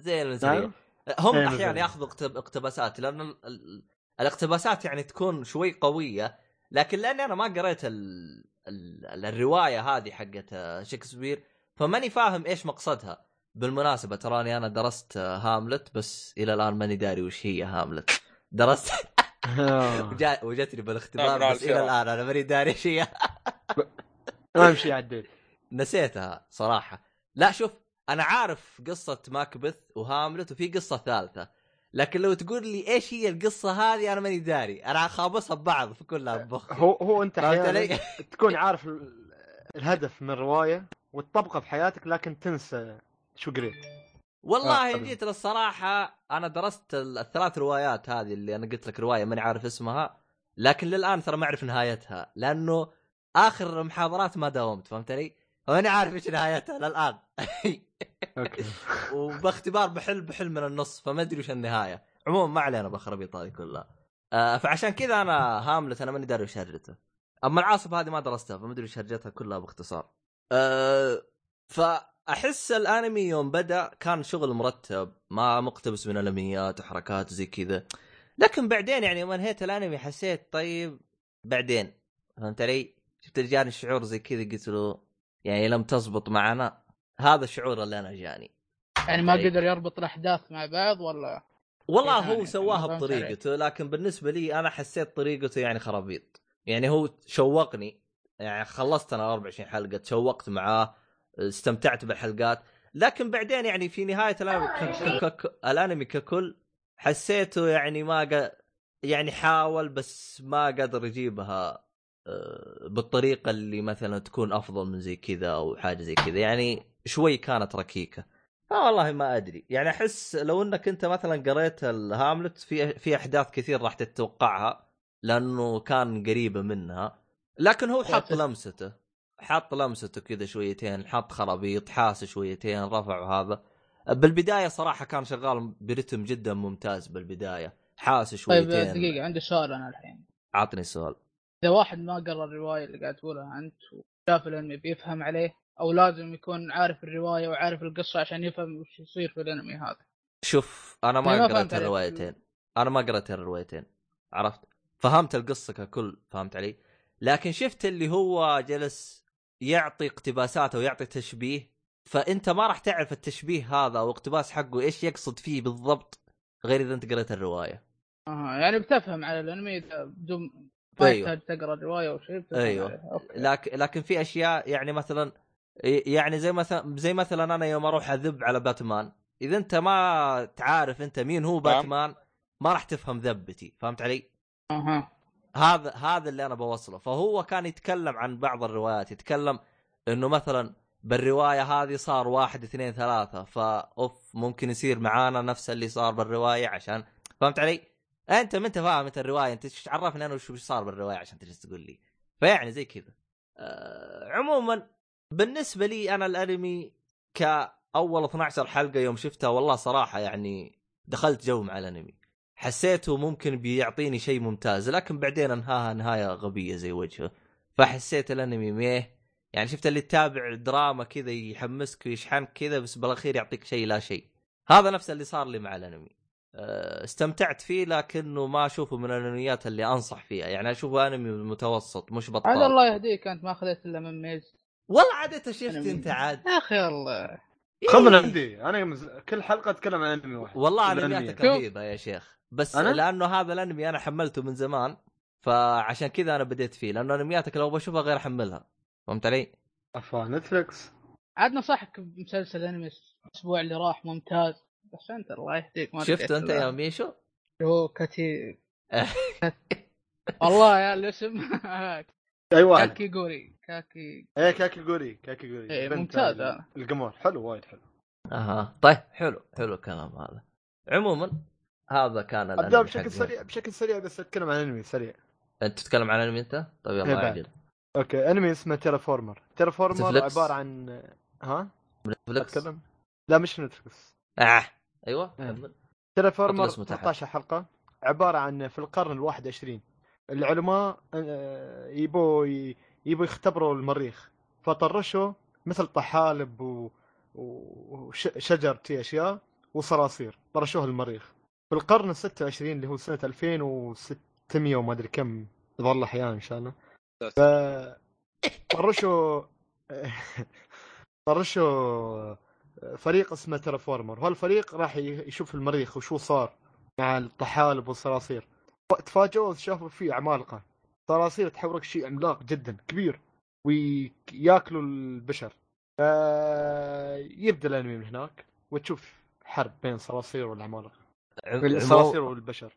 A: زي
E: نعم؟
A: المثاليه هم
E: أيوة
A: احيانا
E: بالضبط.
A: ياخذوا اقتب- اقتباسات لان ال- ال- الاقتباسات يعني تكون شوي قويه لكن لاني انا ما قريت ال... ال... ال- الروايه هذه حقت آه، شكسبير فماني فاهم ايش مقصدها بالمناسبه تراني انا درست آه، هاملت بس الى الان ماني داري وش هي هاملت درست (laughs) آه.
E: آه.
A: وجا... وجتني
C: لا، لا،
A: بالاختبار بس الى
C: الفيرة.
A: الان انا ماني داري ايش هي
E: اهم شيء
A: (laughs)
E: عديت
A: نسيتها صراحة لا شوف أنا عارف قصة ماكبث وهاملت وفي قصة ثالثة لكن لو تقول لي ايش هي القصة هذه أنا ماني داري أنا خابصها ببعض في كلها ببخ
E: هو هو انت
A: فهمت علي؟
E: احيانا (laughs) تكون عارف ال- الهدف من الروايه وتطبقه في حياتك لكن تنسى شو قريت
A: (laughs) والله
E: آه،
A: إن جيت للصراحة أنا درست ال- الثلاث روايات هذه اللي أنا قلت لك رواية ماني عارف اسمها لكن للآن ترى ما أعرف نهايتها لأنه آخر المحاضرات ما داومت فهمت علي؟ فماني عارف ايش نهايتها للآن (laughs)
E: اوكي
A: وباختبار بحل بحل من النص فما ادري وش النهايه عموما ما علينا بالخرابيط هذه كلها آه فعشان كذا انا هاملت انا ماني داري وش هرجته اما العاصفه هذه ما درستها فما ادري وش هرجتها كلها باختصار آه فاحس الانمي يوم بدا كان شغل مرتب ما مقتبس من الامنيات وحركات وزي كذا لكن بعدين يعني يوم انهيت الانمي حسيت طيب بعدين فهمت علي؟ شفت جاني شعور زي كذا قلت له يعني لم تزبط معنا هذا الشعور اللي انا جاني
B: يعني ما
A: أي.
B: قدر يربط الاحداث مع بعض ولا
A: والله
B: شيء
A: هو
B: ثاني.
A: سواها
B: فهمت
A: بطريقته لكن بالنسبه لي انا حسيت طريقته يعني خرابيط يعني هو شوقني يعني خلصت انا 24 حلقه تشوقت معاه استمتعت بالحلقات لكن بعدين يعني في نهايه الانمي ك- ك- ك- الانمي ككل حسيته يعني ما قا... يعني حاول بس ما قدر يجيبها آه، بالطريقه اللي مثلا تكون افضل من زي كذا او حاجه زي كذا يعني شوي كانت ركيكه آه والله ما ادري يعني احس لو انك انت مثلا قريت الهاملت في في احداث كثير راح تتوقعها لانه كان قريبه منها لكن هو حط
B: صحيح.
A: لمسته حط لمسته كذا شويتين حط خرابيط حاس شويتين رفع هذا بالبدايه صراحه كان شغال برتم جدا ممتاز بالبدايه حاس
B: طيب
A: شويتين
B: دقيقه عندي سؤال انا الحين
A: عطني السؤال
B: اذا واحد ما قرا الروايه اللي قاعد تقولها انت وشاف الانمي بيفهم عليه او لازم يكون عارف الروايه وعارف القصه عشان يفهم وش يصير في الانمي هذا
A: شوف انا
B: أنا إيه،
A: ما
B: ما فهمت
A: قرأت
B: عليك.
A: الروايتين انا ما قرأت الروايتين عرفت فهمت القصه ككل فهمت علي لكن شفت اللي هو جلس يعطي اقتباسات او يعطي تشبيه فانت ما راح تعرف التشبيه هذا او اقتباس حقه ايش يقصد فيه بالضبط غير اذا انت قرأت الروايه
B: آه يعني بتفهم على الانمي إذا بدون ما
A: أيوه.
B: يحتاج تقرا الروايه او شيء بتفهم
A: أيوه.
B: عليه. أوكي.
A: لكن لكن في اشياء يعني مثلا يعني زي مثلا زي مثلا انا يوم اروح اذب على باتمان اذا انت ما تعرف انت مين هو
C: نعم.
A: باتمان ما راح تفهم ذبتي فهمت علي؟
B: اها
A: هذا هذا اللي انا بوصله فهو كان يتكلم عن بعض الروايات يتكلم انه مثلا بالروايه هذه صار واحد اثنين ثلاثه فاوف ممكن يصير معانا نفس اللي صار بالروايه عشان فهمت علي؟ انت ما انت فاهم انت الروايه انت ايش عرفني انا وش وش صار بالروايه عشان تجلس تقول لي فيعني زي كذا أه عموما بالنسبه لي انا الانمي كاول 12 حلقه يوم شفتها والله صراحه يعني دخلت جو مع الانمي حسيته ممكن بيعطيني شيء ممتاز لكن بعدين انهاها نهايه غبيه زي وجهه فحسيت الانمي ميه يعني شفت اللي تتابع دراما كذا يحمسك ويشحنك كذا بس بالاخير يعطيك شيء لا شيء هذا نفس اللي صار لي مع الانمي أه، استمتعت فيه لكنه ما اشوفه من الانميات اللي انصح فيها يعني اشوفه انمي متوسط مش بطال
B: عاد الله يهديك انت ما اخذت الا من ميز
A: والله عاد انت شفت انت
B: (laughs)
A: عاد
B: يا اخي الله
E: خذ عندي انا مز... كل حلقه اتكلم عن انمي واحد
A: إيه. والله
E: كل
A: انمياتك
B: شوف.
A: رهيبه يا شيخ بس
E: أنا؟
A: لانه هذا الانمي انا حملته من زمان فعشان كذا انا بديت فيه لانه انمياتك لو بشوفها غير احملها فهمت علي؟
E: افا نتفلكس
B: عاد نصحك بمسلسل انمي الاسبوع اللي راح ممتاز بس انت الله يهديك ما
A: شفته انت يا
B: يا
A: ميشو؟
B: هو
A: (laughs)
B: كتي كت- والله يا الاسم (laughs)
E: اي واحد
B: كاكي جوري كاكي
E: ايه كاكي جوري كاكي جوري
B: إيه،
E: بنت
B: ممتاز
E: ال-
B: هذا.
E: القمر حلو وايد حلو
A: اها طيب حلو حلو الكلام هذا عموما هذا كان
E: ابدا
A: الانمي
E: بشكل
A: حقنا
E: سريع بشكل سريع بس اتكلم عن انمي سريع
A: انت تتكلم عن انمي انت؟ طيب يلا
E: إيه بعد.
A: عجل
E: اوكي انمي اسمه تيرافورمر تيرافورمر
A: نتفلكس؟
E: عباره عن ها
A: نتفلكس
E: اتكلم لا مش نتفلكس
A: اه ايوه
E: إيه.
A: كمل.
E: تيرافورمر
A: حط الاسم تحت.
E: 13 حلقه عباره عن في القرن الواحد 21 العلماء آه، يبوا ي- يبوا يختبروا المريخ فطرشوا مثل طحالب و- و- وشجر تي اشياء وصراصير طرشوها المريخ في القرن ال 26 اللي هو سنه 2600 وما ادري كم ظل احياء ان شاء الله ف طرشوا (laughs) طرشوا فريق اسمه ترافورمر وهالفريق راح ي- يشوف المريخ وشو صار مع الطحالب والصراصير تفاجئوا شافوا فيه عمالقه صراصير تحورك شيء عملاق جدا كبير وياكلوا البشر آه، يبدا الانمي من هناك وتشوف حرب بين الصراصير والعمالقه
A: عم-
E: الصراصير
A: عمو-
E: والبشر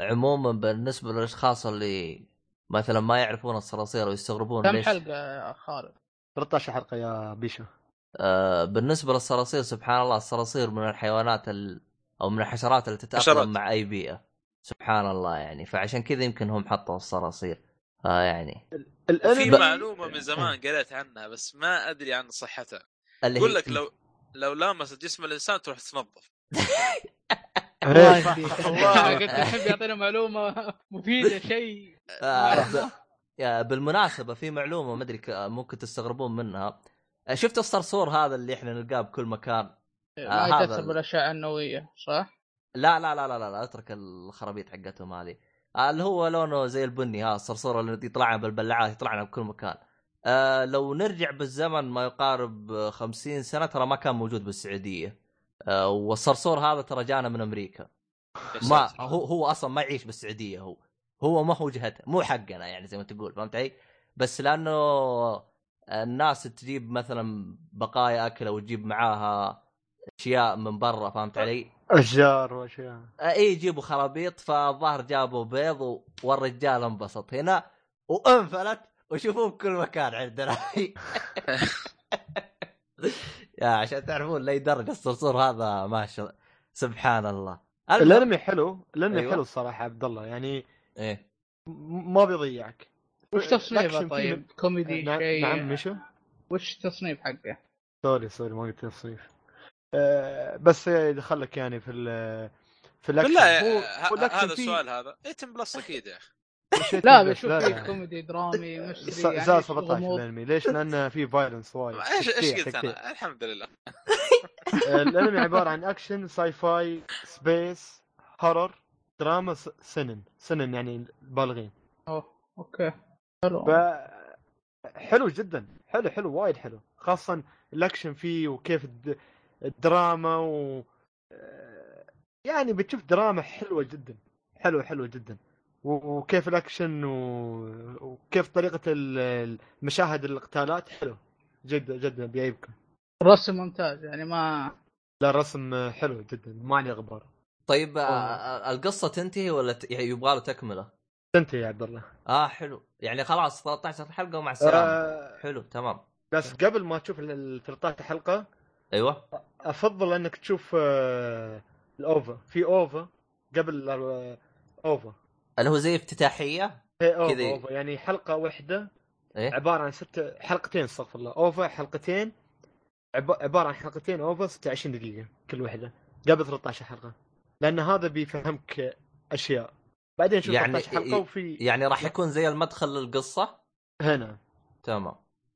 A: عموما بالنسبه للاشخاص اللي مثلا ما يعرفون الصراصير ويستغربون
B: كم
A: ليش
B: حلقه يا خالد
E: 13 حلقه يا بيشا
A: آه بالنسبه للصراصير سبحان الله الصراصير من الحيوانات ال... او من الحشرات اللي
C: حشرات.
A: تتاقلم مع اي بيئه سبحان الله يعني فعشان كذا يمكن هم حطوا الصراصير آه يعني
C: في
E: الانمي
C: معلومه من زمان قريت عنها بس ما ادري عن صحتها
A: اللي
C: يقول
A: هي-
C: لك لو لو لامست جسم الانسان تروح تتنظف
B: الله
E: إيه،
A: (laughs)
B: يهديك (laughs)
E: والله.
B: قلت يحب يعطينا معلومه مفيده شيء
C: (laughs)
A: آه ب... آه بالمناسبه في معلومه ما ادري ك- ممكن تستغربون منها آه، شفت الصرصور هذا اللي احنا نلقاه بكل مكان
B: ما
A: آه، هذا
B: يتاثر
A: ال-
B: بالاشعه النوويه صح؟
A: لا لا لا لا لا, لا اترك الخرابيط حقتهم هذه آه، اللي هو لونه زي البني ها الصرصور اللي يطلعنا بالبلعات يطلعنا بكل مكان آه لو نرجع بالزمن ما يقارب آه، 50 سنه ترى ما كان موجود بالسعوديه آه والصرصور هذا ترى جانا من امريكا ما هو هو اصلا ما يعيش بالسعوديه هو هو ما هو جهته مو حقنا يعني زي ما تقول فهمت علي؟ بس لانه الناس تجيب مثلا بقايا اكل او تجيب معاها اشياء من برا فهمت علي؟
E: اشجار واشياء
A: اي آه، إيه، يجيبوا خرابيط فالظاهر جابوا بيض و- والرجال انبسط هنا وانفلت وشوفوه بكل مكان عندنا (laughs) يا عشان تعرفون لاي درجه الصرصور هذا ما شاء سبحان الله المهم-
E: الانمي حلو الانمي
A: أيوة.
E: أيوة. حلو الصراحه عبد الله يعني
A: ايه
E: م- ما بيضيعك أه،
B: وش
E: الأكشن
B: تصنيفه
E: فيه
B: طيب؟ كوميدي
E: نعم نعم
B: شيء
E: مشو
B: وش تصنيف حقه؟
E: سوري سوري ما قلت تصريف آه بس يدخلك يعني في ال في الاكشن
C: بالله
E: هو-
C: يا- ه-
E: هو الأكشن
C: هذا
E: فيه
C: السؤال هذا إيه، 8 بلس اكيد يا اخي
E: شيء
B: لا
E: تنبس،
B: بشوف
E: لا،
B: فيه
E: لا.
B: كوميدي درامي
E: س-
B: مشتري
E: زاد
B: يعني
E: 17
B: غموض
E: الانمي ليش؟ لانه في
C: (laughs)
E: فايلنس
A: طيب،
E: وايد
C: ايش ايش
E: تقطيع،
C: قلت
E: تقطيع.
C: انا الحمد لله
E: آه، الانمي عباره عن اكشن ساي فاي سبيس هورر دراما س- سنن سنن يعني البالغين
B: اوكي حلو
E: ف آه. حلو جدا حلو حلو وايد حلو خاصة الاكشن فيه وكيف الد- الدراما و آه، يعني بتشوف دراما حلوة جدا حلوة حلوة جدا و- وكيف الاكشن و... وكيف طريقة ال- المشاهد القتالات حلو جدا جدا بيعيبكم
B: الرسم ممتاز يعني ما
E: لا الرسم حلو جدا ما عليه غبار
A: طيب آه،
E: والله.
A: القصه تنتهي ولا ت- يعني يبغى له تكمله؟
E: انت يا عبد الله
A: اه حلو يعني خلاص 13 حلقه ومع السلامه
E: آه
A: حلو تمام
E: بس قبل ما تشوف ال 13 حلقة
A: ايوه
E: افضل انك تشوف آه، الاوفا في اوفا قبل ال- اوفا
A: اللي هو زي افتتاحيه
E: هي اوفا
A: كذي.
E: اوفا يعني حلقه واحده
A: ايه
E: عباره عن ست حلقتين استغفر الله اوفا حلقتين عب... عباره عن حلقتين اوفا 26 دقيقه كل واحده قبل 13 حلقه لان هذا بيفهمك اشياء بعدين شوف
A: يعني-
E: يعني 13 حلقه وفي
A: يعني راح يكون زي المدخل للقصه
E: هنا
A: تمام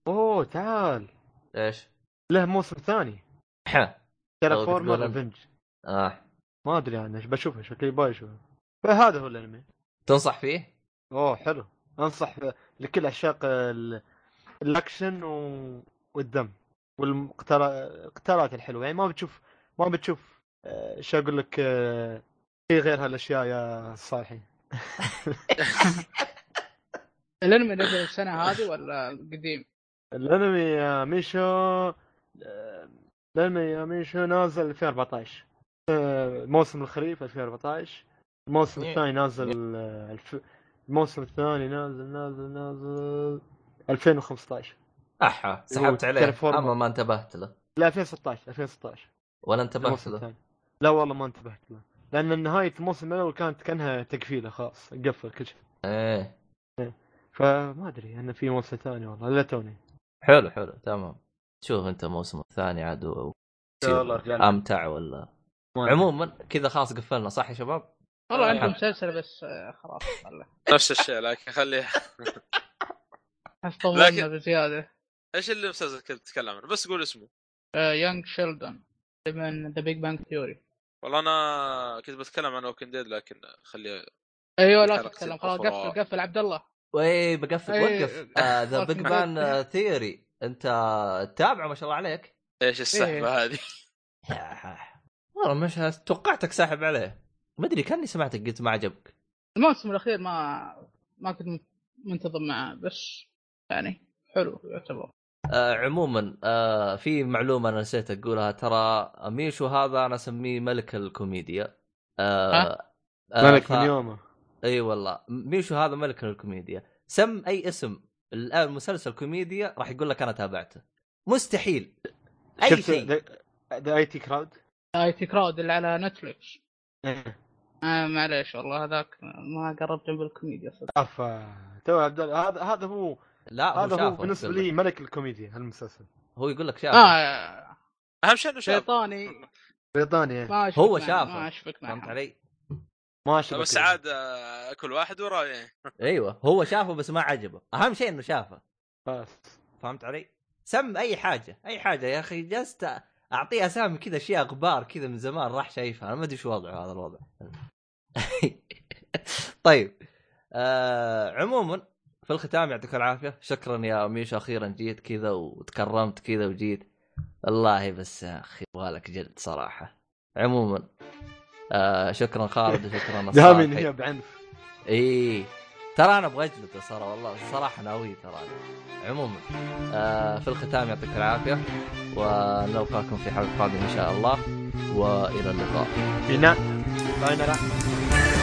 E: اوه تعال
A: ايش؟
E: له موسم ثاني
A: أوه،
E: ترافورمر
A: بتقول أنت.
E: ريفنج
A: اه
E: ما ادري عنه بشوفه شكلي باي اشوفه فهذا هو الانمي
A: تنصح فيه؟
E: اوه حلو انصح لكل عشاق ال- الاكشن و... والدم والقتالات الحلوه يعني ما بتشوف ما بتشوف آه، شو اقول لك آه، شيء غير هالاشياء يا صالحي
B: الانمي نزل السنه هذه ولا قديم؟
E: الانمي يا ميشو آه، الانمي يا ميشو نازل 2014 آه، موسم الخريف 2014 الموسم
A: إيه.
E: الثاني نازل آه، الف- الموسم الثاني نازل نازل نازل 2015
A: احا سحبت عليه
E: كاليفورنيا.
A: اما ما انتبهت له
E: لا 2016 2016
A: ولا انتبهت
E: الموسم
A: له
E: الثاني لا والله ما انتبهت له لان نهايه الموسم الاول كانت كانها تقفيله خلاص قفل كل شيء
A: ايه
E: فما ادري انه في موسم ثاني والله لا توني
A: حلو حلو تمام شوف انت الموسم الثاني عاد و-
E: يلا رجال.
A: امتع ولا عموما كذا خلاص قفلنا صح يا شباب؟
B: والله
C: آه.
B: عندي مسلسل بس آه، خلاص خله.
C: نفس الشيء لكن خليه
B: أحس
C: لكن-
B: طولنا بزياده
C: ايش اللي مسلسل كنت تتكلم عنه بس قول اسمه
B: يونج شيلدون من ذا بيج بانك ثيوري
C: والله انا كنت بتكلم عن ووكن ديد لكن خليه
B: ايوه لا
C: حلقة
B: تتكلم خلاص
C: الأفراد.
B: قفل قفل عبد الله
A: وي بقفل
B: إيه.
A: وقف آه، ذا بيج بان ثيوري انت تتابعه ما شاء الله عليك
C: ايش السحبه
A: إيه.
C: هذه
A: والله مش هس- توقعتك ساحب عليه ما ادري كاني سمعتك قلت ما عجبك
B: الموسم الاخير ما ما كنت من- منتظم معه بس يعني حلو يعتبر
A: آه عموما آه في معلومه انا نسيت اقولها ترى ميشو هذا انا اسميه ملك الكوميديا آه
B: ها؟
A: آه،
E: ملك
A: ف-
E: من يومه
A: اي والله ميشو هذا ملك الكوميديا سم اي اسم الان مسلسل كوميديا راح يقول لك انا تابعته مستحيل اي
E: شفت
A: شيء
E: ذا اي تي كراود
B: اي تي كراود اللي على نتفلكس
A: إيه.
B: آه معليش والله هذاك ما قربت من الكوميديا صدق
E: افا تو عبد الله هذا هذا هو
A: لا هو
E: هذا
A: شافه
E: هو بالنسبه
A: يقول لك.
E: لي ملك الكوميديا هالمسلسل
A: هو يقول لك شافه آه.
B: اه
C: اهم شيء انه
A: طيب،
C: شاب
B: شيطاني
E: بريطانيا
B: ما أشفق
A: هو
B: معه،
A: شافه.
B: ما اشفق
A: فهمت
B: معه
A: علي؟
E: ما
A: طيب،
E: شاء
C: بس عاد آه، كل واحد وراه
A: ايوه هو شافه بس ما عجبه اهم شيء انه شافه فهمت علي؟ سم اي حاجه اي حاجه يا اخي جلست اعطيه اسامي كذا اشياء غبار كذا من زمان راح شايفها انا ما ادري شو وضعه هذا الوضع (laughs) طيب آه عموما في الختام يعطيك العافيه شكرا يا ميشو اخيرا جيت كذا وتكرمت كذا وجيت والله بس يا اخي يبغالك جلد صراحه عموما آه شكرا خالد وشكرا
E: دامين
A: الصالحي.
E: هي بعنف
A: اي ترى انا ابغى اجلده صراحه والله الصراحه ناوي ترى أنا. عموما آه في الختام يعطيك العافيه ونلقاكم في حلقه قادمه ان شاء الله والى اللقاء
E: بناء باينة لا